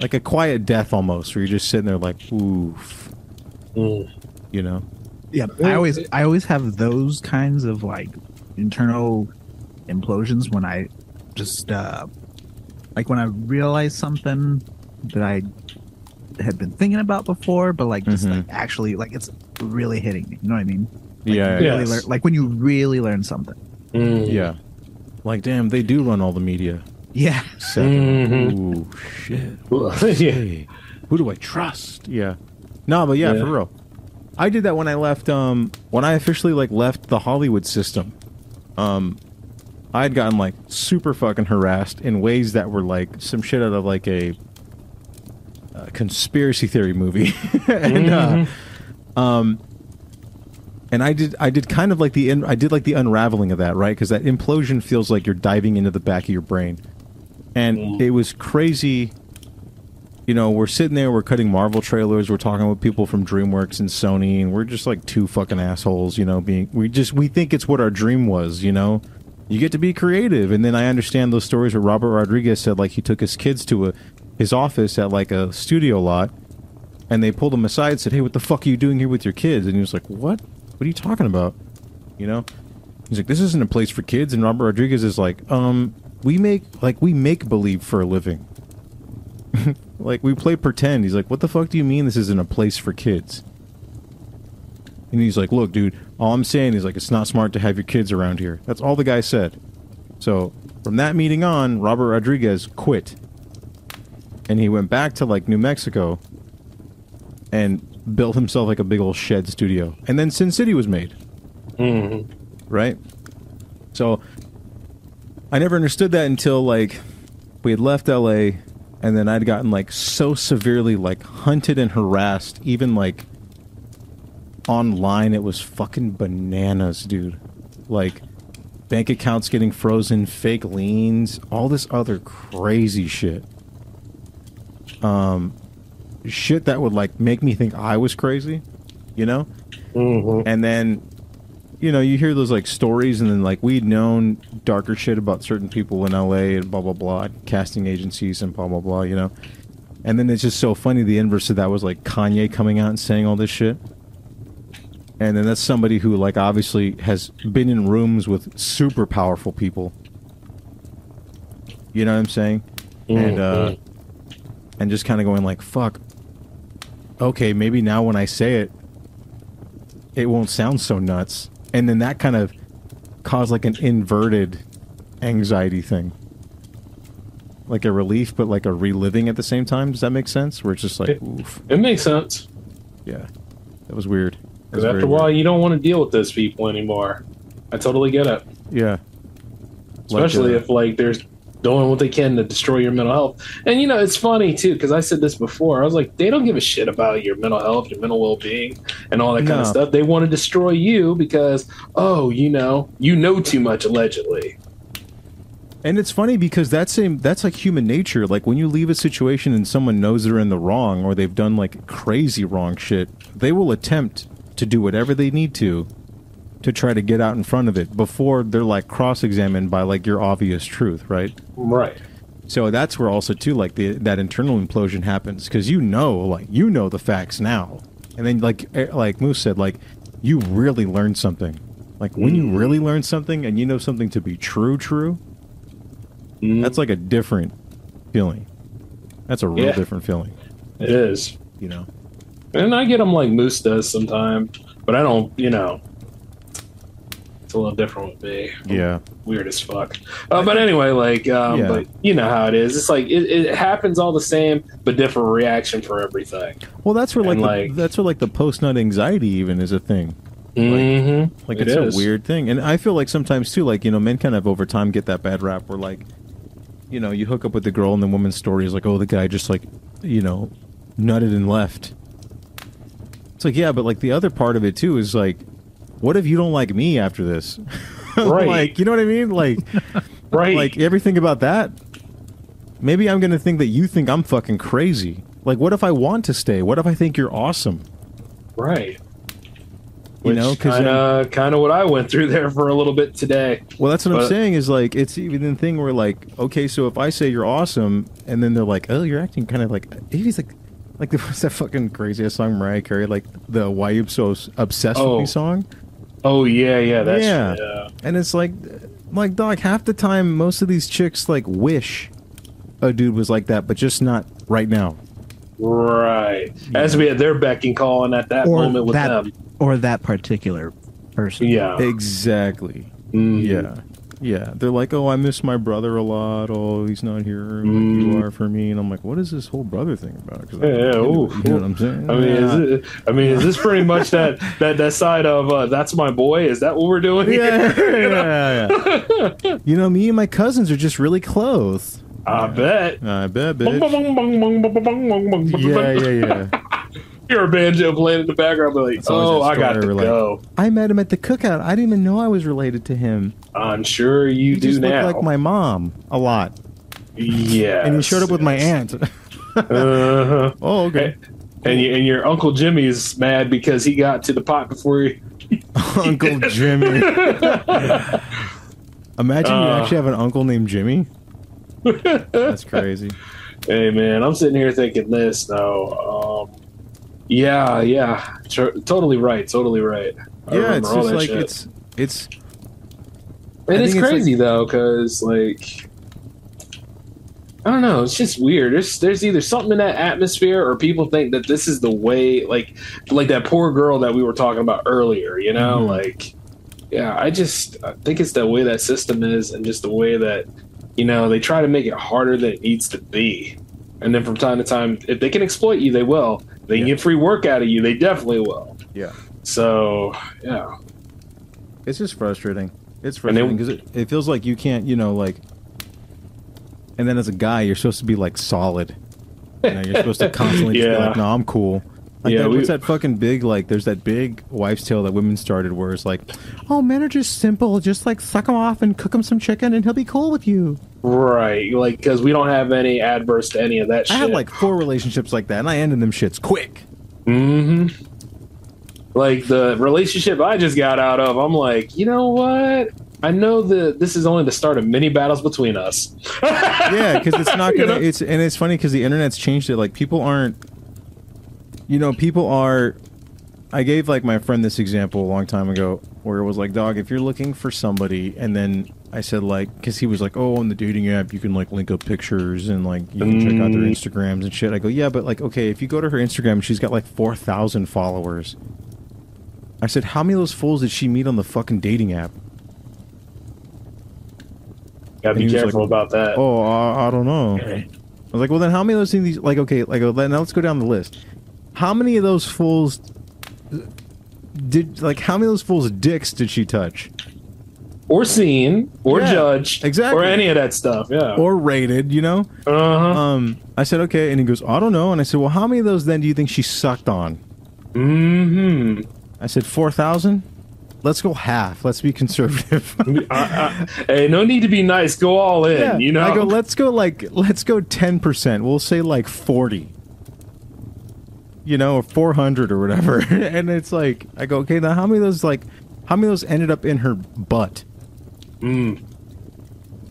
Speaker 3: like a quiet death almost, where you're just sitting there like, oof.
Speaker 4: Mm.
Speaker 3: You know?
Speaker 2: Yeah, I always I always have those kinds of like internal implosions when I just uh like when I realize something that I had been thinking about before, but like just like actually like it's really hitting me. You know what I mean?
Speaker 3: Mm-hmm. yeah. Mm,
Speaker 2: Really lear- like when you really learn something.
Speaker 4: Mm.
Speaker 3: Yeah. Like, damn, they do run all the media.
Speaker 2: Yeah.
Speaker 3: Seven.
Speaker 2: Mhm.
Speaker 3: Ooh, shit.
Speaker 4: Mm-hmm. Well,
Speaker 3: Hey, who do I trust? Yeah. No, but yeah,
Speaker 4: Yeah.
Speaker 3: for real. I did that when I left. Um, when I officially like left the Hollywood system, um, I had gotten like super fucking harassed in ways that were like some shit out of like a, uh conspiracy theory movie, and uh, um, and I did I did kind of like the in, I did like the unraveling of that right because that implosion feels like you're diving into the back of your brain, and it was crazy you know, we're sitting there, we're cutting Marvel trailers, we're talking with people from DreamWorks and Sony, and we're just like two fucking assholes, you know, being we just we think it's what our dream was, you know. You get to be creative, and then I understand those stories where Robert Rodriguez said like he took his kids to a his office at like a studio lot, and they pulled him aside and said, "Hey, what the fuck are you doing here with your kids?" And he was like, "What? What are you talking about?" You know, he's like, "This isn't a place for kids." And Robert Rodriguez is like, "Um, we make like we make believe for a living." like we play pretend. He's like, "What the fuck do you mean this isn't a place for kids?" And he's like, "Look, dude, all I'm saying is like it's not smart to have your kids around here." That's all the guy said. So, from that meeting on, Robert Rodriguez quit. And he went back to like New Mexico and built himself like a big old shed studio. And then Sin City was made. Mm-hmm. Right? So I never understood that until like we had left LA and then I'd gotten like so severely like hunted and harassed even like online it was fucking bananas, dude. Like bank accounts getting frozen, fake liens, all this other crazy shit. Um shit that would like make me think I was crazy, you know? And then you know, you hear those like stories, and then like we'd known darker shit about certain people in LA and blah blah blah, casting agencies and blah blah blah, you know. And then it's just so funny. The inverse of that was like Kanye coming out and saying all this shit, and then that's somebody who like obviously has been in rooms with super powerful people. You know what I'm saying? And uh, and just kind of going like, "Fuck." Okay, maybe now when I say it, it won't sound so nuts. And then that kind of caused like an inverted anxiety thing. Like a relief, but like a reliving at the same time. Does that make sense? Where it's just like,
Speaker 4: It-
Speaker 3: oof,
Speaker 4: It makes sense.
Speaker 3: yeah, that was weird. That was
Speaker 4: Because after
Speaker 3: very
Speaker 4: a while, you don't want to deal with those people anymore. I totally get it.
Speaker 3: weird. yeah, Like,
Speaker 4: Especially
Speaker 3: uh,
Speaker 4: if like they're doing what they can to destroy your mental health. And you know, it's funny too because I said this before. I was like, they don't give a shit about your mental health, your mental well being, and all that kind
Speaker 3: No.
Speaker 4: of stuff. They want to destroy you because oh, you know, you know too much allegedly.
Speaker 3: And it's funny because that's same that's like human nature. Like when you leave a situation and someone knows they're in the wrong or they've done like crazy wrong shit, they will attempt to do whatever they need to to try to get out in front of it before they're like cross-examined by like your obvious truth, right?
Speaker 4: Right.
Speaker 3: So that's where also too like the that internal implosion happens cuz you know like you know the facts now. And then like eh, like Moose said like you really learn something. Like when you really learn something and you know something to be true true,
Speaker 4: Mm-hmm.
Speaker 3: that's like a different feeling. That's a real
Speaker 4: Yeah.
Speaker 3: different feeling.
Speaker 4: It is.
Speaker 3: You know.
Speaker 4: And I get them like Moose does sometimes, but I don't. You know, it's a little different with me.
Speaker 3: Yeah.
Speaker 4: weird as fuck. Uh, but anyway, like, um,
Speaker 3: Yeah.
Speaker 4: but you know how it is. It's like it, it happens all the same, but different reaction for everything.
Speaker 3: Well, that's where like,
Speaker 4: And,
Speaker 3: the, that's where like the post nut anxiety even is a thing.
Speaker 4: Mhm.
Speaker 3: Like, like
Speaker 4: It
Speaker 3: it's
Speaker 4: is.
Speaker 3: a weird thing, and I feel like sometimes too, like you know, men kind of over time get that bad rap where like, you know, you hook up with the girl and the woman's story is like, oh, the guy just like, you know, nutted and left. It's like yeah, but like the other part of it too is like, what if you don't like me after this?
Speaker 4: Right.
Speaker 3: like you know what I mean? Like,
Speaker 4: right?
Speaker 3: Like everything about that Maybe I'm going to think that you think I'm fucking crazy. Like, what if I want to stay? What if I think you're awesome?
Speaker 4: Right.
Speaker 3: You know, because
Speaker 4: kind of kind of what I went through there for a little bit today.
Speaker 3: well, that's what I'm
Speaker 4: But-
Speaker 3: saying is like it's even the thing where like okay, so if I say you're awesome, and then they're like, oh, you're acting kind of like he's like like there was that fucking crazy ass song Mariah Carey, like the Why You So Obsessed
Speaker 4: Oh.
Speaker 3: with Me song.
Speaker 4: Oh yeah, yeah, that's
Speaker 3: yeah.
Speaker 4: yeah.
Speaker 3: And it's like, like dog. Half the time, most of these chicks like wish a dude was like that, but just not right now.
Speaker 4: Right. Has to be at their beck and call and at that moment with
Speaker 2: that,
Speaker 4: them.
Speaker 2: or that particular person.
Speaker 4: Yeah.
Speaker 3: Exactly. Yeah. Yeah. They're like, oh, I miss my brother a lot. Oh, he's not here. Like, You are for me. And I'm like, what is this whole brother thing about? 'Cause I'm
Speaker 4: Mm-hmm. Yeah,
Speaker 3: not into
Speaker 4: yeah, ooh,
Speaker 3: it. you know what I'm saying?
Speaker 4: I mean,
Speaker 3: Yeah.
Speaker 4: is it, I mean, is this pretty much that that that side of uh, that's my boy? Is that what we're doing?
Speaker 3: Yeah,
Speaker 4: here? You know?
Speaker 3: yeah, yeah. you know, me and my cousins are just really close.
Speaker 4: I bet.
Speaker 3: I bet,
Speaker 4: Bong,
Speaker 3: bitch.
Speaker 4: bong, bong, bong, bong, bong, bong, bong, bong, bong.
Speaker 3: yeah, yeah, yeah.
Speaker 4: Hear a banjo playing in the background, be like,
Speaker 3: It's always
Speaker 4: oh,
Speaker 3: that
Speaker 4: I got
Speaker 3: story
Speaker 4: to
Speaker 3: where, like,
Speaker 4: go.
Speaker 3: I met him at the cookout. I didn't even know I was related to him.
Speaker 4: I'm sure you,
Speaker 3: He
Speaker 4: do
Speaker 3: just
Speaker 4: now.
Speaker 3: looked like my mom a lot.
Speaker 4: yeah,
Speaker 3: and he showed up with my aunt.
Speaker 4: uh-huh.
Speaker 3: Oh, okay.
Speaker 4: And, you, and your uncle Jimmy's mad because he got to the pot before he.
Speaker 3: Uncle Jimmy. Imagine you
Speaker 4: Uh.
Speaker 3: actually have an uncle named Jimmy. That's crazy.
Speaker 4: Hey man, I'm sitting here thinking this though. Um, yeah, yeah, tr- totally right, totally right. I
Speaker 3: yeah,
Speaker 4: remember
Speaker 3: it's
Speaker 4: all
Speaker 3: just
Speaker 4: that
Speaker 3: like
Speaker 4: shit.
Speaker 3: it's it's I
Speaker 4: and it's
Speaker 3: think it's
Speaker 4: crazy though, 'cause though, because like I don't know, it's just weird. There's there's either something in that atmosphere, or people think that this is the way. Like like that poor girl that we were talking about earlier. You know,
Speaker 3: Mhm.
Speaker 4: like yeah, I just I think it's the way that system is, and just the way that you know they try to make it harder than it needs to be. And then from time to time, if they can exploit you, they will. They can get free work out of you. They definitely will.
Speaker 3: Yeah.
Speaker 4: So yeah,
Speaker 3: It's just frustrating. It's
Speaker 4: And they-
Speaker 3: frustrating because it, it feels like you can't, you know, like. And then as a guy, you're supposed to be like solid. You know, you're supposed to constantly just be like,
Speaker 4: Yeah.
Speaker 3: "No, I'm cool." Like
Speaker 4: Yeah,
Speaker 3: that,
Speaker 4: we-
Speaker 3: what's that fucking big like? There's that big wife's tale that women started where it's like, "Oh, men are just simple. Just like suck him off and cook him some chicken, and he'll be cool with you."
Speaker 4: right. Like because we don't have any adverse to any of that.
Speaker 3: I
Speaker 4: shit.
Speaker 3: had like four relationships like that, and I ended them shits quick.
Speaker 4: Mm-hmm. Like the relationship I just got out of, I'm like, you know what? I know that this is only the start of many battles between us.
Speaker 3: yeah, because it's not
Speaker 4: You
Speaker 3: gonna.
Speaker 4: know?
Speaker 3: It's and it's funny because the internet's changed it. Like people aren't, you know, people are. I gave like my friend this example a long time ago, where it was like, "Dog, if you're looking for somebody," and then I said like, because he was like, "Oh, on the dating app, you can like link up pictures and like you can check out their
Speaker 4: Mm.
Speaker 3: Instagrams and shit." I go, "Yeah, but like, okay, if you go to her Instagram, she's got like four thousand followers." I said, "How many of those fools did she meet on the fucking dating app?"
Speaker 4: Gotta be
Speaker 3: And he was
Speaker 4: careful
Speaker 3: like,
Speaker 4: about that.
Speaker 3: Oh, I, I don't know. I was like, well, then how many of those things? Like, okay, like uh, now let's go down the list. How many of those fools did like? How many of those fools' dicks did she touch?
Speaker 4: Or seen, or
Speaker 3: Yeah,
Speaker 4: judged,
Speaker 3: exactly.
Speaker 4: or any of that stuff. Yeah.
Speaker 3: Or rated, you know?
Speaker 4: Oh. Uh-huh.
Speaker 3: Um, I said okay, and he goes, I don't know. And I said, well, how many of those then do you think she sucked on?
Speaker 4: Mm-hmm.
Speaker 3: I said four thousand. Let's go half. Let's be conservative.
Speaker 4: hey, no need to be nice. Go all in.
Speaker 3: Yeah.
Speaker 4: You know.
Speaker 3: I go, let's go like let's go ten percent. We'll say like forty. You know, or four hundred or whatever. and it's like I go, okay, now how many of those like how many of those ended up in her butt?
Speaker 4: Mm.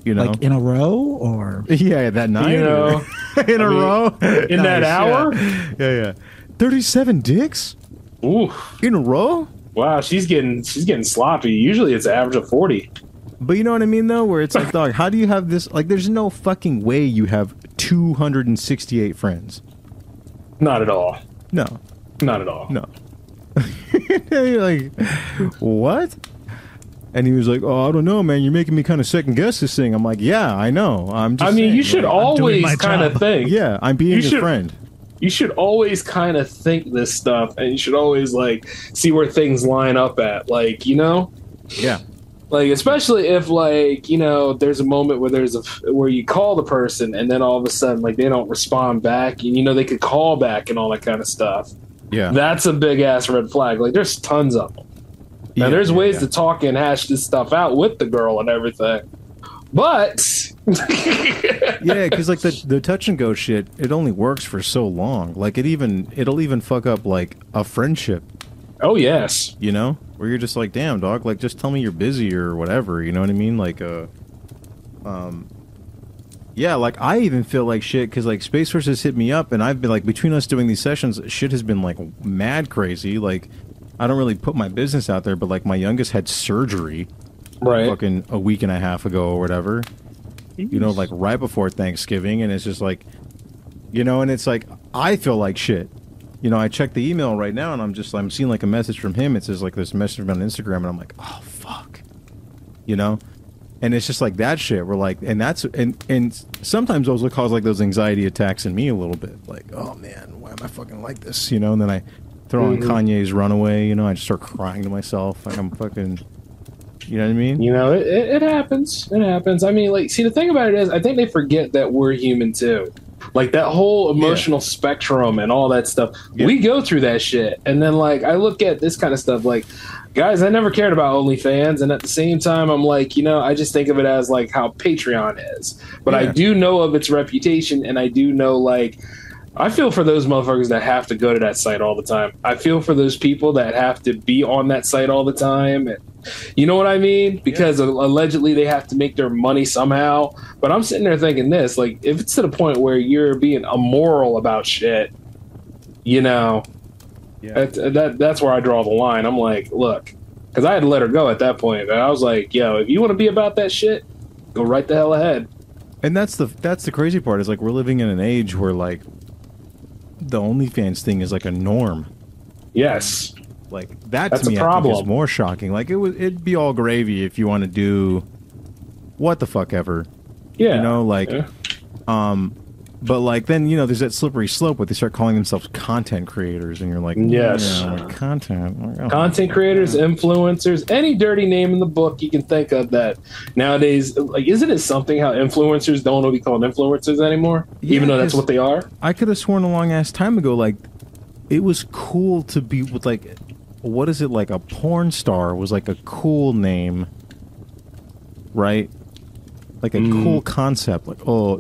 Speaker 3: You know
Speaker 2: Like in a row or
Speaker 3: Yeah, that night.
Speaker 2: You
Speaker 3: or-
Speaker 2: know,
Speaker 3: in a
Speaker 2: I mean,
Speaker 3: row.
Speaker 2: in that
Speaker 3: yeah.
Speaker 2: hour?
Speaker 3: Yeah, yeah. Thirty seven dicks?
Speaker 4: Ooh.
Speaker 3: In a row?
Speaker 4: Wow, she's getting she's getting sloppy. Usually it's an average of forty.
Speaker 3: But you know what I mean, though, where it's like, dog, how do you have this? Like, there's no fucking way you have 268 friends.
Speaker 4: Not at all.
Speaker 3: No,
Speaker 4: Not at all.
Speaker 3: no. You're like, what? And he was like, oh, I don't know, man. You're making me kind of second guess this thing. I'm like, yeah, I know. I'm. Just
Speaker 4: I mean,
Speaker 3: saying,
Speaker 4: you should
Speaker 3: like, I'm doing my
Speaker 4: always kind of
Speaker 3: job."
Speaker 4: think.
Speaker 3: Yeah, I'm being
Speaker 4: You
Speaker 3: your
Speaker 4: should-
Speaker 3: friend.
Speaker 4: You should always kind of think this stuff, and you should always like see where things line up at. Like you know,
Speaker 3: Yeah.
Speaker 4: like especially if like you know, there's a moment where there's a where you call the person, and then all of a sudden like they don't respond back, and you know they could call back and all that kind of stuff.
Speaker 3: Yeah.
Speaker 4: That's a big ass red flag. Like there's tons of them. Now
Speaker 3: Yeah,
Speaker 4: there's
Speaker 3: yeah,
Speaker 4: ways
Speaker 3: yeah.
Speaker 4: to talk and hash this stuff out with the girl and everything, but
Speaker 3: yeah, because like the the touch and go shit, it only works for so long. Like it even it'll even fuck up like a friendship.
Speaker 4: Oh yes,
Speaker 3: you know where you're just like, damn dog, like just tell me you're busy or whatever. You know what I mean? Like uh, um, yeah, like I even feel like shit because like Space Force has hit me up, and I've been like between us doing these sessions, shit has been like mad crazy. Like I don't really put my business out there, but like my youngest had surgery,
Speaker 4: right?
Speaker 3: Fucking a week and a half ago or whatever you know, like right before Thanksgiving, and it's just like, you know, and it's like I feel like shit. You know, I check the email right now, and I'm just I'm seeing like a message from him. It says like this message from him on Instagram, and I'm like, oh fuck, you know, and it's just like that shit. We're like, and that's and and sometimes those will cause like those anxiety attacks in me a little bit, like oh man, why am I fucking like this, you know? And then I throw on
Speaker 4: Mhm.
Speaker 3: Kanye's Runaway, you know, I just start crying to myself, like I'm fucking, you know what I mean?
Speaker 4: You know, it, it, it happens. It happens. I mean, like, see, the thing about it is, I think they forget that we're human too. Like that whole emotional spectrum and all that stuff. We go through that shit, and then like I look at this kind of stuff. Like, guys, I never cared about OnlyFans, and at the same time, I'm like, you know, I just think of it as like how Patreon is. But I
Speaker 3: Yeah.
Speaker 4: do know of its reputation, and I do know like I feel for those motherfuckers that have to go to that site all the time. I feel for those people that have to be on that site all the time. And you know what I mean? Because allegedly they have to make their money somehow. But I'm sitting there thinking this like, if it's to the point where you're being immoral about shit, you know, that, that, that's where I draw the line. I'm like, look, because I had to let her go at that point. And I was like, yo, if you want to be about that shit, go right the hell ahead.
Speaker 3: And that's the that's the crazy part is like we're living in an age where like the OnlyFans thing is like a norm.
Speaker 4: Yes.
Speaker 3: Like that
Speaker 4: That's
Speaker 3: to
Speaker 4: a
Speaker 3: me I think
Speaker 4: problem.
Speaker 3: is more shocking. Like it would it'd be all gravy if you want to do what the fuck ever.
Speaker 4: Yeah.
Speaker 3: You know, like um But like then you know there's that slippery slope where they start calling themselves content creators and you're like
Speaker 4: Yes.
Speaker 3: "No, like, content like, oh."
Speaker 4: Content creators, influencers, any dirty name in the book you can think of that nowadays, like, isn't it something how influencers don't want to be called influencers anymore? even
Speaker 3: Yeah,
Speaker 4: though that's
Speaker 3: 'cause-
Speaker 4: what they are?
Speaker 3: I could have sworn a long ass time ago, like it was cool to be with like what is it like a porn star was like a cool name, right? Like a
Speaker 4: Mm.
Speaker 3: cool concept. Like oh,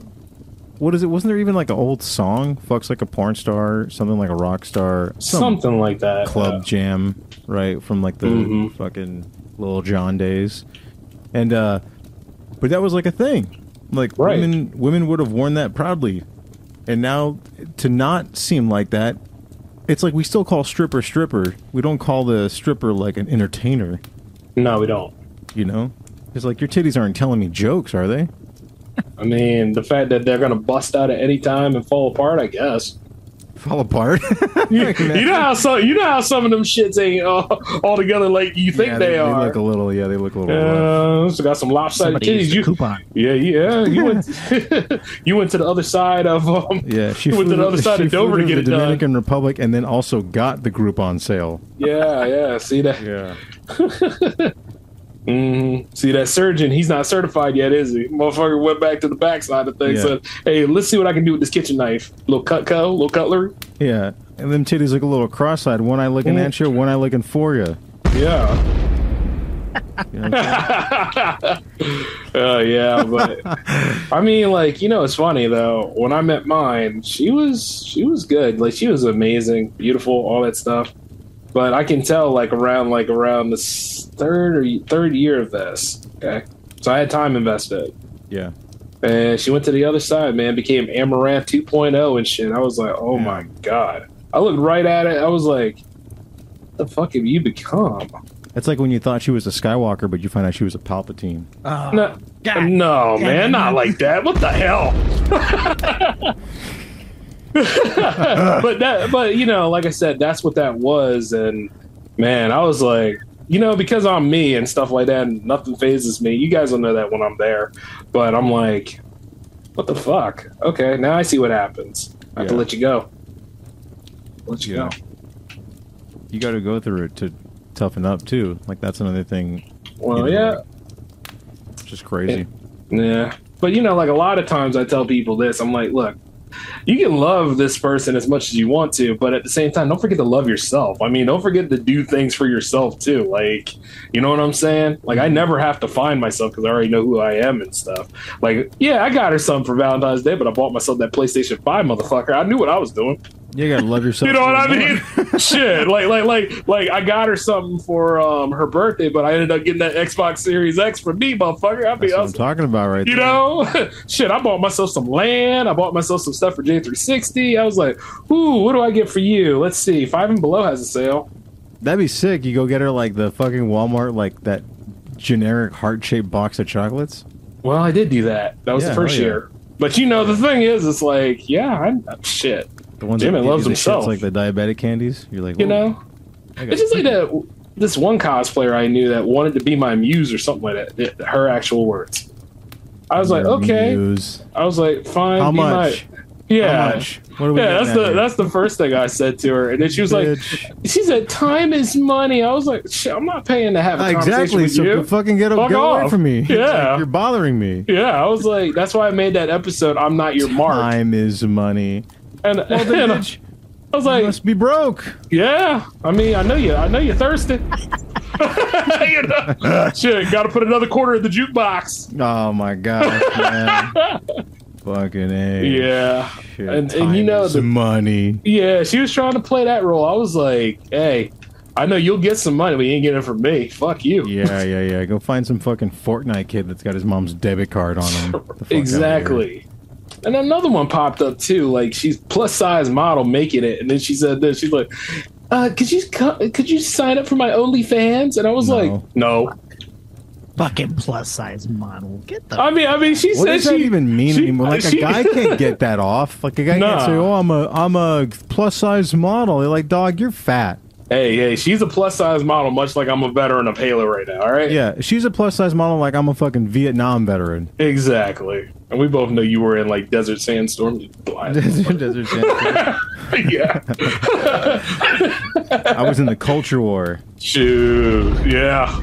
Speaker 3: what is it? Wasn't there even like an old song? Fucks like a porn star, something like a rock star, some
Speaker 4: Something like that,
Speaker 3: Club
Speaker 4: yeah.
Speaker 3: jam, right? From like the
Speaker 4: Mhm.
Speaker 3: fucking little John days, and uh, but that was like a thing. Like
Speaker 4: Right.
Speaker 3: women, women would have worn that proudly, and now to not seem like that, it's like we still call stripper stripper. We don't call the stripper like an entertainer.
Speaker 4: No, we don't.
Speaker 3: You know, it's like your titties aren't telling me jokes, are they?
Speaker 4: I mean, the fact that they're going to bust out at any time and fall apart, I guess.
Speaker 3: Fall apart.
Speaker 4: you, you know how some, you know how some of them shits ain't uh, all together like you think
Speaker 3: Yeah,
Speaker 4: they,
Speaker 3: they
Speaker 4: are.
Speaker 3: look a little. Yeah, they look a little. rough.
Speaker 4: Uh, so got some lopsided
Speaker 3: Somebody used
Speaker 4: titties.
Speaker 3: the
Speaker 4: You,
Speaker 3: coupon.
Speaker 4: Yeah, yeah. You went, you went to the other side of um.
Speaker 3: Yeah, she
Speaker 4: you
Speaker 3: flew,
Speaker 4: went to the other side
Speaker 3: she
Speaker 4: of
Speaker 3: flew
Speaker 4: Dover to get it
Speaker 3: the
Speaker 4: done.
Speaker 3: Dominican Republic, and then also got the group on sale.
Speaker 4: Yeah, yeah. See that?
Speaker 3: Yeah.
Speaker 4: hmm See that surgeon? He's not certified yet, is he? Motherfucker went back to the backside of things.
Speaker 3: Yeah.
Speaker 4: Said, "Hey, let's see what I can do with this kitchen knife. Little cutco, little cutlery.
Speaker 3: Yeah, and them titties look a little cross-eyed. One eye looking at you, one eye looking for you.
Speaker 4: Yeah.
Speaker 3: You know what I'm
Speaker 4: Oh yeah, but I mean, like you know, it's funny though. When I met mine, she was she was good. Like she was amazing, beautiful, all that stuff. But I can tell, like around like around the s- third or third year of this. Okay, so I had time invested.
Speaker 3: Yeah.
Speaker 4: And she went to the other side, man, became Amaranth 2.0 and shit. I was like, oh my God. I looked right at it. I was like, the fuck have you become?
Speaker 3: saying? That's like when you thought she was a Skywalker, but you find out she was a Palpatine.
Speaker 4: no, no man, not like that. What the hell? but that, but you know, like I said, that's what that was, and man, I was like, you know, because I'm me and stuff like that, and nothing phases me. You guys will know that when I'm there, but I'm like, what the fuck? Okay, now I see what happens. I have to
Speaker 3: Yeah.
Speaker 4: let you go. Let you
Speaker 3: Yeah.
Speaker 4: go.
Speaker 3: You got to go through it to toughen up too. Like that's another thing.
Speaker 4: Well,
Speaker 3: you know,
Speaker 4: yeah.
Speaker 3: like, it's just crazy.
Speaker 4: Yeah. But you know, like a lot of times I tell people this, I'm like, look, you can love this person as much as you want to, but at the same time, don't forget to love yourself. I mean, don't forget to do things for yourself too. Like, you know what I'm saying? Like, I never have to find myself because I already know who I am and stuff. Like, yeah, I got her something for Valentine's Day, but I bought myself that PlayStation 5 motherfucker. I knew what I was doing.
Speaker 3: You gotta love yourself.
Speaker 4: You know what I
Speaker 3: even more.
Speaker 4: mean? Shit, like, like, like, like, I got her something for um, her birthday, but I ended up getting that Xbox Series X for me, motherfucker. I'd be
Speaker 3: That's what I'm
Speaker 4: upset.
Speaker 3: talking about right
Speaker 4: You
Speaker 3: there.
Speaker 4: know, shit, I bought myself some land. I bought myself some stuff for J360. I was like, ooh, what do I get for you? Let's see. Five and Below has a sale.
Speaker 3: That'd be sick. You go get her like the fucking Walmart, like that generic heart-shaped box of chocolates.
Speaker 4: Well, I did do that. That was
Speaker 3: Yeah,
Speaker 4: the first
Speaker 3: oh, yeah.
Speaker 4: year. But you know, the thing is, it's like, yeah, I'm, shit.
Speaker 3: The ones
Speaker 4: Damon
Speaker 3: that give
Speaker 4: loves
Speaker 3: you the shits,
Speaker 4: himself.
Speaker 3: like the diabetic candies. You're like,
Speaker 4: you
Speaker 3: "Whoa."
Speaker 4: know it's just like that this one cosplayer i knew that wanted to be my muse or something like that it- her actual words i was like
Speaker 3: Your
Speaker 4: okay
Speaker 3: muse.
Speaker 4: i was like fine
Speaker 3: How
Speaker 4: be
Speaker 3: much?
Speaker 4: my yeah
Speaker 3: How much? What are we
Speaker 4: yeah
Speaker 3: getting
Speaker 4: that's
Speaker 3: at
Speaker 4: the
Speaker 3: here?
Speaker 4: that's the first thing i said to her and then she was like she said time is money i was like Shit, i'm not paying to have a conversation
Speaker 3: exactly.
Speaker 4: with
Speaker 3: So
Speaker 4: you
Speaker 3: fucking get
Speaker 4: Fuck
Speaker 3: go away
Speaker 4: off.
Speaker 3: from me. It's
Speaker 4: yeah
Speaker 3: like, you're bothering me.
Speaker 4: yeah i was like that's why i made that episode i'm not your mark
Speaker 3: Time is money.
Speaker 4: and,
Speaker 3: then,
Speaker 4: and
Speaker 3: bitch,
Speaker 4: I was like,
Speaker 3: must be broke.
Speaker 4: Yeah, I mean, I know you. I know you're thirsty. You know? Shit, got to put another quarter in the jukebox.
Speaker 3: Oh my god. man. fucking a.
Speaker 4: Yeah,
Speaker 3: Shit,
Speaker 4: and,
Speaker 3: time
Speaker 4: and you know
Speaker 3: is
Speaker 4: the
Speaker 3: money.
Speaker 4: yeah, she was trying to play that role. I was like, hey, I know you'll get some money, but you ain't getting it from me. Fuck you.
Speaker 3: Yeah, yeah, yeah. Go find some fucking Fortnite kid that's got his mom's debit card on him. The fuck outta here.
Speaker 4: Exactly. And another one popped up too. Like she's plus size model making it, and then she said this. She's like, uh, "Could you co- could you sign up for my OnlyFans?" And I was like, "No."
Speaker 2: Fucking plus size model. Get the.
Speaker 4: I mean, I mean, she
Speaker 3: What
Speaker 4: said
Speaker 3: does that
Speaker 4: she-
Speaker 3: even mean
Speaker 4: she-
Speaker 3: anymore? Like
Speaker 4: she-
Speaker 3: a guy can't get that off. Like a guy
Speaker 4: Nah.
Speaker 3: can't say, "Oh, I'm a I'm a plus size model." They're like, "Dog, you're fat."
Speaker 4: Hey, hey, she's a plus size model, much like I'm a veteran of Halo right now. All right.
Speaker 3: Yeah, she's a plus size model like I'm a fucking Vietnam veteran.
Speaker 4: Exactly. And we both know you were in like desert sandstorm. You blind.
Speaker 3: desert sandstorm.
Speaker 4: yeah.
Speaker 3: I was in the culture war.
Speaker 4: Shoot. Yeah.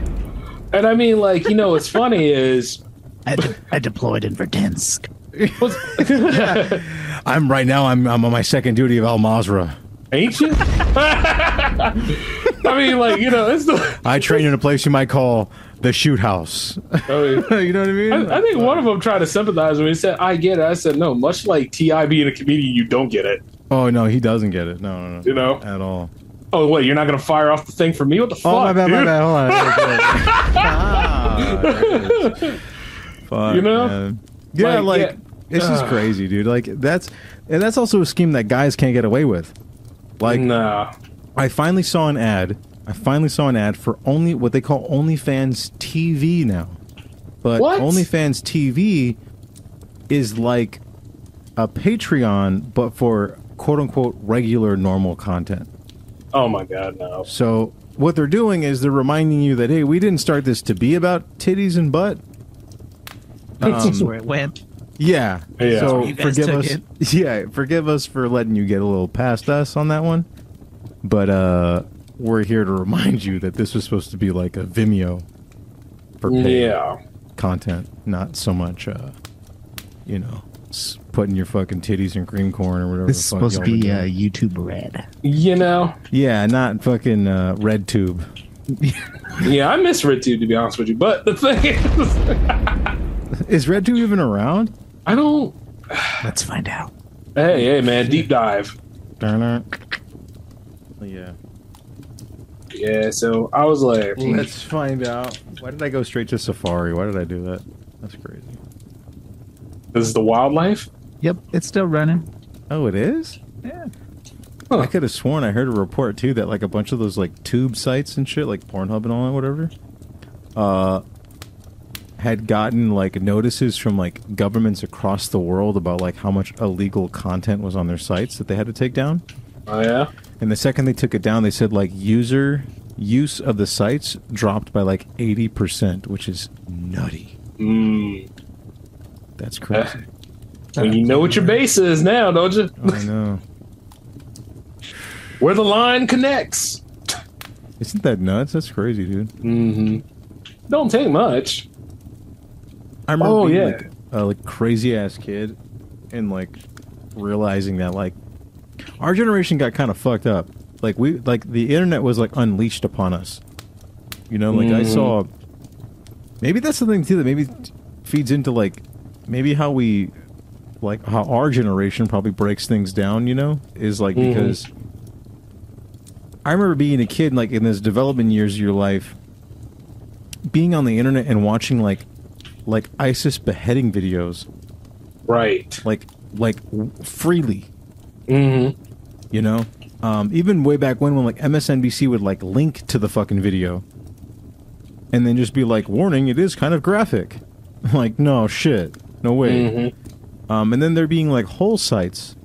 Speaker 4: And I mean, like, you know, what's funny is
Speaker 2: I, de- I deployed in Verdansk.
Speaker 3: I'm right now. I'm I'm on my second duty of Al Mazra.
Speaker 4: ancient. I mean, like, you know, it's the.
Speaker 3: I train in a place you might call the shoot house.
Speaker 4: I mean,
Speaker 3: you know what I mean?
Speaker 4: I, think one of them tried to sympathize with me. He said, "I get it." I said, "No." Much like Ti being a comedian, you don't get it.
Speaker 3: Oh no, he doesn't get it. No, no, no.
Speaker 4: You know?
Speaker 3: at all.
Speaker 4: Oh wait, you're not gonna fire off the thing for me? What the fuck?
Speaker 3: Oh my bad, my
Speaker 4: dude?
Speaker 3: bad. Hold on. Ah, there it is. Fuck,
Speaker 4: You know?
Speaker 3: man. Yeah,
Speaker 4: Like,
Speaker 3: like,
Speaker 4: yeah.
Speaker 3: it's just
Speaker 4: Ugh.
Speaker 3: crazy, dude. Like that's and that's also a scheme that guys can't get away with. Like,
Speaker 4: nah.
Speaker 3: I finally saw an ad. I finally saw an ad for only what they call OnlyFans TV now, but
Speaker 4: What?
Speaker 3: OnlyFans TV is like a Patreon, but for quote unquote regular normal content.
Speaker 4: Oh my god, no.
Speaker 3: So what they're doing is they're reminding you that hey, we didn't start this to be about titties and butt.
Speaker 2: That's
Speaker 3: Um,
Speaker 2: where it went.
Speaker 3: yeah.
Speaker 2: Yeah.
Speaker 3: So
Speaker 2: You guys
Speaker 3: forgive
Speaker 2: took
Speaker 3: us. Yeah, forgive us for letting you get a little past us on that one. But uh we're here to remind you that this was supposed to be like a Vimeo for paid
Speaker 4: Yeah.
Speaker 3: content, not so much uh you know, s- putting your fucking titties in cream corn or whatever.
Speaker 2: This
Speaker 3: the
Speaker 2: is
Speaker 3: fuck
Speaker 2: supposed to
Speaker 3: y'all were
Speaker 2: be
Speaker 3: doing.
Speaker 2: uh, YouTube Red.
Speaker 4: You know.
Speaker 3: Yeah, not fucking uh, red tube.
Speaker 4: Yeah, I miss Red Tube to be honest with you. But the thing is,
Speaker 3: Is red tube even around?
Speaker 4: I don't.
Speaker 2: Let's find out.
Speaker 4: Hey, hey, man, deep dive.
Speaker 3: Yeah.
Speaker 4: Yeah. So I was like, hmm.
Speaker 3: Let's find out. Why did I go straight to Safari? Why did I do that? That's crazy.
Speaker 4: "This is the wildlife."
Speaker 2: Yep, it's still running.
Speaker 3: Oh, it is?
Speaker 2: Yeah.
Speaker 3: I could have sworn I heard a report too that like a bunch of those like tube sites and shit, like Pornhub and all that, whatever, uh, had gotten like notices from like governments across the world about like how much illegal content was on their sites that they had to take down.
Speaker 4: Oh yeah.
Speaker 3: And the second they took it down, they said like user use of the sites dropped by like eighty percent, which is nutty.
Speaker 4: Mm.
Speaker 3: That's crazy.
Speaker 4: Uh, Well, you know what your base is now, don't you?
Speaker 3: I know.
Speaker 4: Where the line connects.
Speaker 3: Isn't that nuts? That's crazy, dude.
Speaker 4: Mm-hmm. Don't take much.
Speaker 3: I remember
Speaker 4: Oh,
Speaker 3: being
Speaker 4: yeah.
Speaker 3: like a like crazy ass kid and like realizing that like our generation got kind of fucked up. Like we like the internet was like unleashed upon us. You know, like I
Speaker 4: Mhm.
Speaker 3: saw maybe that's the thing too that maybe feeds into like maybe how we like how our generation probably breaks things down, you know, is like
Speaker 4: Mhm.
Speaker 3: because I remember being a kid, like in those development years of your life, being on the internet and watching like like ISIS beheading videos,
Speaker 4: Right.
Speaker 3: like like w- freely,
Speaker 4: Mm-hmm.
Speaker 3: you know. Um, even way back when, when like MSNBC would like link to the fucking video, and then just be like, "Warning, it is kind of graphic." like, no shit, no way. Um, and then there being like whole sites,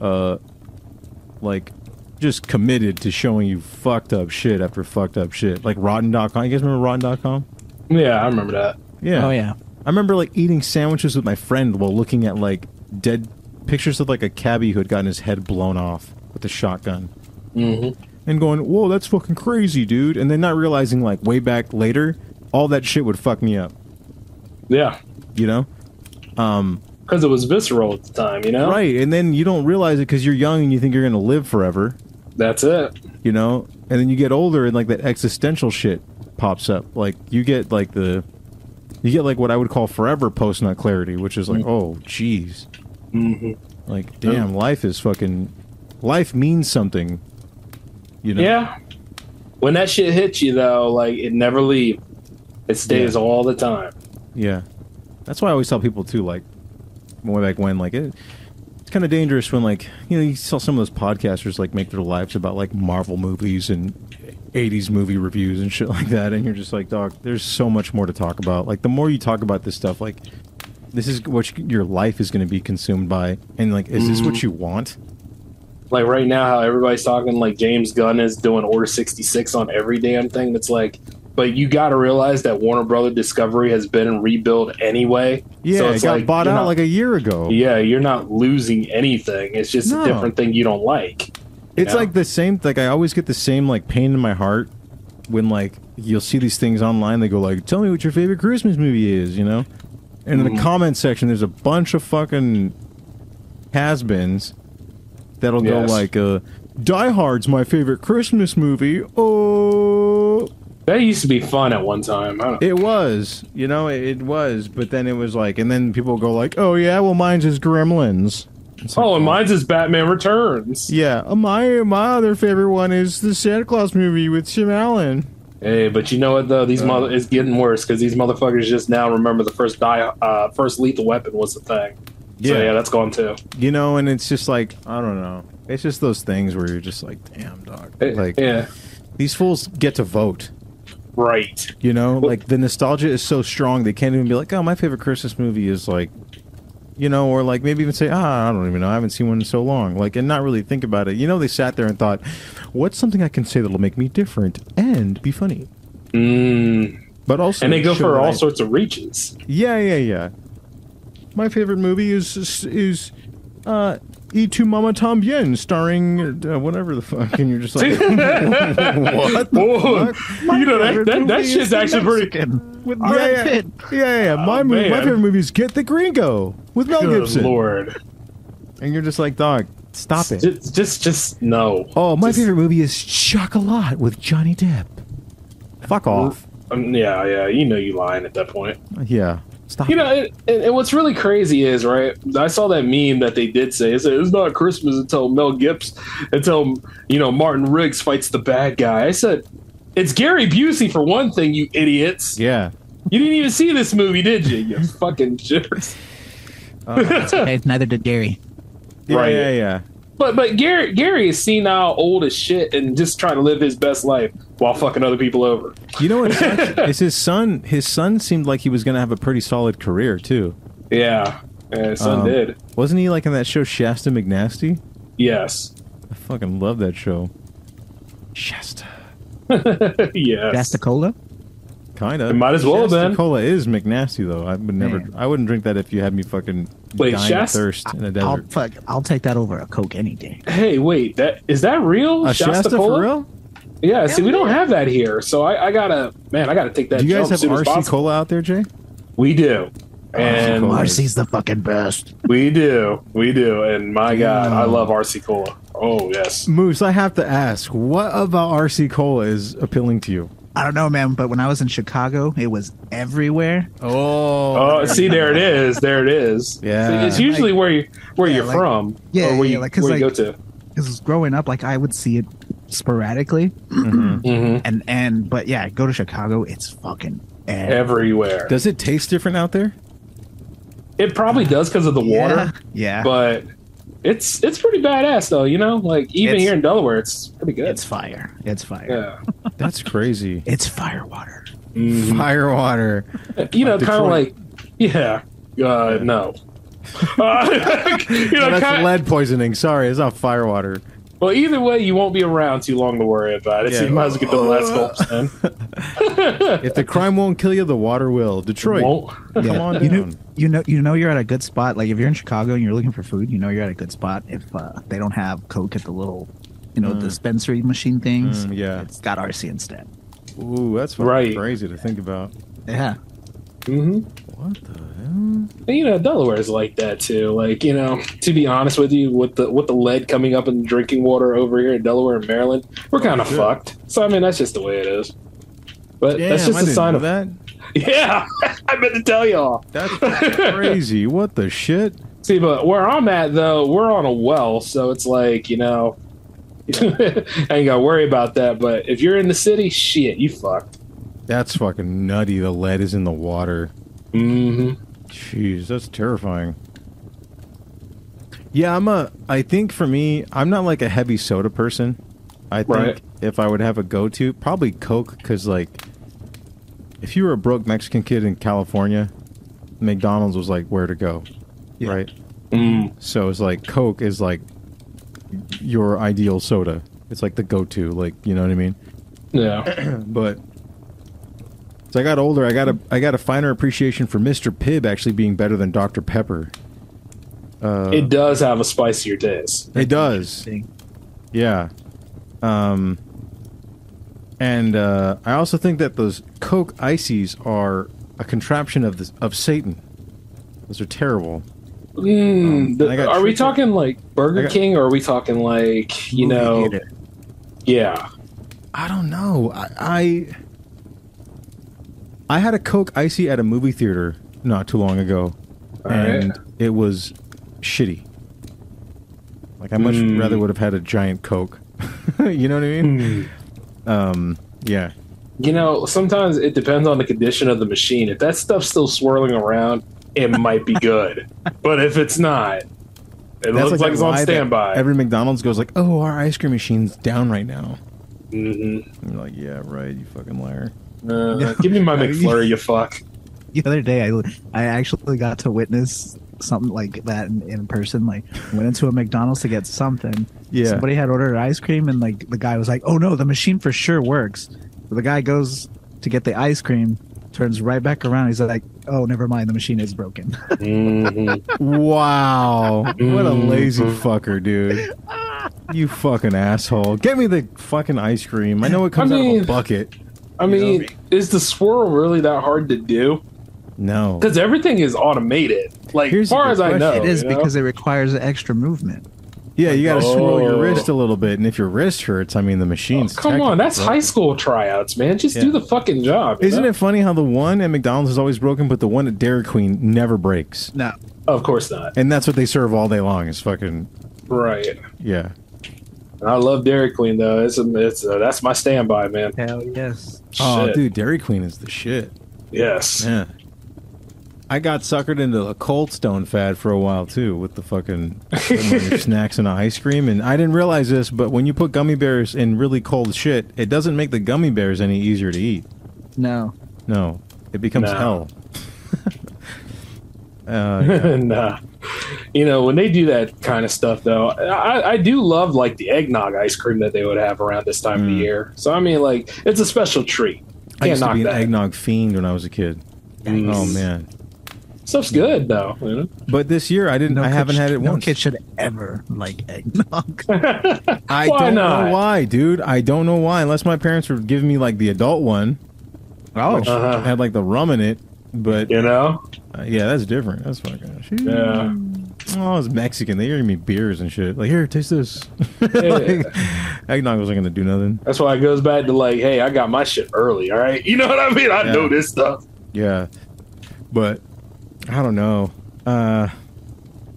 Speaker 3: uh, like just committed to showing you fucked up shit after fucked up shit, like Rotten.com. You guys remember Rotten.com?
Speaker 4: Yeah, I remember that.
Speaker 3: Yeah.
Speaker 2: Oh yeah.
Speaker 3: I remember like eating sandwiches with my friend while looking at like dead pictures of like a cabbie who had gotten his head blown off with a shotgun
Speaker 4: Mm-hmm.
Speaker 3: and going, "Whoa, that's fucking crazy, dude!" And then not realizing like way back later, all that shit would fuck me up,
Speaker 4: Yeah,
Speaker 3: you know? Um,
Speaker 4: because it was visceral at the time. You know.
Speaker 3: Right, and then you don't realize it because you're young and you think you're gonna live forever,
Speaker 4: That's it.
Speaker 3: you know. And then you get older and like that existential shit pops up. Like you get like the, you get like what I would call forever post nut clarity, which is like, oh, jeez,
Speaker 4: Mm. Mm-hmm.
Speaker 3: like damn, life is fucking, life means something, you know.
Speaker 4: Yeah. When that shit hits you though, like it never leaves. It stays all the time.
Speaker 3: Yeah. That's why I always tell people too, like way back when, like it, it's kind of dangerous when like you know you saw some of those podcasters like make their lives about like Marvel movies and 80s movie reviews and shit like that, and you're just like, dog, there's so much more to talk about. Like the more you talk about this stuff, like
Speaker 4: Mm-hmm.
Speaker 3: this is what you, your life is going to be consumed by, and like, is this what you want?
Speaker 4: like right now how everybody's talking like James Gunn is doing Order 66 on every damn thing that's like but you got to realize that Warner Brother Discovery has been in rebuild anyway.
Speaker 3: Yeah,
Speaker 4: So
Speaker 3: it got bought
Speaker 4: you're
Speaker 3: out
Speaker 4: not-
Speaker 3: like a year ago.
Speaker 4: Yeah, you're not losing anything. It's just
Speaker 3: No.
Speaker 4: a different thing you don't like.
Speaker 3: It's
Speaker 4: Yeah.
Speaker 3: like the same. Like I always get the same like pain in my heart when like you'll see these things online. They go like, "Tell me what your favorite Christmas movie is," you know. And in
Speaker 4: Mhm.
Speaker 3: the comment section, there's a bunch of fucking has-beens that'll
Speaker 4: Yes.
Speaker 3: go like, uh, "Die Hard's my favorite Christmas movie." Oh,
Speaker 4: that used to be fun at one time. I don't
Speaker 3: It was, you know, it, it was. But then it was like, and then people go like, "Oh yeah, well mine's is Gremlins."
Speaker 4: oh, and mine's is Batman Returns.
Speaker 3: Yeah, uh, my my other favorite one is the Santa Claus movie with Tim Allen.
Speaker 4: Hey, but you know what though? These mother it's getting worse because these motherfuckers just now remember the first die uh, first lethal weapon was the thing.
Speaker 3: Yeah.
Speaker 4: Yeah, so, yeah, that's gone too.
Speaker 3: You know, and it's just like I don't know. It's just those things where you're just like, damn dog. Like
Speaker 4: Eh, yeah.
Speaker 3: these fools get to vote.
Speaker 4: Right.
Speaker 3: You know, like the nostalgia is so strong they can't even be like, Oh, my favorite Christmas movie is like you know, or like maybe even say, Ah, I don't even know, I haven't seen one in so long. Like and not really think about it. You know, they sat there and thought, What's something I can say that'll make me different and be funny?
Speaker 4: Mm.
Speaker 3: But also
Speaker 4: and they go
Speaker 3: show
Speaker 4: for
Speaker 3: that
Speaker 4: all
Speaker 3: I-
Speaker 4: sorts of reaches.
Speaker 3: Yeah, yeah, yeah. My favorite movie is is, is uh, E Tu Mama Tambien, starring uh, whatever the fuck, and you're just like, what? the
Speaker 4: Whoa.
Speaker 3: fuck?
Speaker 4: You know that
Speaker 3: favorite
Speaker 4: that, that
Speaker 3: movie
Speaker 4: shit's
Speaker 3: is
Speaker 4: actually pretty.
Speaker 3: With
Speaker 4: Brad
Speaker 3: Oh, yeah, yeah.
Speaker 4: Pitt.
Speaker 3: yeah, yeah, yeah. My,
Speaker 4: Oh,
Speaker 3: movie, my
Speaker 4: man.
Speaker 3: favorite movie is Get the Gringo with Mel
Speaker 4: Good
Speaker 3: Gibson.
Speaker 4: Lord.
Speaker 3: And you're just like, dog, stop it.
Speaker 4: Just, just, just no.
Speaker 3: oh, my favorite movie is Chocolat with Johnny Depp. Fuck off.
Speaker 4: Um, yeah, yeah. You know you lying at that point.
Speaker 3: Yeah. Stop.
Speaker 4: You know, it, and, and what's really crazy is right. I saw that meme that they did say. It said it's not Christmas until Mel Gibson, until you know Martin Riggs fights the bad guy. I said it's Gary Busey for one thing. You idiots.
Speaker 3: Yeah.
Speaker 4: You didn't even see this movie, did you? You fucking jerks.
Speaker 2: it's okay, neither did Gary.
Speaker 3: Yeah,
Speaker 4: Right.
Speaker 3: yeah, yeah.
Speaker 4: But but Gary Gary is senile, old as shit, and just trying to live his best life while fucking other people over.
Speaker 3: You know what? sucks is his son. His son seemed like he was going to have a pretty solid career too.
Speaker 4: Yeah, yeah son
Speaker 3: Um,
Speaker 4: did.
Speaker 3: Wasn't he like in that show Shasta McNasty?
Speaker 4: Yes.
Speaker 3: I fucking love that show. Shasta.
Speaker 4: yes.
Speaker 2: That's the cola.
Speaker 3: Kind of.
Speaker 4: It might as well have
Speaker 3: Uh, Shasta
Speaker 4: been.
Speaker 3: Cola is McNasty though. I would never. I wouldn't drink that if you had me fucking
Speaker 4: Wait,
Speaker 3: dying
Speaker 4: Shasta-
Speaker 3: of thirst in a
Speaker 2: I'll
Speaker 3: desert.
Speaker 2: fuck. I'll take that over a Coke any day.
Speaker 4: Hey, wait, that is that real?
Speaker 3: A Shasta for
Speaker 4: Cola?
Speaker 3: real?
Speaker 4: Yeah, see, we don't have that here, so I, I gotta, man, I gotta take that.
Speaker 3: Do you guys
Speaker 4: jump
Speaker 3: have
Speaker 4: soon as
Speaker 3: RC
Speaker 4: possible.
Speaker 3: Cola out there, Jay?
Speaker 4: We do, and
Speaker 2: RC's the fucking best.
Speaker 4: we do, we do, and my God, I love RC Cola. Oh yes,
Speaker 3: Moose, I have to ask, what about RC Cola is appealing to you?
Speaker 2: I don't know, man, but when I was in Chicago, it was everywhere.
Speaker 3: Oh,
Speaker 4: oh, see, there it is, there it is.
Speaker 2: Yeah.
Speaker 4: See, it's usually where you where you're
Speaker 2: like-
Speaker 4: from,
Speaker 2: yeah,
Speaker 4: or where
Speaker 2: yeah,
Speaker 4: you,
Speaker 2: like, 'cause,
Speaker 4: where you
Speaker 2: like-
Speaker 4: go to.
Speaker 2: Because growing up, like I would see it sporadically,
Speaker 3: Mm-hmm.
Speaker 2: and and but yeah, go to Chicago, it's fucking
Speaker 4: Everywhere.
Speaker 3: Eh. Does it taste different out there?
Speaker 4: It probably does because of the water.
Speaker 2: Yeah.
Speaker 4: but it's it's pretty badass though. You know, like even
Speaker 2: It's-
Speaker 4: here in Delaware, it's pretty good. It's
Speaker 2: fire. It's fire.
Speaker 4: Yeah.
Speaker 3: That's crazy.
Speaker 2: It's fire water.
Speaker 3: Fire water.
Speaker 4: Mm. you know,
Speaker 3: Like
Speaker 4: kind of
Speaker 3: Detroit.
Speaker 4: like, yeah, uh, no. Uh, you
Speaker 3: No,
Speaker 4: know,
Speaker 3: that's
Speaker 4: kind
Speaker 3: lead poisoning. Sorry, it's not fire water.
Speaker 4: well, either way, you won't be around too long to worry about it. So
Speaker 3: Yeah.
Speaker 4: you might as well get the last gulps then.
Speaker 3: if the crime won't kill you, the water will. Detroit,
Speaker 4: Won't.
Speaker 3: come
Speaker 2: Yeah.
Speaker 3: on
Speaker 2: you
Speaker 3: down.
Speaker 2: know, you know, you know, you're at a good spot. Like if you're in Chicago and you're looking for food, you know you're at a good spot if uh, they don't have Coke at the little, you know,
Speaker 3: Mm.
Speaker 2: dispensary machine things.
Speaker 3: Mm, yeah.
Speaker 2: it's got RC instead.
Speaker 3: Ooh, that's fucking
Speaker 4: Right.
Speaker 3: crazy to think about.
Speaker 2: Yeah,
Speaker 4: Mm-hmm.
Speaker 3: What the hell?
Speaker 4: And, you know, Delaware's like that too. Like, you know, to be honest with you, with the with the lead coming up in drinking water over here in Delaware and Maryland, we're kind of
Speaker 3: shit.
Speaker 4: fucked. So I mean, that's just the way it is. But that's
Speaker 3: Damn,
Speaker 4: just
Speaker 3: I
Speaker 4: a
Speaker 3: didn't
Speaker 4: sign
Speaker 3: know
Speaker 4: of
Speaker 3: that.
Speaker 4: Yeah, I meant to tell y'all.
Speaker 3: That's crazy. What the shit?
Speaker 4: See, but where I'm at though, we're on a well, so it's like you know, I ain't gotta worry about that. But if you're in the city, shit, you fucked.
Speaker 3: That's fucking nutty. The lead is in the water.
Speaker 4: Mm-hmm.
Speaker 3: Jeez, that's terrifying. Yeah, I'm a. I think for me, I'm not like a heavy soda person. I think
Speaker 4: Right.
Speaker 3: if I would have a go to, probably Coke, because like, if you were a broke Mexican kid in California, McDonald's was like where to go, right?
Speaker 4: Mm.
Speaker 3: So it's like Coke is like your ideal soda. It's like the go-to, like you know what I mean?
Speaker 4: Yeah.
Speaker 3: but as I got older, I got a I got a finer appreciation for Mr. Pibb actually being better than Dr. Pepper. Uh,
Speaker 4: it does have a spicier taste. Mm,
Speaker 3: It does. Yeah. Um, and uh, I also think that those Coke ices are a contraption of this, of Satan. Those are terrible.
Speaker 4: Mm, the-
Speaker 3: Um, I got
Speaker 4: are we
Speaker 3: tricked up.
Speaker 4: talking like Burger
Speaker 3: I got-
Speaker 4: King or are we talking like, you
Speaker 3: Movie
Speaker 4: know?
Speaker 3: theater.
Speaker 4: Yeah.
Speaker 3: I don't know. I, I I had a Coke icy at a movie theater not too long ago, and
Speaker 4: Alright.
Speaker 3: it was shitty. Like I much
Speaker 4: Mm.
Speaker 3: rather would have had a giant Coke. you know what I
Speaker 4: Hmm.
Speaker 3: mean? Um, yeah.
Speaker 4: You know, sometimes it depends on the condition of the machine. If that stuff's still swirling around, it might be good. But if it's not, it
Speaker 3: That's
Speaker 4: looks like,
Speaker 3: that
Speaker 4: it's
Speaker 3: lie
Speaker 4: on
Speaker 3: that
Speaker 4: standby.
Speaker 3: Every McDonald's goes like, "Oh, our ice cream machine's down right now."
Speaker 4: Mm-hmm.
Speaker 3: You're like, "Yeah, right, you fucking liar."
Speaker 4: Uh, give me my McFlurry, you fuck.
Speaker 2: the other day I, I actually got to witness something like that in, in person like went into a mcdonald's to get something
Speaker 3: Yeah.
Speaker 2: somebody had ordered ice cream and like the guy was like oh no the machine for sure works so the guy goes to get the ice cream turns right back around he's like oh never mind the machine is broken
Speaker 3: Wow. What a lazy
Speaker 2: Mhm.
Speaker 3: fucker, dude. You fucking asshole. Get me the fucking ice cream. I know it comes out of
Speaker 4: mean-
Speaker 3: a bucket.
Speaker 4: I mean, is the swirl really that hard to do?
Speaker 3: No.
Speaker 4: Because everything is automated. Like, as far as I know,
Speaker 2: it is
Speaker 4: you know?
Speaker 2: because it requires extra movement
Speaker 3: Yeah, you got to swirl your
Speaker 4: Oh.
Speaker 3: wrist a little bit, and if your wrist hurts, I mean the machine's.
Speaker 4: Come on, that's high
Speaker 3: technically
Speaker 4: school tryouts, man. Just
Speaker 3: Yeah.
Speaker 4: do the fucking job.
Speaker 3: broken. Isn't it funny how the one at McDonald's is always broken, but the one at Dairy Queen never breaks?
Speaker 2: No,
Speaker 4: Of course not.
Speaker 3: and that's what they serve all day long. Is fucking
Speaker 4: Right.
Speaker 3: yeah.
Speaker 4: And I love Dairy Queen though. It's a, it's a, that's my standby, man.
Speaker 2: Hell yes.
Speaker 3: Oh, dude, Dairy Queen is the shit.
Speaker 4: Yes.
Speaker 3: Yeah. I got suckered into a Cold Stone fad for a while too, with the fucking snacks and ice cream. And I didn't realize this, but when you put gummy bears in really cold shit, it doesn't make the gummy bears any easier to eat.
Speaker 2: no
Speaker 3: No, it becomes
Speaker 4: No.
Speaker 3: hell. uh, yeah.
Speaker 4: nah. You know, when they do that kind of stuff, though, I, I do love like the eggnog ice cream that they would have around this time of the year. So I mean, like, it's a special treat.
Speaker 3: Mm. I
Speaker 4: Can't
Speaker 3: used to
Speaker 4: knock
Speaker 3: be an
Speaker 4: that.
Speaker 3: eggnog fiend when I was a kid.
Speaker 4: Yikes.
Speaker 3: Oh man!
Speaker 4: Stuff's good though. You know?
Speaker 3: But this year I didn't. I
Speaker 2: kid
Speaker 3: haven't
Speaker 2: sh-
Speaker 3: had it
Speaker 2: no
Speaker 3: once.
Speaker 2: kid should ever like eggnog
Speaker 3: I
Speaker 2: Why
Speaker 3: don't
Speaker 2: not?
Speaker 3: know why, dude. I don't know why. Unless my parents were giving me like the adult one,
Speaker 2: Oh.
Speaker 3: which
Speaker 2: Uh-huh.
Speaker 3: had like the rum in it. But Uh,
Speaker 4: you know,
Speaker 3: yeah, that's different. That's fucking.
Speaker 4: Yeah.
Speaker 3: Oh, it's Mexican. They were giving me beers and shit. Like, here, taste this. like, eggnog wasn't gonna do nothing.
Speaker 4: That's why it goes back to like, hey, I got my shit early. All right, you know what I mean? I
Speaker 3: Yeah. Oh,
Speaker 4: know this stuff.
Speaker 3: Yeah, but I don't know. Uh,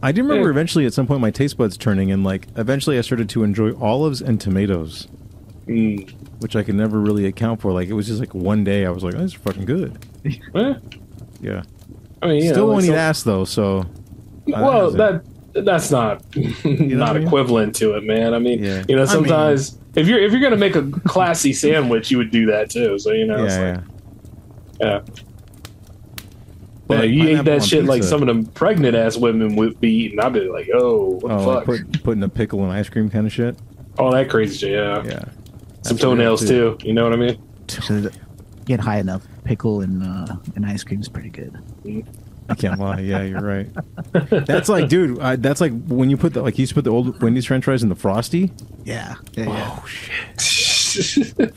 Speaker 3: I do remember
Speaker 4: Yeah.
Speaker 3: eventually at some point my taste buds turning, and like eventually I started to enjoy olives and tomatoes,
Speaker 4: Mm.
Speaker 3: which I could never really account for. Like it was just like one day I was like, oh, "This is fucking good."
Speaker 4: Eh,
Speaker 3: Yeah,
Speaker 4: I mean, you
Speaker 3: still
Speaker 4: know,
Speaker 3: won't
Speaker 4: it's
Speaker 3: eat
Speaker 4: a-
Speaker 3: ass though. So I don't
Speaker 4: well
Speaker 3: know, is it-
Speaker 4: that that's not not
Speaker 3: I mean?
Speaker 4: equivalent to it man i mean
Speaker 3: Yeah. I
Speaker 4: you know
Speaker 3: mean-
Speaker 4: sometimes if you're if you're gonna make a classy sandwich you would do that too so you know it's
Speaker 3: yeah,
Speaker 4: like, yeah
Speaker 3: But
Speaker 4: Yeah, you ate
Speaker 3: pineapple on
Speaker 4: that shit like
Speaker 3: pizza.
Speaker 4: some of them pregnant ass women would be eating. I'd be like, oh, what
Speaker 3: yeah. Oh,
Speaker 4: the
Speaker 3: like
Speaker 4: fuck?
Speaker 3: put, putting a pickle in ice cream kind of shit.
Speaker 4: All that crazy shit, yeah.
Speaker 3: Yeah.
Speaker 4: Some
Speaker 3: That's weird,
Speaker 4: toenails
Speaker 3: too.
Speaker 4: too. You know what I mean?
Speaker 2: Should get high enough pickle and uh, and ice cream's pretty good
Speaker 3: I can't lie. Yeah, you're right. That's like, dude. I, that's like when you put the like you used to put the old Wendy's French fries in the frosty.
Speaker 2: yeah yeah, yeah.
Speaker 4: Oh,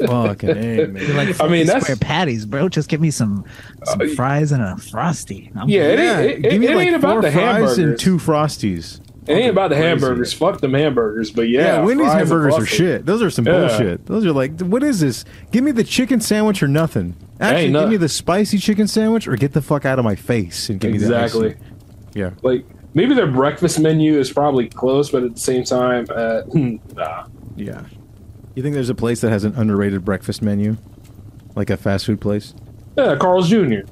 Speaker 3: Fucking A, man.
Speaker 2: They're like,
Speaker 4: I mean, that's- Uh,
Speaker 2: square patties, bro. Just give me some, some fries and a frosty. I'm
Speaker 4: Yeah, it
Speaker 2: good.
Speaker 4: ain't- it- it ain't about
Speaker 3: four
Speaker 4: the
Speaker 3: fries and
Speaker 4: hamburgers.
Speaker 3: two frosties.
Speaker 4: It ain't about the
Speaker 3: Crazy.
Speaker 4: hamburgers. Fuck them hamburgers. But yeah,
Speaker 3: Yeah, Wendy's
Speaker 4: fries and
Speaker 3: hamburgers are
Speaker 4: broccoli.
Speaker 3: shit. Those are some
Speaker 4: Yeah.
Speaker 3: bullshit. Those are like, what is this? Give me the chicken sandwich or nothing. Actually,
Speaker 4: ain't
Speaker 3: give
Speaker 4: nothing.
Speaker 3: me the spicy chicken sandwich or get the fuck out of my face and give me
Speaker 4: Exactly.
Speaker 3: the Yeah.
Speaker 4: Like maybe their breakfast menu is probably close, but at the same time, uh, nah.
Speaker 3: Yeah. You think there's a place that has an underrated breakfast menu, like a fast food place?
Speaker 4: Yeah, Carl's Jr.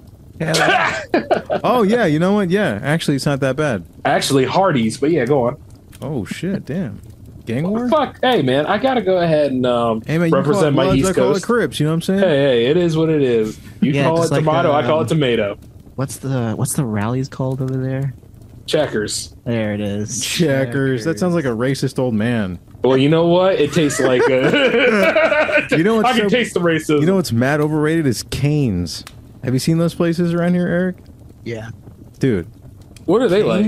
Speaker 3: oh yeah, you know what? Yeah, actually, it's not that bad.
Speaker 4: Actually, Hardee's, but yeah, go on.
Speaker 3: Oh shit, damn. Gang war?
Speaker 4: Fuck, hey man, I gotta go ahead and um,
Speaker 3: Hey man, you call it
Speaker 4: represent my
Speaker 3: Bloods, I
Speaker 4: East
Speaker 3: call it
Speaker 4: Coast.
Speaker 3: Crips. You know what I'm saying?
Speaker 4: Hey, hey, it is what it is. You
Speaker 2: Yeah,
Speaker 4: call it
Speaker 3: uh,
Speaker 2: just like,
Speaker 4: tomato, I call
Speaker 2: um,
Speaker 4: it tomato.
Speaker 2: What's the what's the rallies called over there?
Speaker 4: Checkers.
Speaker 2: There it is.
Speaker 3: Checkers. That sounds like a racist old man.
Speaker 4: Well, you know what? It tastes like a.
Speaker 3: you know what's
Speaker 4: I can
Speaker 3: so-
Speaker 4: taste the racism.
Speaker 3: You know what's mad overrated is Canes. Have you seen those places around here, Eric?
Speaker 2: Yeah.
Speaker 3: Dude.
Speaker 4: What are they
Speaker 3: like?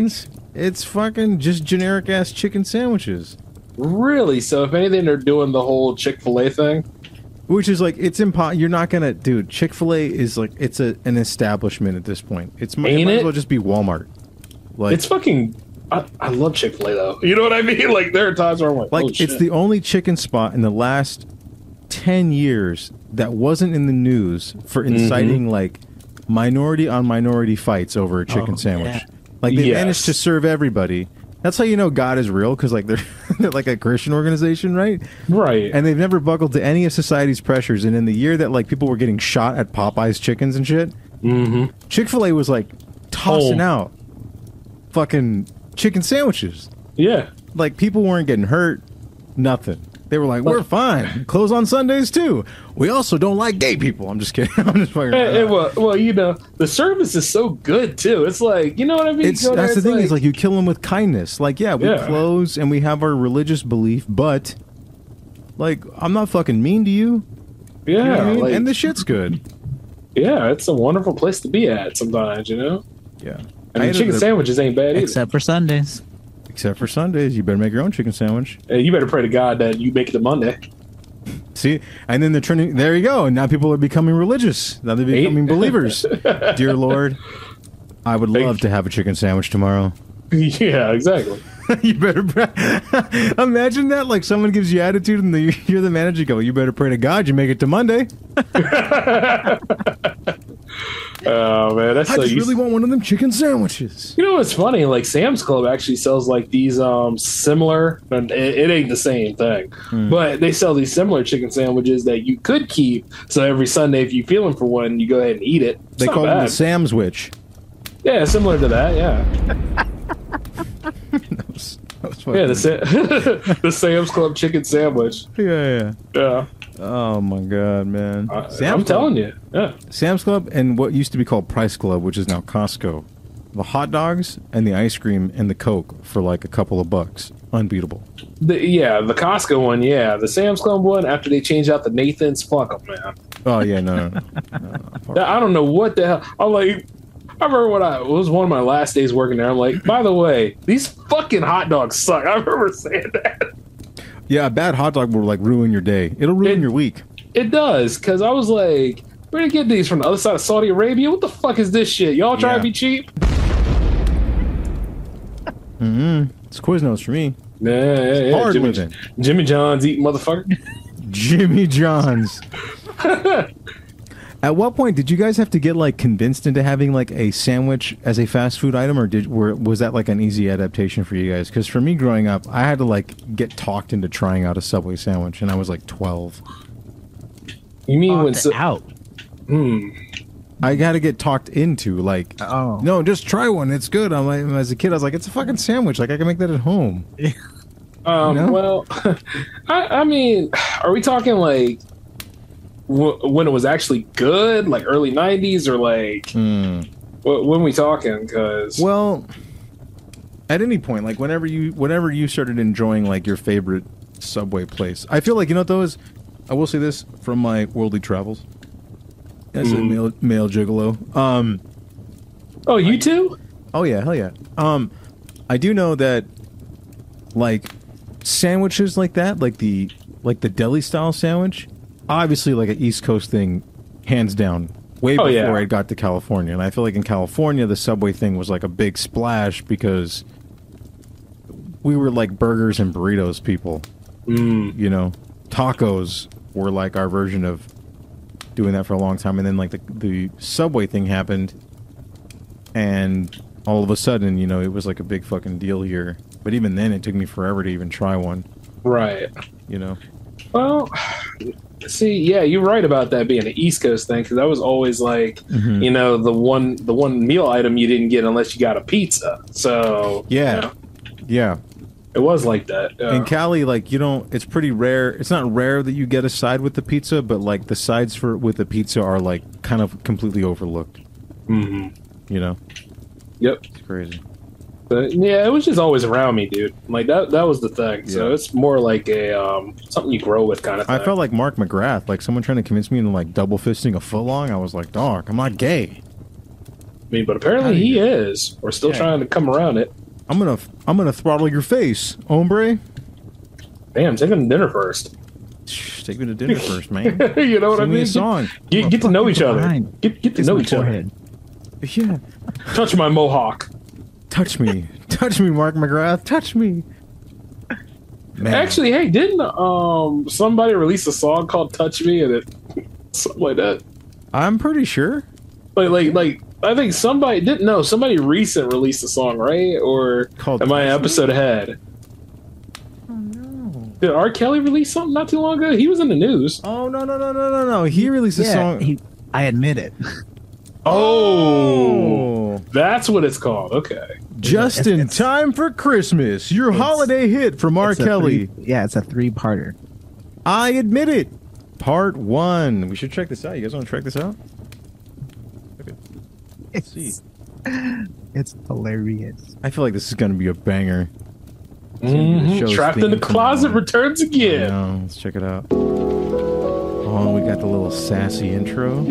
Speaker 3: It's fucking just generic ass chicken sandwiches.
Speaker 4: Really? So, if anything, they're doing the whole Chick Fil A thing.
Speaker 3: Which is like it's impo- You're not gonna, dude. Chick Fil A is like it's a an establishment at this point. It's might, it
Speaker 4: Ain't
Speaker 3: might as
Speaker 4: it?
Speaker 3: well just be Walmart. Like
Speaker 4: it's fucking. I, I love Chick Fil A though. You know what I mean? Like there are times where I'm like,
Speaker 3: Like
Speaker 4: oh,
Speaker 3: it's
Speaker 4: shit.
Speaker 3: the only chicken spot in the last ten years that wasn't in the news for inciting like minority on minority fights over a chicken
Speaker 2: Oh,
Speaker 3: sandwich.
Speaker 2: yeah.
Speaker 3: Like they
Speaker 2: Yes.
Speaker 3: managed to serve everybody. That's how you know God is real because like they're they're like a Christian organization, right?
Speaker 4: Right.
Speaker 3: And they've never buckled to any of society's pressures. And in the year that like people were getting shot at Popeyes chickens and shit, mm-hmm. Chick Fil A was like tossing
Speaker 4: Oh.
Speaker 3: out fucking chicken sandwiches.
Speaker 4: Yeah.
Speaker 3: Like people weren't getting hurt, nothing. They were like, "We're fine. Close on Sundays too. We also don't like gay people." I'm just kidding. I'm just fucking.
Speaker 4: Eh, eh, well, well, you know, the service is so good too. It's like you know what I mean.
Speaker 3: It's,
Speaker 4: You go there,
Speaker 3: that's the
Speaker 4: it's
Speaker 3: thing is like you kill them with kindness. Like yeah, we
Speaker 4: Yeah.
Speaker 3: close and we have our religious belief, but like I'm not fucking mean to you.
Speaker 4: yeah,
Speaker 3: You know what I mean?
Speaker 4: like-
Speaker 3: and the shit's good.
Speaker 4: yeah, it's a wonderful place to be at sometimes. You know.
Speaker 3: Yeah.
Speaker 4: I
Speaker 3: I
Speaker 4: mean,
Speaker 3: ended
Speaker 4: chicken
Speaker 3: up-
Speaker 4: sandwiches ain't bad either.
Speaker 2: Except for Sundays.
Speaker 3: Except for Sundays, you better make your own chicken sandwich.
Speaker 4: Eh, you better pray to God that you make it to Monday.
Speaker 3: See, and then they're turning. There you go. And now people are becoming religious. Now they're becoming believers. Dear Lord, I would love to have a chicken sandwich tomorrow.
Speaker 4: yeah, exactly.
Speaker 3: you better pray. imagine that. Like someone gives you attitude, and the, you're the manager. You Go. You better pray to God. You make it to Monday.
Speaker 4: Oh man, that's
Speaker 3: I
Speaker 4: so
Speaker 3: just
Speaker 4: used-
Speaker 3: really want one of them chicken sandwiches.
Speaker 4: You know what's funny? Like Sam's Club actually sells like these um similar. It, it ain't the same thing,
Speaker 3: Hmm.
Speaker 4: but they sell these similar chicken sandwiches that you could keep. So every Sunday, if you feeling for one, you go ahead and eat it. It's
Speaker 3: They
Speaker 4: not
Speaker 3: call them the
Speaker 4: bad.
Speaker 3: Sam's Witch.
Speaker 4: Yeah, similar to that. Yeah,
Speaker 3: That was
Speaker 4: yeah. The,
Speaker 3: fucking-
Speaker 4: sa- the Sam's Club chicken sandwich.
Speaker 3: yeah,
Speaker 4: Yeah,
Speaker 3: yeah. Oh my god, man.
Speaker 4: I, I'm telling you. Yeah.
Speaker 3: Sam's Club and what used to be called Price Club, which is now Costco. The hot dogs and the ice cream and the Coke for like a couple of bucks. Unbeatable.
Speaker 4: The, yeah, the Costco one, yeah, the Sam's Club one. After they changed out the Nathan's, fuck 'em, man.
Speaker 3: Oh yeah, no, no,
Speaker 4: That- I don't know what the hell. I'm like, I remember when I it was one of my last days working there. I'm like, by the way, these fucking hot dogs suck. I remember saying that.
Speaker 3: yeah. A bad hot dog will like ruin your day. It'll ruin your week.
Speaker 4: It does, because I was like, where would they get these from the other side of Saudi Arabia? What the fuck is this shit? Y'all trying
Speaker 3: Yeah.
Speaker 4: to be cheap?
Speaker 3: hmm It's Quiznos for me.
Speaker 4: Nah, yeah, yeah,
Speaker 3: hard
Speaker 4: Jimmy,
Speaker 3: living.
Speaker 4: Jimmy John's eating motherfucker.
Speaker 3: Jimmy John's. At what point did you guys have to get like convinced into having like a sandwich as a fast food item, or did were, was that like an easy adaptation for you guys? Because for me, growing up, I had to like get talked into trying out a Subway sandwich, and I was like twelve.
Speaker 4: You mean when
Speaker 2: out?
Speaker 4: Hmm.
Speaker 3: I got to get talked into like, oh no, just try one. It's good. I'm like, as a kid, I was like, it's a fucking sandwich. Like I can make that at home.
Speaker 4: Um,
Speaker 3: You know?
Speaker 4: Well, I, I mean, are we talking like w- when it was actually good, like early '90s, or like
Speaker 3: Hmm.
Speaker 4: wh- when we talking? Because
Speaker 3: Well, at any point, like whenever you whenever you started enjoying like your favorite subway place, I feel like you know what though is, I will say this from my worldly travels, as a
Speaker 4: Mm.
Speaker 3: male male gigolo. Um,
Speaker 4: oh, you too?
Speaker 3: Oh yeah, hell yeah. Um, I do know that, like, sandwiches like that, like the like the deli style sandwich, obviously like an East Coast thing, hands down. Way
Speaker 4: Oh,
Speaker 3: before
Speaker 4: yeah.
Speaker 3: I got to California, and I feel like in California the subway thing was like a big splash because we were like burgers and burritos people.
Speaker 4: Mm.
Speaker 3: You know, tacos were like our version of doing that for a long time, and then like the the subway thing happened, and all of a sudden, you know, it was like a big fucking deal here. But even then, it took me forever to even try one.
Speaker 4: right.
Speaker 3: You know,
Speaker 4: Well, see, yeah, you're right about that being an East Coast thing because I was always like,
Speaker 3: Mhm.
Speaker 4: you know, the one the one meal item you didn't get unless you got a pizza. So
Speaker 3: Yeah. yeah.
Speaker 4: it was like that. Yeah.
Speaker 3: In Cali, like you don't. It's pretty rare. It's not rare that you get a side with the pizza, but like the sides for with the pizza are like kind of completely overlooked.
Speaker 4: Mhm.
Speaker 3: You know,
Speaker 4: Yep.
Speaker 3: it's crazy.
Speaker 4: But yeah, it was just always around me, dude. Like that that was the thing. So it's more like a um, something you grow with kind of thing.
Speaker 3: I felt like Mark McGrath, like someone trying to convince me into like double fisting a foot long. I was like, dog, I'm not gay.
Speaker 4: I mean, but apparently he is. We're still trying to come around it.
Speaker 3: I'm gonna I'm gonna throttle your face, hombre.
Speaker 4: Damn, take him to dinner first.
Speaker 3: Take me to dinner first, man.
Speaker 4: you know what I
Speaker 3: Sing me
Speaker 4: mean?
Speaker 3: a song. Oh,
Speaker 4: Get, get to know each other.
Speaker 3: Fine.
Speaker 4: Get, get to
Speaker 3: Kiss
Speaker 4: know
Speaker 3: my
Speaker 4: each
Speaker 3: forehead.
Speaker 4: other. Yeah. Touch my mohawk.
Speaker 3: Touch me, touch me, Mark McGrath. Touch me. Man.
Speaker 4: Actually, hey, didn't um somebody release a song called "Touch Me" and it something like that?
Speaker 3: I'm pretty sure.
Speaker 4: Like, like, like. I think somebody didn't know. Somebody recent released a song, right? Or
Speaker 3: called
Speaker 4: am I an episode ahead?
Speaker 2: Oh,
Speaker 4: Did R. Kelly release something not too long ago? He was in the news.
Speaker 3: Oh no no no no no no! He released a
Speaker 2: Yeah,
Speaker 3: song.
Speaker 2: he- I admit it.
Speaker 4: Oh, that's what it's called. Okay.
Speaker 3: Just in time for Christmas, your holiday hit from R.
Speaker 2: It's a
Speaker 3: Kelly.
Speaker 2: three- yeah, it's a three-parter.
Speaker 3: I admit it. Part one. We should check this out. You guys want to check this out? Okay. Let's see.
Speaker 2: It's hilarious.
Speaker 3: I feel like this is going to be a banger. It's gonna be the
Speaker 4: Mhm.
Speaker 3: show's
Speaker 4: Trapped in
Speaker 3: theme
Speaker 4: the
Speaker 3: from
Speaker 4: closet
Speaker 3: now
Speaker 4: returns
Speaker 3: on. I
Speaker 4: again.
Speaker 3: know. Let's check it out. Oh, we got the little sassy intro.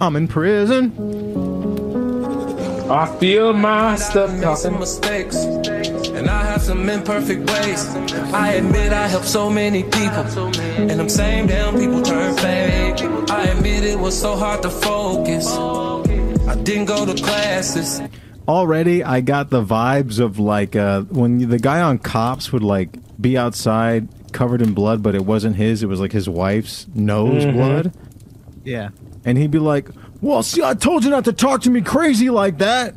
Speaker 3: I'm in prison.
Speaker 4: I feel my stuff
Speaker 5: Made some mistakes, and I have some imperfect ways. I admit I helped so many people, and them same damn people turn fake. I admit it was so hard to focus. I didn't go to classes.
Speaker 3: Already, I got the vibes of like uh, when the guy on Cops would like be outside covered in blood, but it wasn't his. It was like his wife's nose
Speaker 4: Mm-hmm.
Speaker 2: Mhm.
Speaker 3: blood.
Speaker 2: Yeah.
Speaker 3: And he'd be like, Well, see, I told you not to talk to me crazy like that.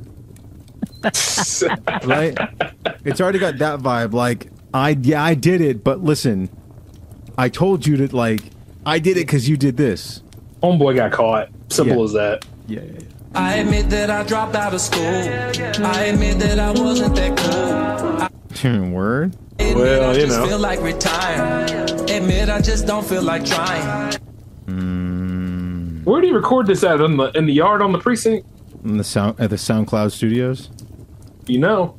Speaker 3: right? It's already got that vibe. Like, I, yeah, I did it, but listen, I told you to, like, I did it because you did this.
Speaker 4: Homeboy got caught. Simple as that.
Speaker 3: Yeah.
Speaker 5: I admit that I dropped out of school. I admit that I wasn't that cool.
Speaker 3: Word?
Speaker 5: Admit I
Speaker 3: Well, you
Speaker 5: just
Speaker 3: know.
Speaker 5: feel like retiring. Admit I just don't feel like trying.
Speaker 4: Where do you record this at? In the in the yard on the precinct?
Speaker 3: In the sound, at the SoundCloud studios.
Speaker 4: You know.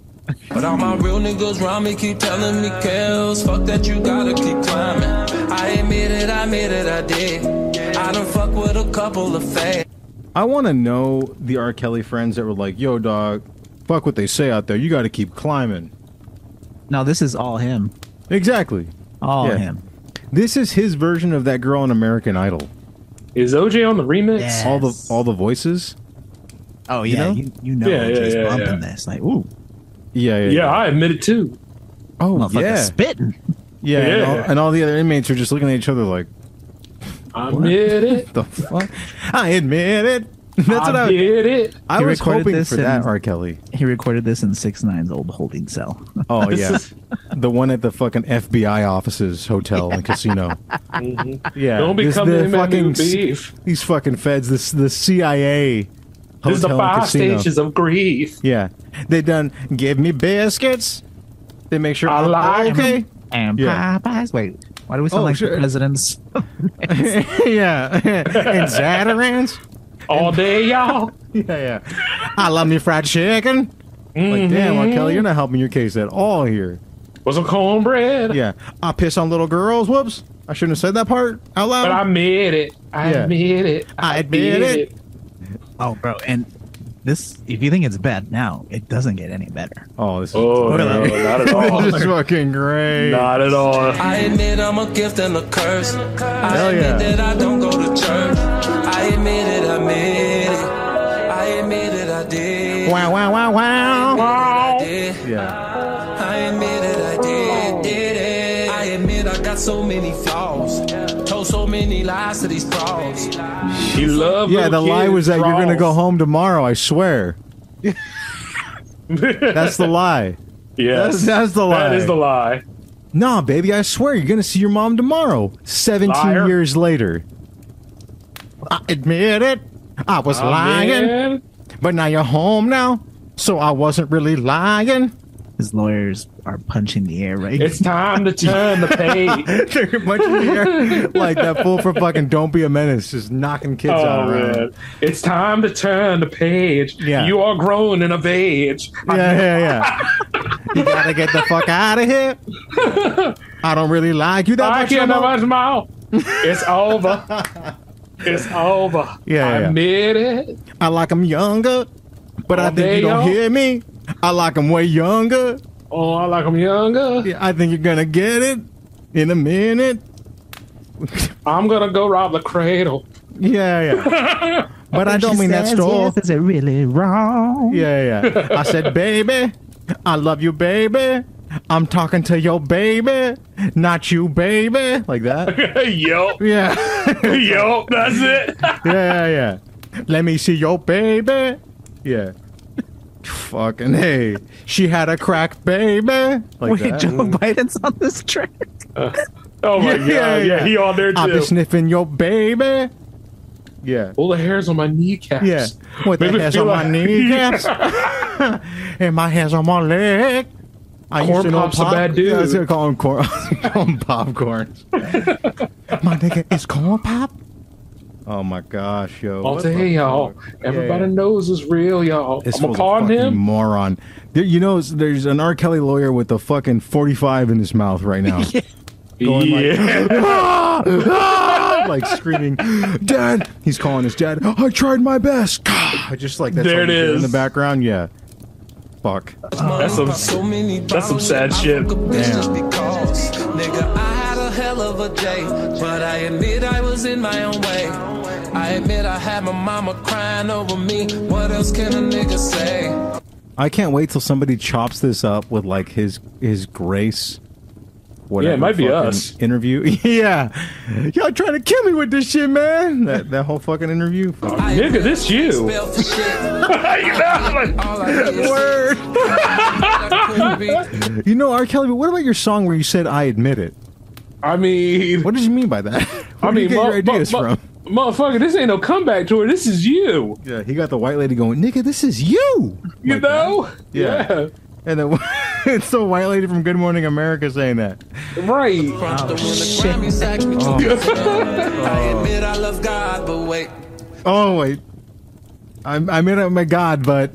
Speaker 5: But all my real niggas round me keep telling me, Kels, fuck that you gotta keep climbing. I admit it, I admit it, I did. I done fuck with a couple of fags.
Speaker 3: I want to know the R. Kelly friends that were like, Yo, dog, fuck what they say out there. You got to keep climbing.
Speaker 2: No, this is all him.
Speaker 3: Exactly.
Speaker 2: All him.
Speaker 3: This is his version of that girl on American Idol.
Speaker 4: Is OJ on the remix?
Speaker 3: All the all the voices.
Speaker 2: Oh
Speaker 3: You
Speaker 2: yeah,
Speaker 3: know?
Speaker 2: you, you know
Speaker 3: Yeah, yeah,
Speaker 2: just
Speaker 3: yeah,
Speaker 2: bumping
Speaker 3: yeah.
Speaker 2: this. Like, ooh,
Speaker 3: Yeah, yeah.
Speaker 4: Yeah, I admit it too.
Speaker 3: Oh,
Speaker 2: motherfucker
Speaker 3: yeah.
Speaker 2: spitting.
Speaker 3: Yeah, And,
Speaker 4: Yeah.
Speaker 3: all, and all the other inmates are just looking at each other like,
Speaker 4: I admit it.
Speaker 3: the fuck? I admit it. That's what I
Speaker 4: did it.
Speaker 3: I
Speaker 2: He
Speaker 3: was
Speaker 2: recorded
Speaker 3: hoping
Speaker 2: this
Speaker 3: for that,
Speaker 2: in-
Speaker 3: R. Kelly.
Speaker 2: He recorded this in Six Nine's old holding cell.
Speaker 3: Oh yeah, the one at the fucking FBI offices, hotel, and casino. Yeah,
Speaker 4: Don't be
Speaker 3: this-
Speaker 4: coming
Speaker 3: the
Speaker 4: in at me with
Speaker 3: s-
Speaker 4: beef.
Speaker 3: These fucking feds, this the CIA.
Speaker 4: This is the
Speaker 3: hotel and
Speaker 4: five
Speaker 3: casino.
Speaker 4: stages of grief.
Speaker 3: Yeah, they done give me biscuits. They make sure
Speaker 4: I like
Speaker 3: okay.
Speaker 2: And
Speaker 3: Yeah.
Speaker 2: Popeyes. Wait, why do we sound
Speaker 3: Oh,
Speaker 2: like
Speaker 3: sure.
Speaker 2: the presidents?
Speaker 3: yeah, and Zatarans.
Speaker 4: All day, y'all.
Speaker 3: yeah, yeah. I love me fried chicken. Mm-hmm. Like, damn, R. Kelly, you're not helping your case at all here.
Speaker 4: Was a cornbread.
Speaker 3: Yeah, I piss on little girls. Whoops, I shouldn't have said that part out loud.
Speaker 4: But I admit it. I
Speaker 3: Yeah.
Speaker 4: admit it. I
Speaker 3: admit it.
Speaker 2: Oh, bro, and this. If you think it's bad now, it doesn't get any better.
Speaker 3: Oh, this is
Speaker 4: Oh, no,
Speaker 2: Spoiler.
Speaker 4: not at all.
Speaker 3: This is fucking great.
Speaker 4: Not at all.
Speaker 5: I admit I'm a gift and a curse. I
Speaker 3: Hell
Speaker 5: admit
Speaker 3: yeah.
Speaker 5: that I don't go to church. I admit it, I admit it. I admit it, I did.
Speaker 3: Wow, wow, wow, wow.
Speaker 5: I did.
Speaker 3: Yeah.
Speaker 5: I admit it, I did, did it. I admit I got so many flaws. Told so many lies to these frauds.
Speaker 4: He loved.
Speaker 3: Yeah, the lie was that you're gonna go home tomorrow. I swear.
Speaker 4: gonna.
Speaker 3: That's the lie.
Speaker 4: Yes,
Speaker 3: That's- that's the
Speaker 4: That
Speaker 3: lie.
Speaker 4: is the lie.
Speaker 3: Nah, baby, I swear you're gonna see your mom tomorrow. Seventeen
Speaker 4: Liar.
Speaker 3: years later. I admit it. Ah, I was
Speaker 4: Oh,
Speaker 3: lying,
Speaker 4: man.
Speaker 3: but now you're home now, so I wasn't really lying.
Speaker 2: His lawyers are punching the air right
Speaker 4: It's time to turn the page.
Speaker 3: They're punching the air like that fool from fucking Don't Be a Menace, just knocking kids out.
Speaker 4: Oh,
Speaker 3: Right?
Speaker 4: man. It's time to turn the page.
Speaker 3: Yeah.
Speaker 4: You are grown and of age.
Speaker 3: Yeah, yeah, yeah. you gotta get the fuck out of here. I don't really like you that
Speaker 4: I
Speaker 3: much.
Speaker 4: can't
Speaker 3: no more.
Speaker 4: much more. It's over. It's over.
Speaker 3: Yeah,
Speaker 4: I
Speaker 3: yeah.
Speaker 4: admit it.
Speaker 3: I like them younger, but I
Speaker 4: Oh,
Speaker 3: think
Speaker 4: there
Speaker 3: you don't
Speaker 4: you go.
Speaker 3: hear me. I like them way younger.
Speaker 4: Oh, I like them younger.
Speaker 3: Yeah, I think you're gonna get it in a minute.
Speaker 4: I'm gonna go rob the cradle. Uh,
Speaker 3: Yeah, yeah. but I don't
Speaker 2: She
Speaker 3: mean that
Speaker 2: says
Speaker 3: store.
Speaker 2: Yes, is it really wrong?
Speaker 3: Yeah, yeah. I said, baby, I love you, baby. I'm talking to your baby, not you, baby. Like that.
Speaker 4: Yup.
Speaker 3: Yeah.
Speaker 4: Yup. That's it.
Speaker 3: yeah, yeah, yeah. Let me see your baby. Yeah. Fucking hey, she had a crack baby. Like
Speaker 2: Wait,
Speaker 3: that.
Speaker 2: Joe Biden's on this track.
Speaker 4: Oh my god. Yeah, he on there
Speaker 3: I've been
Speaker 4: too.
Speaker 3: sniffing your baby. Yeah.
Speaker 4: All the hairs on my kneecaps.
Speaker 3: Yeah. With the
Speaker 4: Made me
Speaker 3: hairs
Speaker 4: feel
Speaker 3: on my
Speaker 4: like-
Speaker 3: kneecaps and my hands on my leg. I
Speaker 4: Corn
Speaker 3: used to know
Speaker 4: Pop's a
Speaker 3: pop-
Speaker 4: bad dude.
Speaker 3: Yeah, I was gonna call him corn. call him popcorn. my nigga, it's corn pop. Oh my gosh, yo!
Speaker 4: I'll
Speaker 3: What
Speaker 4: tell
Speaker 3: the
Speaker 4: y'all, everybody knows it's real, y'all.
Speaker 3: This
Speaker 4: I'm
Speaker 3: fool's
Speaker 4: gonna
Speaker 3: a
Speaker 4: pardon
Speaker 3: fucking
Speaker 4: him.
Speaker 3: moron. There, you know, there's an R. Kelly lawyer with a fucking 45 in his mouth right now. Going
Speaker 4: Yeah.
Speaker 3: like, "Ah! Ah!" like screaming, "Dad!" He's calling his dad. I tried my best. Just like that's
Speaker 4: There
Speaker 3: all
Speaker 4: it
Speaker 3: you hear in the
Speaker 4: is.
Speaker 3: background. Yeah. Fuck.
Speaker 4: That's some that's some sad shit.
Speaker 5: because nigga I had a hell of a day but I admit I was in my own way I admit I had my mama crying over me what else can a nigga say
Speaker 3: I can't wait till somebody chops this up with like his his grace.
Speaker 4: Yeah, it might be
Speaker 3: fucking
Speaker 4: us.
Speaker 3: interview. yeah, y'all trying to kill me with this shit, man. That that whole fucking interview.
Speaker 4: Nigga, this you.
Speaker 5: Spell for shit. All I did is-
Speaker 4: Word.
Speaker 3: You know, R. Kelly, but what about your song where you said I admit it?
Speaker 4: I mean,
Speaker 3: what did you mean by that? Where
Speaker 4: I
Speaker 3: did you
Speaker 4: mean,
Speaker 3: get
Speaker 4: mu-
Speaker 3: your
Speaker 4: mu-
Speaker 3: ideas
Speaker 4: mu-
Speaker 3: from?
Speaker 4: motherfucker, this ain't no comeback tour. This is you.
Speaker 3: Yeah, he got the white lady going, nigga, this is you.
Speaker 4: You know?
Speaker 3: Yeah. And then it's the white lady from Good Morning America saying that.
Speaker 4: Yeah. Right.
Speaker 5: I admit I love God but wait
Speaker 3: Oh wait, I'm I made up my god, but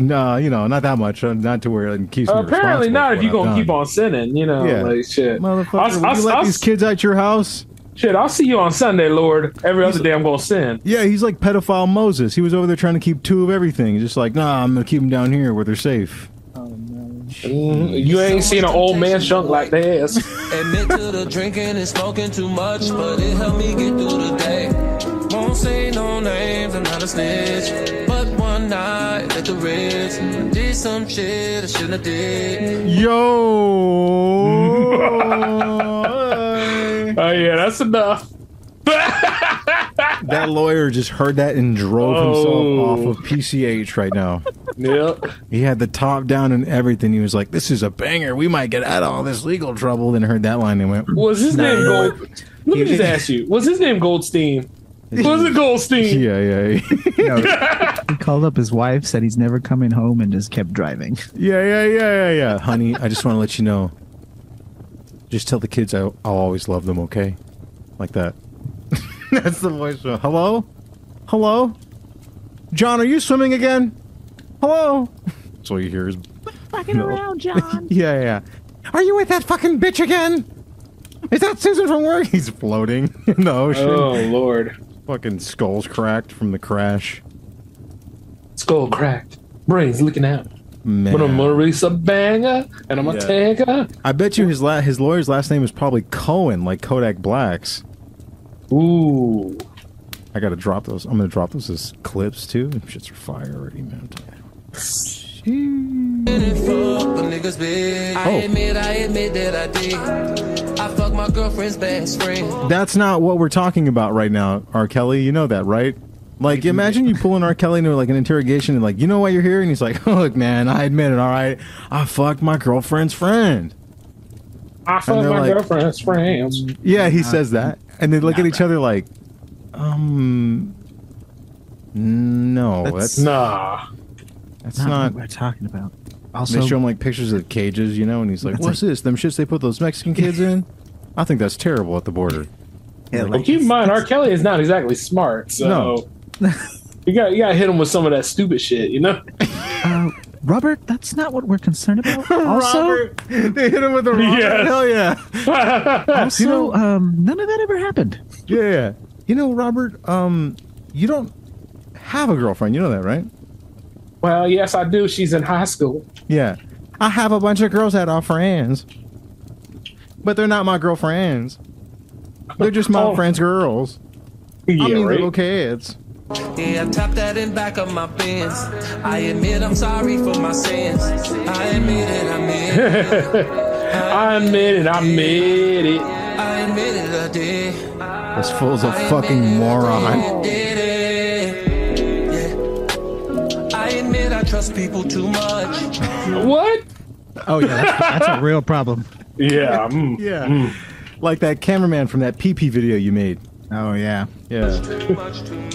Speaker 3: no, you know, not that much. uh, Not to where it keeps. me
Speaker 4: Apparently
Speaker 3: responsible
Speaker 4: not.
Speaker 3: for
Speaker 4: If
Speaker 3: what
Speaker 4: you
Speaker 3: I've
Speaker 4: gonna
Speaker 3: done.
Speaker 4: keep on sinning, you know,
Speaker 3: Yeah.
Speaker 4: like shit.
Speaker 3: motherfucker,
Speaker 4: I'll,
Speaker 3: will you
Speaker 4: I'll,
Speaker 3: let
Speaker 4: I'll,
Speaker 3: these kids out your house?
Speaker 4: shit, I'll see you on Sunday, Lord. Every other day I'm gonna sin.
Speaker 3: Yeah, he's like pedophile Moses. He was over there trying to keep two of everything. Just like, nah, I'm gonna keep them down here where they're safe.
Speaker 4: Mm-hmm. You ain't seen an old man shunk like this.
Speaker 5: Admit to the drinking and smoking too much, but it helped me get through the day. Won't say no names, I'm not a snitch. But one night at the Ritz, did some shit I shouldn't have did.
Speaker 3: Yo.
Speaker 4: Oh yeah, that's enough.
Speaker 3: that lawyer just heard that and drove
Speaker 4: Oh.
Speaker 3: himself off of PCH right now.
Speaker 4: Yep.
Speaker 3: He had the top down and everything. He was like, "This is a banger. We might get out of all this legal trouble." Then heard that line and went,
Speaker 4: Was his name Gold? Let me just ask you. Was his name Goldstein? Was it Goldstein?
Speaker 3: "Yeah, yeah, yeah,
Speaker 2: He called up his wife, said he's never coming home, and just kept driving.
Speaker 3: yeah, yeah, yeah, yeah." Honey, I just want to let you know. Just tell the kids I, I'll always love them, okay? Like that. That's the voice. of- Hello, hello, John. Are you swimming again? Hello. That's all you hear is
Speaker 2: Fucking
Speaker 3: No.
Speaker 2: around, John.
Speaker 3: Yeah, yeah, yeah. Are you with that fucking bitch again? Is that Susan from work? He's floating in the ocean.
Speaker 4: Oh Lord.
Speaker 3: Fucking skulls cracked from the crash.
Speaker 4: Skull cracked. Brains leaking out.
Speaker 3: Man.
Speaker 4: But I'm gonna release a banger and I'm gonna
Speaker 3: Yeah.
Speaker 4: take her.
Speaker 3: I bet you his la- his lawyer's last name is probably Cohen, like Kodak Black's.
Speaker 4: Ooh.
Speaker 3: I gotta drop those. I'm gonna drop those as clips too. Them Shits are fire already, man.
Speaker 5: Fuck a nigga's bitch. I
Speaker 3: Oh.
Speaker 5: admit, I admit that I did. I fucked my girlfriend's best friend.
Speaker 3: That's not what we're talking about right now, R. Kelly. You know that, right? Like, imagine you pulling R. Kelly into like an interrogation and like, you know why you're here? And he's like, look, man, I admit it. All right, I fucked my girlfriend's friend.
Speaker 4: I fuck
Speaker 3: they're
Speaker 4: my
Speaker 3: like- Mm,
Speaker 4: girlfriend's friends.
Speaker 3: Yeah, he says that, and they look at each other like, um, no, that's
Speaker 4: Nah.
Speaker 3: that's
Speaker 2: Not
Speaker 3: not.
Speaker 2: what we're talking about. Also-
Speaker 3: they show him like pictures of cages, you know, and he's like,
Speaker 2: That's
Speaker 3: "What's this? Them shits they put those Mexican kids in?" I think that's terrible at the border.
Speaker 4: well, keep in mind, R. Kelly is not exactly smart, so
Speaker 3: No.
Speaker 4: you got you got to hit him with some of that stupid shit, you know.
Speaker 2: Uh, Robert, that's not what we're concerned about. Also,
Speaker 3: Robert, they hit him with a Robert.
Speaker 2: Yes.
Speaker 3: Hell yeah!
Speaker 2: also,
Speaker 3: You know-
Speaker 2: um, none of that ever happened.
Speaker 3: yeah, yeah. You know, Robert, um, you don't have a girlfriend. You know that, right?
Speaker 4: Well, yes, I do. She's in high school.
Speaker 3: Yeah. I have a bunch of girls that are friends, but they're not my girlfriends. They're just my friends' girls. I mean, little kids.
Speaker 5: Yeah, tap that in back of my bins. I admit I'm sorry for my sins. I admit it, I mean.
Speaker 4: I admit it. I admit it.
Speaker 5: I admit it, I did.
Speaker 3: This fool's a fucking moron.
Speaker 5: Did it. Yeah. uh, I admit I trust people too much.
Speaker 4: What?
Speaker 2: Oh yeah, that's, that's a real problem.
Speaker 4: Yeah.
Speaker 3: yeah. Like that cameraman from that PP video you made.
Speaker 2: Oh yeah.
Speaker 3: Yeah.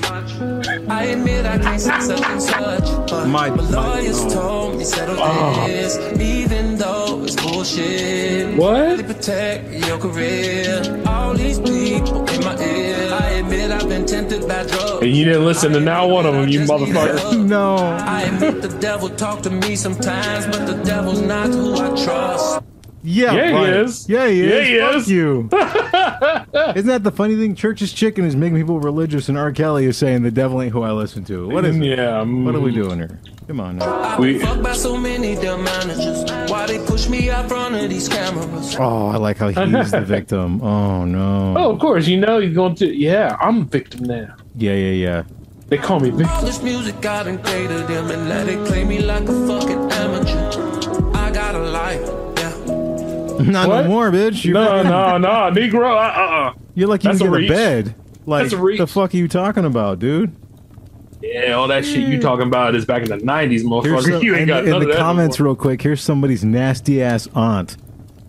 Speaker 5: I admit I can't say such and such, but my, lawyers told me settle
Speaker 4: Oh.
Speaker 5: this, even though it's bullshit.
Speaker 4: What?
Speaker 5: To protect your career. All these people in my ear. I admit I've been tempted by drugs.
Speaker 4: And you didn't listen to not one of them, you motherfucker.
Speaker 3: No.
Speaker 5: I admit the devil talk to me sometimes, but the devil's not who I trust.
Speaker 3: Yeah,
Speaker 5: Yeah, he
Speaker 3: right.
Speaker 5: is.
Speaker 3: Yeah, he
Speaker 5: Yeah,
Speaker 3: is.
Speaker 5: he is.
Speaker 3: Fuck you. Isn't that the funny thing? Church's chicken is making people religious, and R. Kelly is saying the devil ain't who I listen to. What is? it?
Speaker 4: Yeah,
Speaker 3: What are we
Speaker 4: mm.
Speaker 3: doing here? Come on now.
Speaker 5: I've been fucked by so many dumb managers. Why they push me out front of these cameras?
Speaker 3: Oh, I like how he's the victim. Oh no.
Speaker 4: Oh, of course. You know you're going to. Yeah, I'm a victim now.
Speaker 3: Yeah, yeah, yeah.
Speaker 4: They call me victim.
Speaker 5: All this music I done created them and now they play me like a fucking amateur. I got a life.
Speaker 3: Not
Speaker 4: What?
Speaker 3: no more, bitch. You
Speaker 4: No,
Speaker 3: fucking-
Speaker 4: no, no, Negro. Uh, uh.
Speaker 3: You're lucky you
Speaker 4: That's
Speaker 3: can
Speaker 4: a
Speaker 3: get
Speaker 4: reach.
Speaker 3: a bed. Like,
Speaker 4: That's a reach.
Speaker 3: the fuck are you talking about, dude?
Speaker 4: Yeah, all that shit you talking about is back in the '90s, motherfucker.
Speaker 3: Here's some-
Speaker 4: you ain't
Speaker 3: in,
Speaker 4: got
Speaker 3: in
Speaker 4: none of
Speaker 3: the
Speaker 4: that.
Speaker 3: comments, real quick. Here's somebody's nasty ass aunt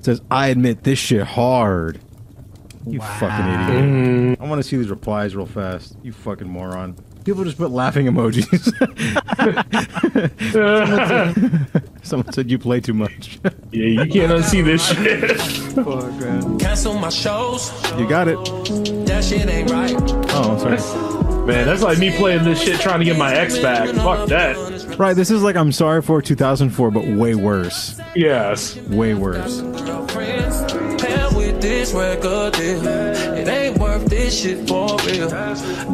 Speaker 3: says, "I admit this shit hard." You fucking
Speaker 4: Mm.
Speaker 3: idiot! I want to see these replies real fast. You fucking moron! People just put laughing emojis. someone, said, someone said you play too much.
Speaker 4: yeah, you can't unsee this shit.
Speaker 5: Cancel my shows.
Speaker 3: You got it.
Speaker 5: That shit ain't right.
Speaker 3: Oh, I'm sorry.
Speaker 4: Man, that's like me playing this shit trying to get my ex back. Fuck that.
Speaker 3: Right, this is like I'm sorry for 2004, but way worse.
Speaker 4: Yes.
Speaker 3: Way worse.
Speaker 5: Hell with this record deal. It ain't worth this shit for real.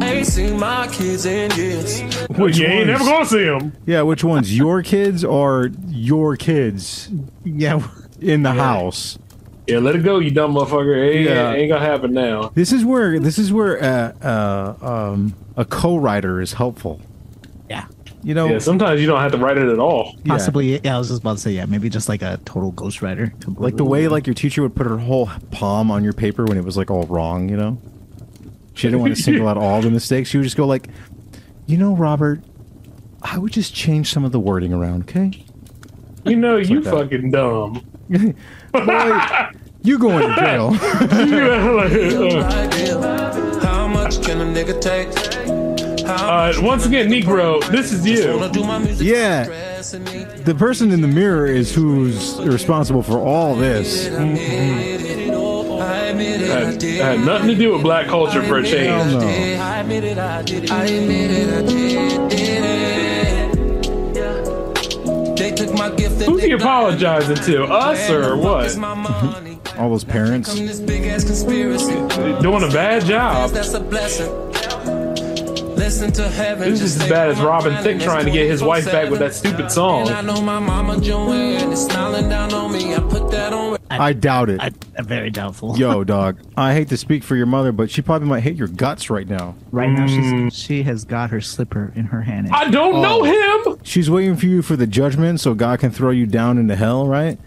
Speaker 5: Ain't seen my kids in years.
Speaker 4: Well, you ain't
Speaker 3: ones?
Speaker 4: never gonna see him.
Speaker 3: Yeah, which ones? Your kids or your kids? Yeah, in the house.
Speaker 4: Yeah, let it go, you dumb motherfucker. Ain't,
Speaker 3: Yeah.
Speaker 4: ain't gonna happen now.
Speaker 3: This is where this is where uh, uh, um, a co-writer is helpful.
Speaker 2: Yeah.
Speaker 3: You know,
Speaker 4: Yeah, sometimes you don't have to write it at all.
Speaker 2: Possibly, yeah. I was just about to say, yeah, maybe just like a total ghostwriter.
Speaker 3: like the way like your teacher would put her whole palm on your paper when it was like all wrong. You know, she didn't want to single out all the mistakes. She would just go like, you know, Robert, I would just change some of the wording around. Okay,
Speaker 4: You know, you
Speaker 3: like that.
Speaker 4: fucking dumb.
Speaker 3: Boy, you going to jail?
Speaker 5: How much can a nigga take?
Speaker 4: uh, once again, Negro, this is you.
Speaker 3: yeah. The person in the mirror is who's responsible for all this.
Speaker 4: Mm-hmm. Had, had nothing to do with black culture for a change.
Speaker 3: Hell no.
Speaker 5: I admit it, I did it. I admit it, I did, did it. They took my gift and
Speaker 4: Who's
Speaker 5: they
Speaker 4: he apologizing to? Us or what?
Speaker 3: All those parents.
Speaker 5: done this big ass conspiracy.
Speaker 4: Doing a bad job.
Speaker 5: That's a blessing. Listen to heaven.
Speaker 4: This is
Speaker 5: just
Speaker 4: as
Speaker 5: say
Speaker 4: bad as
Speaker 5: my
Speaker 4: Robin
Speaker 5: mind
Speaker 4: Thicke
Speaker 5: and
Speaker 4: trying to
Speaker 5: it's
Speaker 4: get his wife back with that stupid
Speaker 5: And I
Speaker 4: song.
Speaker 5: know my mama Joanne is smiling down on me. I put that on.
Speaker 3: I doubt it.
Speaker 2: I'm very doubtful.
Speaker 3: Yo, dog. I hate to speak for your mother, but she probably might hate your guts right now.
Speaker 2: Right now, she's she has got her slipper in her hand.
Speaker 4: Mm. I don't know him.
Speaker 3: Oh. She's waiting for you for the judgment so God can throw you down into hell, right?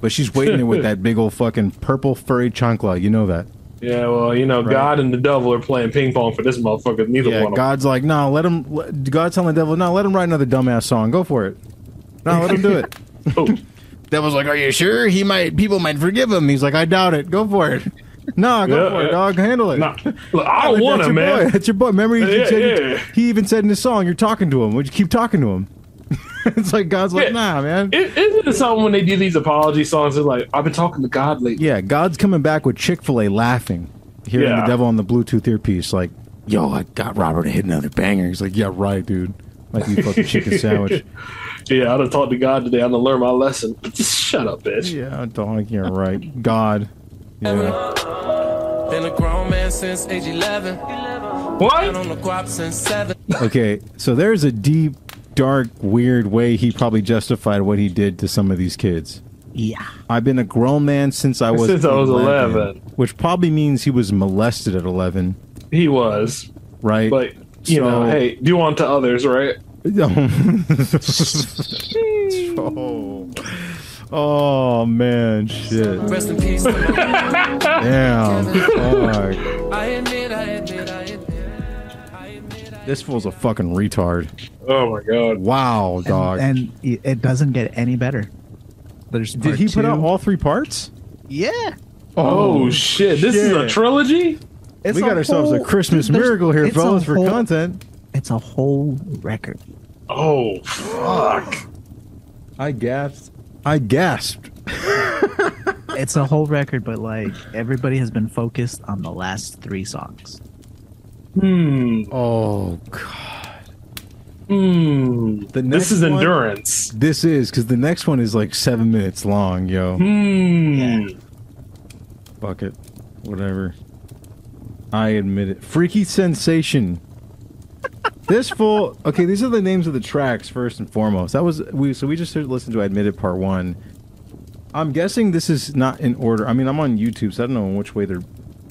Speaker 3: But she's waiting there with that big old fucking purple furry chancla. You know that.
Speaker 4: Yeah, well, you know,
Speaker 3: Right.
Speaker 4: God and the devil are playing ping pong for this motherfucker. Neither
Speaker 3: Yeah,
Speaker 4: one of them.
Speaker 3: God's like, nah, let him. Let, God's telling the devil, nah, let him write another dumbass song. Go for it. Nah, let him do it. Devil's like, are you sure? He might. People might forgive him. He's like, I doubt it. Go for it. Nah, go
Speaker 4: Yeah,
Speaker 3: for it,
Speaker 4: yeah.
Speaker 3: dog. Handle it.
Speaker 4: Nah, look, I
Speaker 3: Like,
Speaker 4: don't want
Speaker 3: that's
Speaker 4: him,
Speaker 3: your
Speaker 4: man.
Speaker 3: Boy. That's your boy. Remember, he,
Speaker 4: Yeah,
Speaker 3: said,
Speaker 4: yeah.
Speaker 3: he even said in his song, "You're talking to him." Would you keep talking to him? it's like God's like,
Speaker 4: Yeah.
Speaker 3: nah, man.
Speaker 4: It, isn't it something when they do these apology songs? They're like, I've been talking to God lately.
Speaker 3: Yeah, God's coming back with Chick Fil A laughing, hearing
Speaker 4: Yeah.
Speaker 3: the devil on the Bluetooth earpiece. Like, yo, I got Robert to hit another banger. He's like, yeah, right, dude. Like you fucking chicken sandwich.
Speaker 4: Yeah, I done talked to God today. I'm gonna learn my lesson. Shut up, bitch.
Speaker 3: Yeah, dog, you're right. God. Yeah.
Speaker 5: Been a grown man since age 11. What? Been on the guap since 7.
Speaker 3: Okay, so there's a deep, dark, weird way he probably justified what he did to some of these kids.
Speaker 2: Yeah.
Speaker 3: I've been a grown man since I was
Speaker 4: Since I was 11.
Speaker 3: which probably means he was molested at 11.
Speaker 4: He was,
Speaker 3: right?
Speaker 4: But you know,
Speaker 3: So-
Speaker 4: hey, do unto others, right?
Speaker 3: oh. oh man, shit.
Speaker 5: Rest in peace.
Speaker 3: Damn. fuck.
Speaker 5: I admit, I admit, I admit.
Speaker 3: This fool's a fucking retard.
Speaker 4: Oh my god.
Speaker 3: Wow, dog.
Speaker 2: And, and it it doesn't get any better. There's
Speaker 3: Did he put out all three parts?
Speaker 2: Yeah.
Speaker 4: Oh, shit! This is a trilogy.
Speaker 3: we got ourselves a Christmas
Speaker 2: there's-
Speaker 3: miracle here,
Speaker 2: it's a
Speaker 3: fellas, for
Speaker 2: whole-
Speaker 3: content.
Speaker 2: It's a whole record.
Speaker 4: Oh fuck!
Speaker 3: I gasped. I gasped.
Speaker 2: it's a whole record, but like everybody has been focused on the last three songs.
Speaker 4: Hmm.
Speaker 3: Oh god.
Speaker 4: Hmm.
Speaker 3: The
Speaker 4: This
Speaker 3: next
Speaker 4: is
Speaker 3: one-
Speaker 4: endurance.
Speaker 3: This is because the next one is like seven minutes long, yo.
Speaker 4: Hmm.
Speaker 3: Fuck it. Whatever. I admit it. Freaky Sensation. this full okay, these are the names of the tracks first and foremost. That was we so we just listened to I Admit It Part One. I'm guessing this is not in order. I mean I'm on YouTube, so I don't know which way they're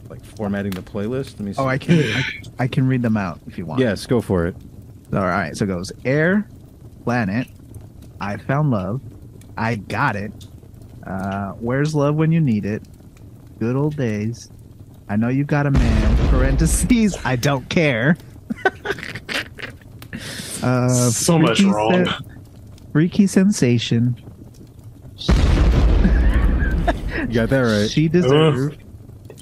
Speaker 3: like formatting the playlist. Let me see.
Speaker 2: Oh, I can I, I can read them out if you want.
Speaker 3: Yes, go for it.
Speaker 2: All right. So it goes Air, Planet, I Found Love, I Got It, uh, Where's Love When You Need It, Good Old Days, I Know You Got a Man, parentheses, I Don't Care. uh,
Speaker 4: So much
Speaker 2: Freaky
Speaker 4: wrong.
Speaker 2: Freaky Sensation.
Speaker 3: You got that right.
Speaker 2: She
Speaker 4: Uh-huh.
Speaker 2: deserved.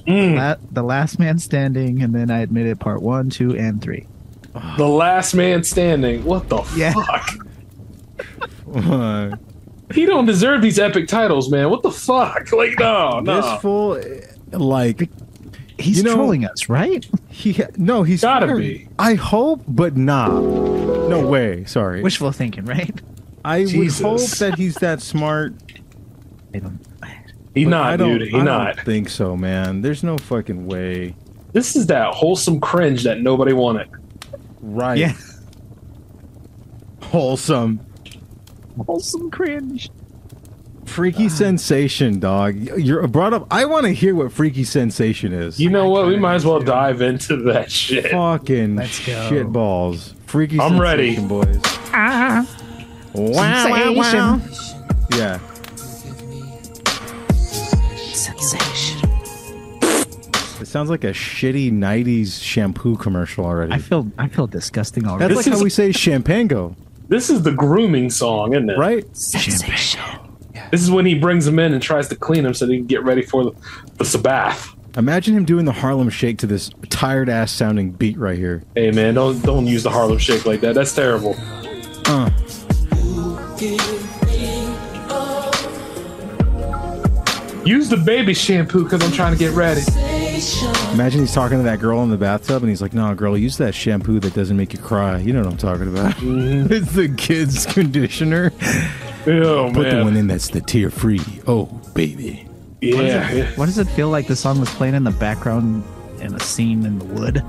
Speaker 4: Mm.
Speaker 2: La- the Last Man Standing, and then I Admit It, Part 1, 2, and 3.
Speaker 4: The last man standing. What the
Speaker 2: Yeah.
Speaker 4: fuck? He don't deserve these epic titles, man. What the fuck? Like, no, no.
Speaker 3: This fool eh, like
Speaker 2: He's
Speaker 3: you know,
Speaker 2: trolling us, right?
Speaker 3: He no, he's
Speaker 4: Gotta
Speaker 3: very-
Speaker 4: be.
Speaker 3: I hope, but nah. No way. Sorry.
Speaker 2: Wishful thinking, right?
Speaker 3: I
Speaker 2: Jesus.
Speaker 3: would hope that he's that smart.
Speaker 2: I don't.
Speaker 4: He
Speaker 3: but
Speaker 4: not,
Speaker 3: I don't-
Speaker 4: dude. He
Speaker 3: I
Speaker 4: not.
Speaker 3: Don't think so, man. There's no fucking way.
Speaker 4: This is that wholesome cringe that nobody wanted.
Speaker 3: Right. Wholesome.
Speaker 2: Wholesome cringe.
Speaker 3: Freaky sensation, dog. You're brought up. I want to hear what freaky sensation is.
Speaker 4: You know what? We might as well dive into that shit.
Speaker 3: Fucking
Speaker 2: Let's go.
Speaker 3: shit balls. Freaky
Speaker 4: I'm ready.
Speaker 3: sensation, boys.
Speaker 2: Ah,
Speaker 3: Wow, wow, wow. Yeah.
Speaker 10: Sensation.
Speaker 3: It sounds like a shitty 90s shampoo commercial already.
Speaker 2: I feel I feel disgusting already.
Speaker 3: That's
Speaker 4: This
Speaker 3: like
Speaker 4: is-
Speaker 3: how we say champango,
Speaker 4: This is the grooming song, isn't it?
Speaker 3: right?
Speaker 10: Sensation.
Speaker 4: This is when he brings them in and tries to clean them so they can get ready for the, the Sabbath.
Speaker 3: Imagine him doing the Harlem Shake to this tired ass sounding beat right here.
Speaker 4: Hey man, don't don't use the Harlem Shake like that. That's terrible.
Speaker 3: Uh.
Speaker 4: Use the baby shampoo because I'm trying to get ready.
Speaker 3: Imagine he's talking to that girl in the bathtub and he's like, "No, girl, use that shampoo that doesn't make you cry. You know what I'm talking about? it's the kids' conditioner.
Speaker 4: Oh
Speaker 3: Put the one
Speaker 4: man,
Speaker 3: in that's the tear free. Oh, baby.
Speaker 4: yeah, yeah.
Speaker 2: What does it feel like the song was playing in the background in a scene in the wood?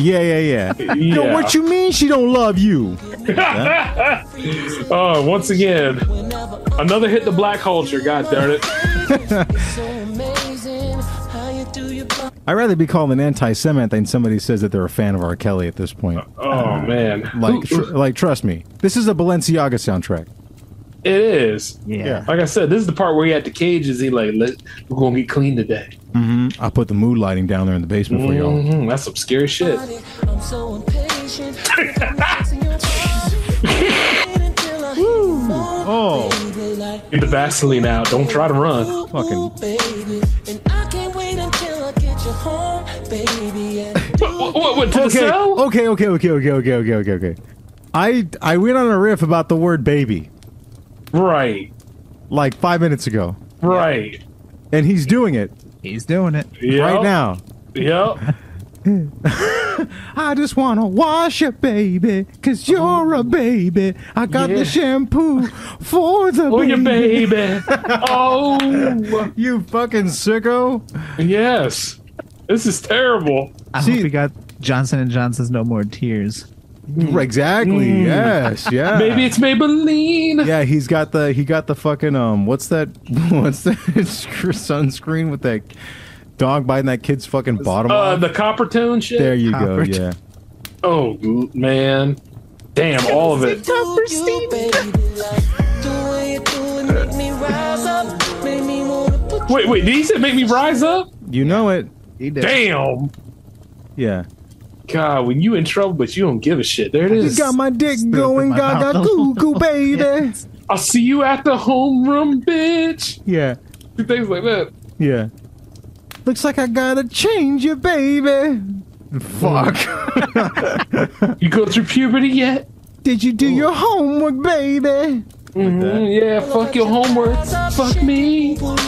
Speaker 3: Yeah, yeah, yeah. You know
Speaker 4: Yeah.
Speaker 3: what you mean? She don't love you.
Speaker 4: Oh, once again, another hit the black culture. God darn it!
Speaker 3: I'd rather be called an anti-Semite than somebody says that they're a fan of R. Kelly at this point.
Speaker 4: Oh man,
Speaker 3: Like,
Speaker 4: Who-
Speaker 3: tr- like, trust me, this is a Balenciaga soundtrack.
Speaker 4: it is.
Speaker 2: Yeah.
Speaker 4: Like I said, this is the part where he had the cages. He like, Let, we're gonna get clean today.
Speaker 3: hmm I put the mood lighting down there in the basement for y'all.
Speaker 4: Mhm, Mm-hmm. that's some scary shit.
Speaker 5: I'm so impatient.
Speaker 3: Oh,
Speaker 4: Get the Vaseline out. Don't try to run.
Speaker 3: fucking
Speaker 5: baby. And I can't wait until I get you home, baby. And
Speaker 4: What? What? what to the
Speaker 3: okay,
Speaker 4: cell?
Speaker 3: okay, okay, okay, okay, okay, okay, okay, okay. I I went on a riff about the word baby.
Speaker 4: Right.
Speaker 3: Like five minutes ago.
Speaker 4: Right.
Speaker 3: And he's doing it.
Speaker 2: He's doing it.
Speaker 3: Right now.
Speaker 4: Yep.
Speaker 3: I just want to wash a baby, cause you're a baby. I got
Speaker 4: Yeah.
Speaker 3: the shampoo for the
Speaker 4: Oh,
Speaker 3: baby.
Speaker 4: your baby. Oh.
Speaker 3: you fucking sicko.
Speaker 4: Yes. This is terrible.
Speaker 2: I hope we got Johnson and Johnson's No More Tears.
Speaker 3: Exactly.
Speaker 2: Mm.
Speaker 3: Yes. Yeah.
Speaker 2: Maybe
Speaker 4: it's Maybelline.
Speaker 3: Yeah, he's got the he got the fucking um. What's that? What's that sunscreen with that dog biting that kid's fucking bottom? off?
Speaker 4: Uh, the copper tone shit.
Speaker 3: There you go. Yeah.
Speaker 4: Oh man, damn, all of it. Wait, wait, did he say make me rise up?
Speaker 3: You know it.
Speaker 4: Damn.
Speaker 3: Yeah.
Speaker 4: God, when you in trouble, but you don't give a shit. There it
Speaker 3: You
Speaker 4: is.
Speaker 3: got my dick going
Speaker 4: my mouth
Speaker 3: gaga
Speaker 4: a
Speaker 3: goo goo baby.
Speaker 4: I'll see you at the homeroom, bitch.
Speaker 3: Yeah.
Speaker 4: Things like that.
Speaker 3: Yeah. Looks like I gotta change you, baby. Fuck.
Speaker 4: you go through puberty yet?
Speaker 3: Did you do your homework, baby?
Speaker 4: Mhm, yeah, fuck your homework. Fuck me. Put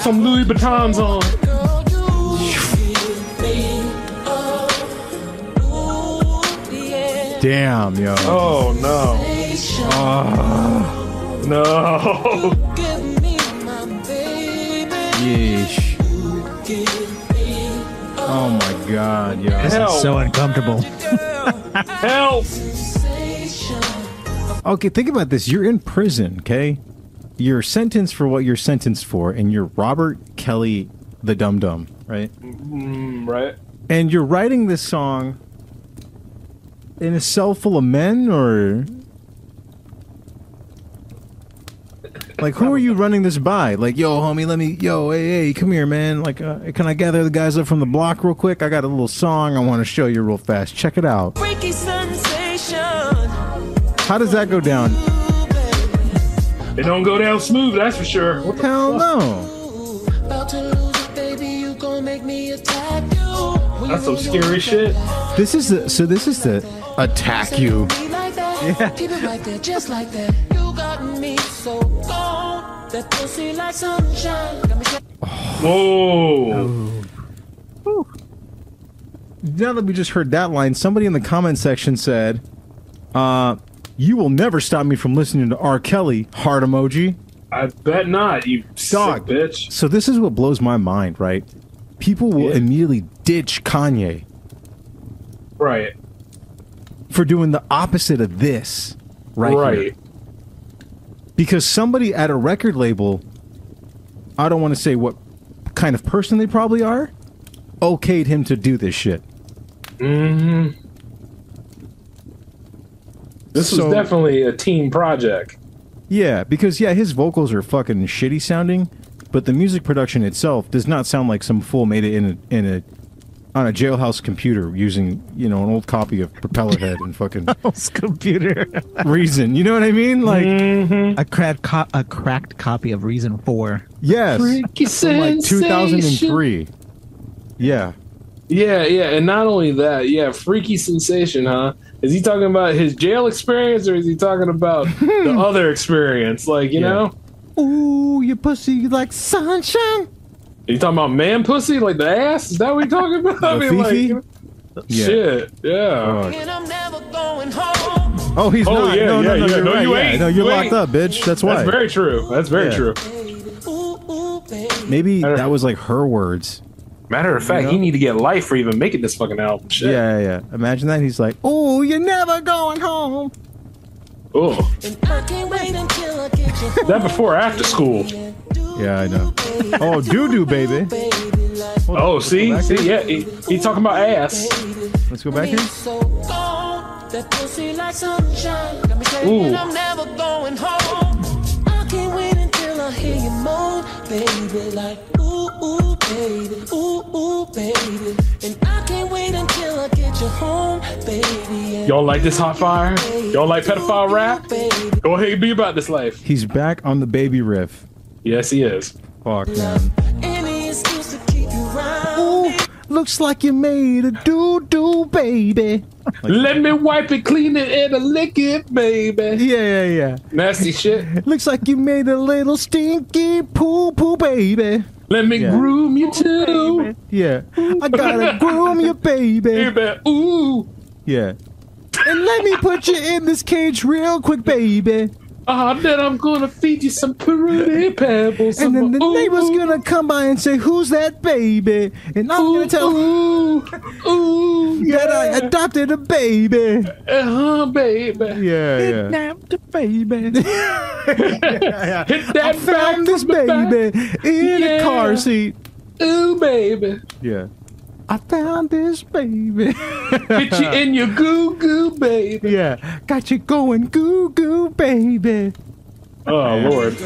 Speaker 4: some Louis Vuittons on.
Speaker 3: Damn, yo.
Speaker 4: Oh no. No.
Speaker 3: Yeesh. Oh my god, yo.
Speaker 2: This is so uncomfortable.
Speaker 4: Help!
Speaker 3: Okay, think about this. You're in prison, okay? You're sentenced for what you're sentenced for, and you're Robert Kelly the Dum Dum, right?
Speaker 4: Mm, right.
Speaker 3: And you're writing this song in a cell full of men, or. Like, who are you running this by? Like, yo, homie, let me. Yo, hey, hey, come here, man. Like, uh, can I gather the guys up from the block real quick? I got a little song I want to show you real fast. Check it out.
Speaker 10: Freaky sensation.
Speaker 3: How does that go down?
Speaker 4: It don't go down smooth, that's for sure. What the
Speaker 3: Hell
Speaker 4: fuck?
Speaker 3: no.
Speaker 10: About to lose it, baby. You gon' make me attack you.
Speaker 4: That's some scary shit.
Speaker 3: This is the. So, this is the. Attack you.
Speaker 10: Me like that.
Speaker 3: Yeah.
Speaker 10: Keep it right there, just like that. You got me so gone. That pussy like sunshine. Got me
Speaker 4: Whoa.
Speaker 3: now that we just heard that line, somebody in the comment section said, uh, "You will never stop me from listening to R. Kelly." Heart emoji.
Speaker 4: I bet not, you
Speaker 3: Dog.
Speaker 4: sick bitch.
Speaker 3: So this is what blows my mind, right? People will immediately ditch Kanye
Speaker 4: Right.
Speaker 3: for doing the opposite of this, right? here.
Speaker 4: Right.
Speaker 3: Because somebody at a record label, I don't want to say what kind of person they probably are, okayed him to do this shit.
Speaker 4: hmm This
Speaker 3: So-
Speaker 4: was definitely a team project.
Speaker 3: Yeah, because yeah, his vocals are fucking shitty sounding, but the music production itself does not sound like some fool made it in a, in a on a jailhouse computer using you know an old copy of Propeller Head and fucking
Speaker 2: computer.
Speaker 3: Reason. You know what I mean? Like
Speaker 4: Mm-hmm.
Speaker 2: a cracked co- a cracked copy of Reason Four.
Speaker 3: yes,
Speaker 4: Freaky
Speaker 3: from like 2003. Yeah,
Speaker 4: Yeah, yeah, and not only that, yeah, freaky sensation, huh? Is he talking about his jail experience or is he talking about the other experience? Like, you
Speaker 3: Hmm. Yeah.
Speaker 4: know?
Speaker 3: Ooh, your pussy like sunshine.
Speaker 4: Are you talking about man pussy? Like the ass? Is that what you're talking about? I
Speaker 3: The
Speaker 4: mean,
Speaker 3: Fifi?
Speaker 4: like, shit. Yeah.
Speaker 10: And I'm never going home.
Speaker 3: Oh, he's
Speaker 4: Oh,
Speaker 3: not.
Speaker 4: yeah,
Speaker 3: no, no,
Speaker 4: yeah,
Speaker 3: no,
Speaker 4: yeah.
Speaker 3: You're
Speaker 4: No,
Speaker 3: right.
Speaker 4: you
Speaker 3: Yeah,
Speaker 4: ain't.
Speaker 3: No, you're
Speaker 4: You
Speaker 3: locked
Speaker 4: ain't.
Speaker 3: up, bitch. That's why.
Speaker 4: That's very true. That's very
Speaker 3: Yeah.
Speaker 4: true.
Speaker 3: Maybe that was like her words.
Speaker 4: Matter of fact,
Speaker 3: You know?
Speaker 4: he need to get life for even making this fucking album. Shit.
Speaker 3: Yeah, yeah. yeah. Imagine that. He's like, oh, you're never going home.
Speaker 4: Oh,
Speaker 10: I can't wait until I get you.
Speaker 4: that before or after school?
Speaker 3: Yeah, I know. Oh, doo doo, baby.
Speaker 4: Oh, see, see, yeah, he, he talking about ass.
Speaker 3: Let's go back here.
Speaker 10: So gone. That pussy like sunshine. Got me saying
Speaker 4: Ooh.
Speaker 10: I'm never going home. I can't wait until I hear you moan, baby. Like, ooh, ooh, baby. Ooh, ooh, baby. And I can't wait until I get you home, baby. And
Speaker 4: Y'all like this hot fire? Y'all like pedophile rap? Go ahead and be about this life.
Speaker 3: He's back on the baby riff.
Speaker 4: Yes, he is.
Speaker 3: Fuck, man.
Speaker 10: any excuse to keep you round.
Speaker 3: Ooh,
Speaker 21: Looks like you made a doo doo, baby.
Speaker 4: Let me wipe it, clean it, and lick it, baby.
Speaker 21: Yeah, yeah, yeah.
Speaker 4: Nasty shit.
Speaker 21: Looks like you made a little stinky poo poo, baby.
Speaker 4: Let me
Speaker 21: Yeah.
Speaker 4: groom you too.
Speaker 21: Yeah. I gotta groom you, baby.
Speaker 4: Ooh.
Speaker 3: Yeah.
Speaker 21: And let me put you in this cage real quick, baby.
Speaker 4: Ah, then I'm gonna feed you some pretty pebbles.
Speaker 21: And then the neighbor's gonna come by and say, Who's that baby? And I'm gonna tell
Speaker 4: ooh, ooh,
Speaker 21: that I adopted a baby.
Speaker 4: Uh huh, baby.
Speaker 3: Yeah, yeah.
Speaker 21: Kidnapped a baby.
Speaker 4: Hit that
Speaker 21: I found this baby in a car seat.
Speaker 4: Ooh, baby.
Speaker 3: Yeah.
Speaker 21: I found this baby.
Speaker 4: Get you in your goo goo, baby.
Speaker 21: Yeah. Got you going goo goo, baby.
Speaker 4: Oh Lord.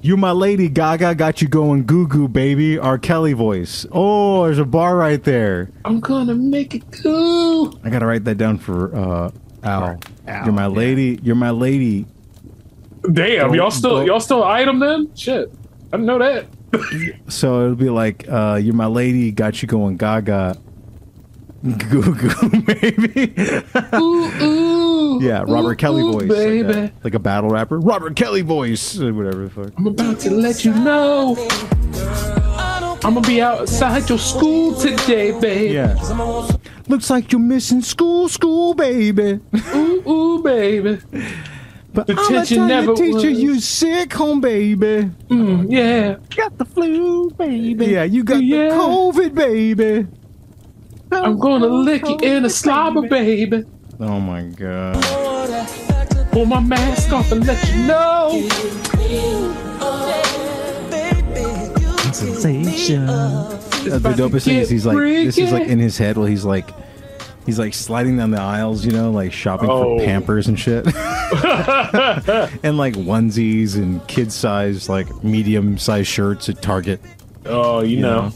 Speaker 21: You my lady, Gaga got you going goo goo, baby. R. Kelly voice. Oh, there's a bar right there.
Speaker 4: I'm gonna make it goo.
Speaker 3: I gotta write that down for uh, Al. You're my lady. You're my lady.
Speaker 4: Damn,
Speaker 3: Don't-
Speaker 4: y'all still
Speaker 3: don't-
Speaker 4: y'all still item then? Shit, I didn't know that.
Speaker 3: So it'll be like, uh, "You're my lady." Got you going, Gaga. Goo goo, maybe.
Speaker 4: ooh, ooh.
Speaker 3: Yeah, Robert
Speaker 4: Ooh,
Speaker 3: Kelly
Speaker 4: ooh,
Speaker 3: voice,
Speaker 4: Oh, Baby.
Speaker 3: Like, a, like a battle rapper. Robert Kelly voice, uh, whatever the fuck.
Speaker 4: I'm about to let you know. I'm gonna be outside your school today, babe.
Speaker 21: Yeah. Looks like you're missing school, school, baby.
Speaker 4: Ooh, ooh, baby.
Speaker 21: But
Speaker 4: The
Speaker 21: I'm gonna
Speaker 4: teacher
Speaker 21: tell
Speaker 4: never
Speaker 21: your teacher
Speaker 4: was.
Speaker 21: you sick, home baby.
Speaker 4: Mm, yeah.
Speaker 21: Got the flu, baby. Yeah, you got the COVID, baby.
Speaker 4: I'm gonna lick you in a slobber, baby.
Speaker 3: Oh my god.
Speaker 4: Pull my mask off and let you know.
Speaker 3: Uh, the dopest thing is he's like this is like
Speaker 4: freaky.
Speaker 3: in his head while he's like he's like sliding down the aisles, you know, like shopping
Speaker 4: Oh.
Speaker 3: for Pampers and shit, and like onesies and kid size like medium size shirts at Target.
Speaker 4: Oh, you, know.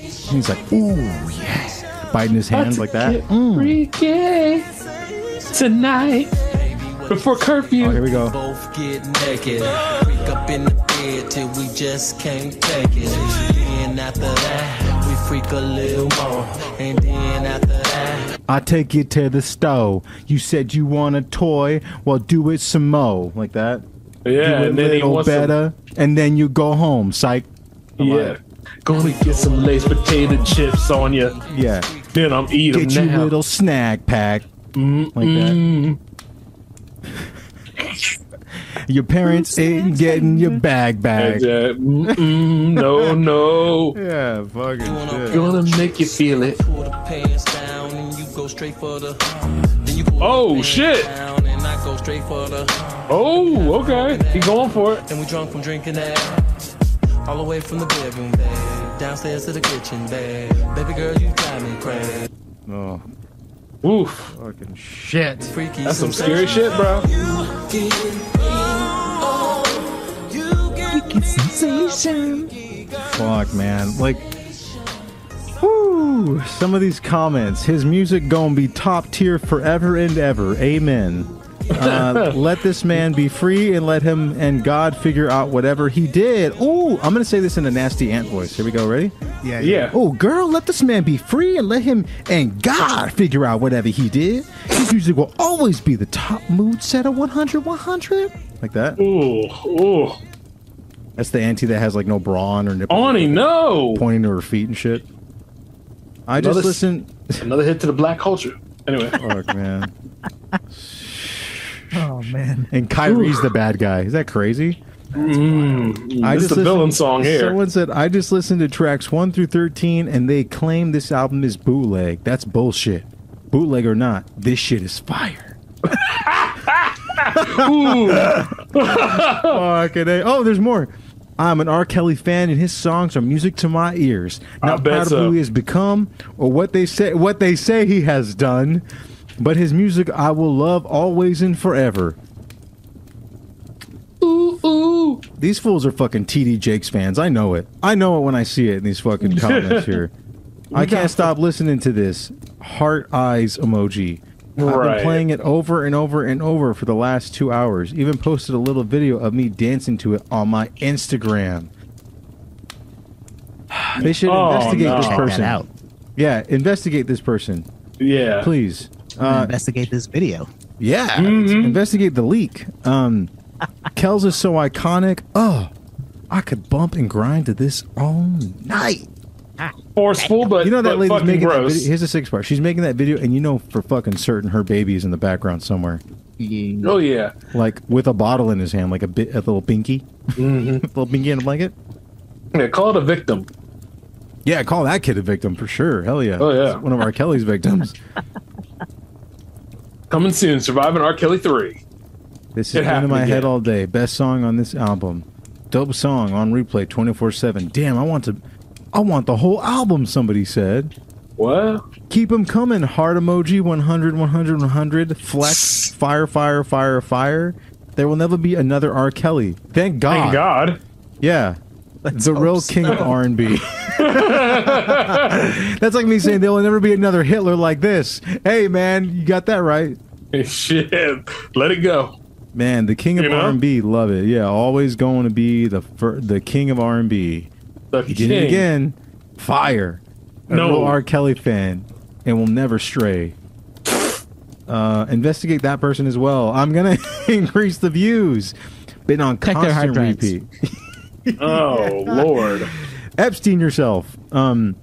Speaker 3: He's like, ooh, yes, biting his hand
Speaker 4: That's
Speaker 3: like that.
Speaker 4: get Freaky. Tonight. Before curfew.
Speaker 3: Oh, here we go.
Speaker 5: Both get naked. Freak up in the bed till we just can't take it. Then after that, we freak a little more. And then after that,
Speaker 21: I take you to the store. You said you want a toy. Well, do it some more, like that. do
Speaker 4: Yeah,
Speaker 21: it
Speaker 4: and then he
Speaker 21: little
Speaker 4: wants
Speaker 21: better, and then you go home, psych.
Speaker 4: Yeah. Gonna get some lace potato chips on you.
Speaker 3: Yeah.
Speaker 4: Then I'm eating
Speaker 21: Get you
Speaker 4: now.
Speaker 21: little snack pack, like that.
Speaker 4: Mm.
Speaker 21: Your parents ain't getting your bag back.
Speaker 4: And, uh, mm-mm, no, no.
Speaker 3: Yeah, fucking
Speaker 4: Gonna make you feel it.
Speaker 5: pants down and you go straight for the.
Speaker 4: Oh shit!
Speaker 5: Down and I go straight for the.
Speaker 4: Oh, okay. He going for it.
Speaker 5: And we drunk from drinking that. All the way from the bedroom, babe. Downstairs to the kitchen, babe. Baby girl, you drive me crazy.
Speaker 3: Oh,
Speaker 4: Oof.
Speaker 3: fucking shit.
Speaker 5: Freaky
Speaker 4: That's some scary shit, bro.
Speaker 3: Fuck, man. Like, whoo, some of these comments. His music gonna be top tier forever and ever. Amen. Uh, let this man be free and let him and God figure out whatever he did. Ooh, I'm gonna say this in a nasty ant voice. Here we go. Ready?
Speaker 24: Yeah,
Speaker 4: Yeah.
Speaker 21: Oh, girl, let this man be free and let him and God figure out whatever he did. His music will always be the top mood setter 100 100.
Speaker 3: Like that.
Speaker 4: Ooh, ooh.
Speaker 3: That's the auntie that has like no bra on or nipple,
Speaker 4: Ani, no.
Speaker 3: pointing to her feet and shit. I just
Speaker 4: Another s-
Speaker 3: listened.
Speaker 4: Another hit to the black culture. Anyway.
Speaker 3: Fuck, man.
Speaker 24: Oh man.
Speaker 3: And Kyrie's the bad guy. Is that crazy?
Speaker 4: Mm, I just the villain song here.
Speaker 3: Someone said, "I just listened to tracks one through thirteen, and they claim this album is bootleg. That's bullshit. Bootleg or not, this shit is fire." Fucking A. Oh, there's more. I'm an R. Kelly fan, and his songs are music to my ears.
Speaker 4: I
Speaker 3: Not
Speaker 4: bet
Speaker 3: proud
Speaker 4: so.
Speaker 3: of who he has become or what they say what they say he has done, but his music I will love always and forever.
Speaker 4: Ooh, ooh.
Speaker 3: These fools are fucking TD Jakes fans. I know it. I know it when I see it in these fucking comments here. I can't stop listening to this heart eyes emoji. I've
Speaker 4: Right.
Speaker 3: been playing it over and over and over for the last two hours. Even posted a little video of me dancing to it on my Instagram. They should
Speaker 4: Oh,
Speaker 3: investigate
Speaker 4: no.
Speaker 3: this
Speaker 4: Check that
Speaker 3: person.
Speaker 4: out.
Speaker 3: Yeah, investigate this person.
Speaker 4: Yeah.
Speaker 3: Please.
Speaker 2: uh, investigate this video.
Speaker 3: Yeah.
Speaker 4: Mm-hmm.
Speaker 3: Investigate the leak. Um, Kells is so iconic. Oh, I could bump and grind to this all night.
Speaker 4: Forceful, but
Speaker 3: You know that
Speaker 4: but
Speaker 3: lady's
Speaker 4: fucking
Speaker 3: making that
Speaker 4: gross.
Speaker 3: video. Here's the six part. She's making that video, and you know for fucking certain her baby is in the background somewhere.
Speaker 4: Oh yeah.
Speaker 3: Like with a bottle in his hand, like a bit, a little pinky,
Speaker 4: Mm-hmm.
Speaker 3: little pinky in a blanket.
Speaker 4: Yeah, call it a victim.
Speaker 3: Yeah, call that kid a victim for sure. Hell yeah.
Speaker 4: Oh, yeah.
Speaker 3: It's one of our Kelly's victims.
Speaker 4: Coming soon, surviving R. Kelly three.
Speaker 3: This has been in
Speaker 4: It happened
Speaker 3: my head
Speaker 4: again.
Speaker 3: all day. Best song on this album. Dope song on replay 24/7. Damn, I want to I want the whole album somebody said.
Speaker 4: What?
Speaker 3: Keep 'em coming. Heart emoji 100 100 100 flex fire fire fire fire. There will never be another R Kelly. Thank God.
Speaker 4: Thank God.
Speaker 3: Yeah. the real king of R&B. That's like me saying there will never be another Hitler like this. Hey man, you got that right.
Speaker 4: Shit. Let it go.
Speaker 3: Man, the king of
Speaker 4: You know?
Speaker 3: R and B, love it. Yeah, always going to be the fir- the king of R and B.
Speaker 4: The
Speaker 3: Beginning
Speaker 4: king.
Speaker 3: again, fire. A
Speaker 4: No.
Speaker 3: real R Kelly fan, and will never stray. Uh, investigate that person as well. I'm gonna increase the views. Been on
Speaker 2: Check their hard
Speaker 3: constant
Speaker 2: drives.
Speaker 3: repeat.
Speaker 4: Oh Lord.
Speaker 3: Epstein yourself. Um,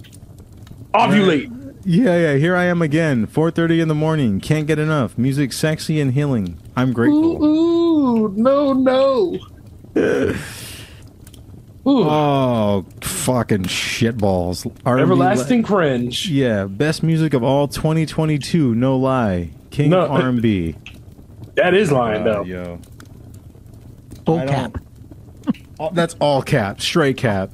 Speaker 4: Ovulate.
Speaker 3: yeah, yeah. Here I am again. 4:30 in the morning. Can't get enough. Music, sexy and healing. I'm grateful.
Speaker 4: Ooh, no, no.
Speaker 3: Oh, fucking shitballs. R&B
Speaker 4: Everlasting
Speaker 3: le-
Speaker 4: cringe.
Speaker 3: yeah, best music of all 2022, no lie. King
Speaker 4: No.
Speaker 3: of R&B.
Speaker 4: That is lying
Speaker 3: Uh,
Speaker 4: though.
Speaker 3: Yo.
Speaker 2: Full
Speaker 3: I don't-
Speaker 2: cap.
Speaker 3: All- that's all cap, straight cap.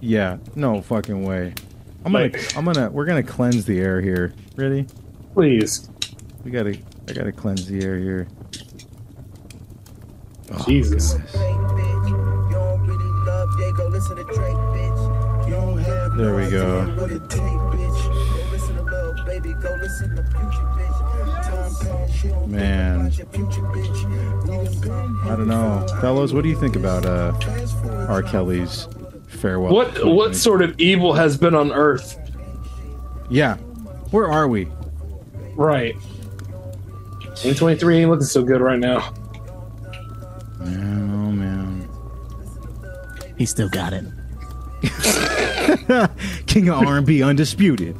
Speaker 3: Yeah, no fucking way. I'm gonna, I'm gonna, we're gonna cleanse the air here. Ready?
Speaker 4: Please.
Speaker 3: We gotta, I gotta cleanse the air here. Oh,
Speaker 4: Jesus.
Speaker 3: There we go. Man. I don't know. Fellows, what do you think about uh, R. Kelly's farewell?
Speaker 4: What what sort of evil has been on Earth?
Speaker 3: Yeah. Where are we?
Speaker 4: Right. 2023 ain't looking so good right now.
Speaker 3: Man, oh, man.
Speaker 2: He still got it.
Speaker 3: King of R&B, undisputed.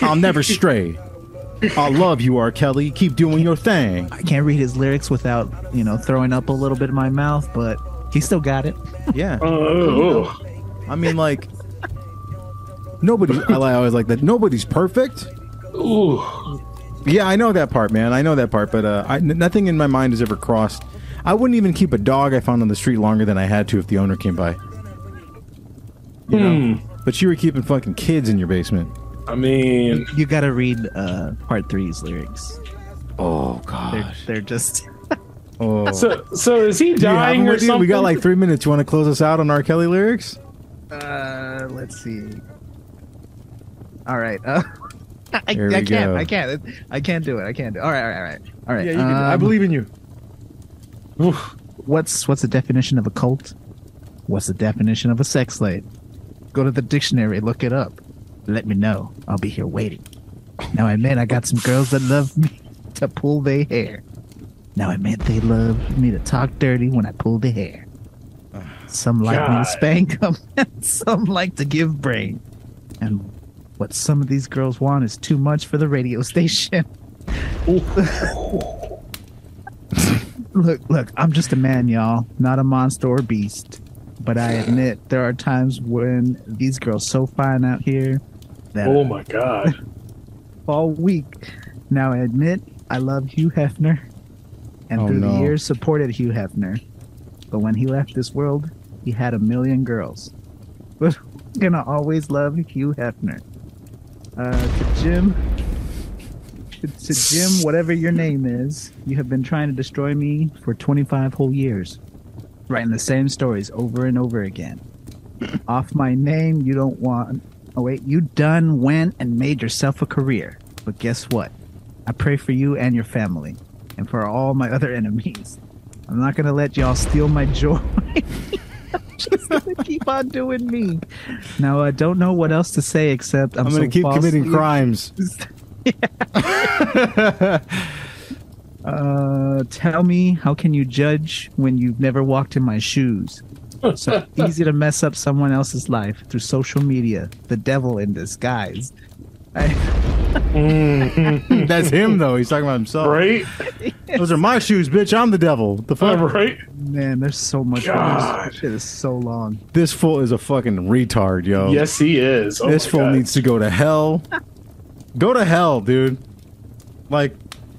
Speaker 3: I'll never stray. I love you, R. Kelly. Keep doing your thing.
Speaker 2: I can't read his lyrics without, you know, throwing up a little bit in my mouth, but he still got it.
Speaker 3: Yeah.
Speaker 4: Oh.
Speaker 3: I mean, like, nobody. I li- I always like that. Nobody's perfect.
Speaker 4: Ooh.
Speaker 3: Yeah, I know that part, man. I know that part, but uh, I n nothing in my mind has ever crossed. I wouldn't even keep a dog I found on the street longer than I had to if the owner came by. You know?
Speaker 4: Hmm.
Speaker 3: But you were keeping fucking kids in your basement.
Speaker 4: I mean,
Speaker 2: You got to read uh, part three's lyrics.
Speaker 3: Oh God.
Speaker 2: They're, they're just.
Speaker 3: Oh.
Speaker 4: so so is he
Speaker 3: Do you have
Speaker 4: dying
Speaker 3: them
Speaker 4: or
Speaker 3: with you?
Speaker 4: something?
Speaker 3: We got like three minutes. You want to close us out on R. Kelly lyrics?
Speaker 2: Uh, let's see. All right. Uh, I, I
Speaker 3: Here we
Speaker 2: can't.
Speaker 3: go.
Speaker 2: I can't. I can't do it. I can't do. It. All right. All right. All right. All right. um,
Speaker 3: in you.
Speaker 2: What's what's the definition of a cult? What's the definition of a sex slave? Go to the dictionary. Look it up. Let me know. I'll be here waiting. Now I meant I got some girls that love me to pull their hair. Now I meant they love me to talk dirty when I pull their hair. Some like me
Speaker 4: God.
Speaker 2: to spank them, and some like to give brain. And what some of these girls want is too much for the radio station. Look, look, I'm just a man, y'all, not a monster or beast. But I admit there are times when these girls so fine out here that
Speaker 4: oh my god.
Speaker 2: all week. Now I admit I love Hugh Hefner and
Speaker 3: Oh,
Speaker 2: through
Speaker 3: no.
Speaker 2: the years supported Hugh Hefner. But when he left this world, he had a million girls. But I'm gonna always love Hugh Hefner. Uh, to Jim, to, to Jim, whatever your name is, you have been trying to destroy me for 25 whole years, writing the same stories over and over again. Off my name, you don't want. Oh wait, you done went and made yourself a career. But guess what? I pray for you and your family, and for all my other enemies. I'm not gonna let y'all steal my joy. just gonna keep on doing me. Now I don't know what else to say except I'm,
Speaker 3: I'm gonna
Speaker 2: so
Speaker 3: keep
Speaker 2: falsely-
Speaker 3: committing crimes.
Speaker 2: Uh, tell me, how can you judge when you've never walked in my shoes? So easy to mess up someone else's life through social media. The devil in disguise.
Speaker 3: Mm-hmm. That's him though. He's talking about himself.
Speaker 4: Right?
Speaker 3: Those are my shoes, bitch. I'm the devil. The
Speaker 4: Uh.
Speaker 3: fuck.
Speaker 2: Man, there's so much.
Speaker 3: God.
Speaker 2: This shit is so long.
Speaker 3: This fool is a fucking retard, yo.
Speaker 4: Yes, he is. Oh
Speaker 3: this
Speaker 4: my
Speaker 3: fool
Speaker 4: God.
Speaker 3: needs to go to hell. go to hell, dude. Like,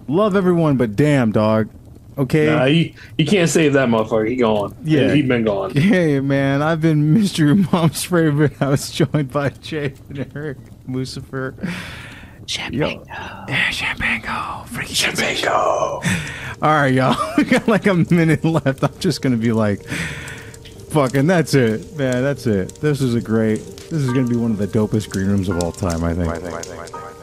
Speaker 3: love everyone, but damn, dog. Okay.
Speaker 4: Nah, he, he can't save that motherfucker. He gone.
Speaker 3: Yeah.
Speaker 4: he been gone.
Speaker 3: Hey, man, I've been Mr. Mom's favorite. I was joined by Jay and Eric, Lucifer. Champagne. Yeah, Champango. Freaky
Speaker 4: Champango.
Speaker 3: All right, y'all. We got like a minute left. I'm just going to be like, fucking, that's it. Man, that's it. This is a great, this is going to be one of the dopest green rooms of all time, I think.
Speaker 18: I think, I think, I think.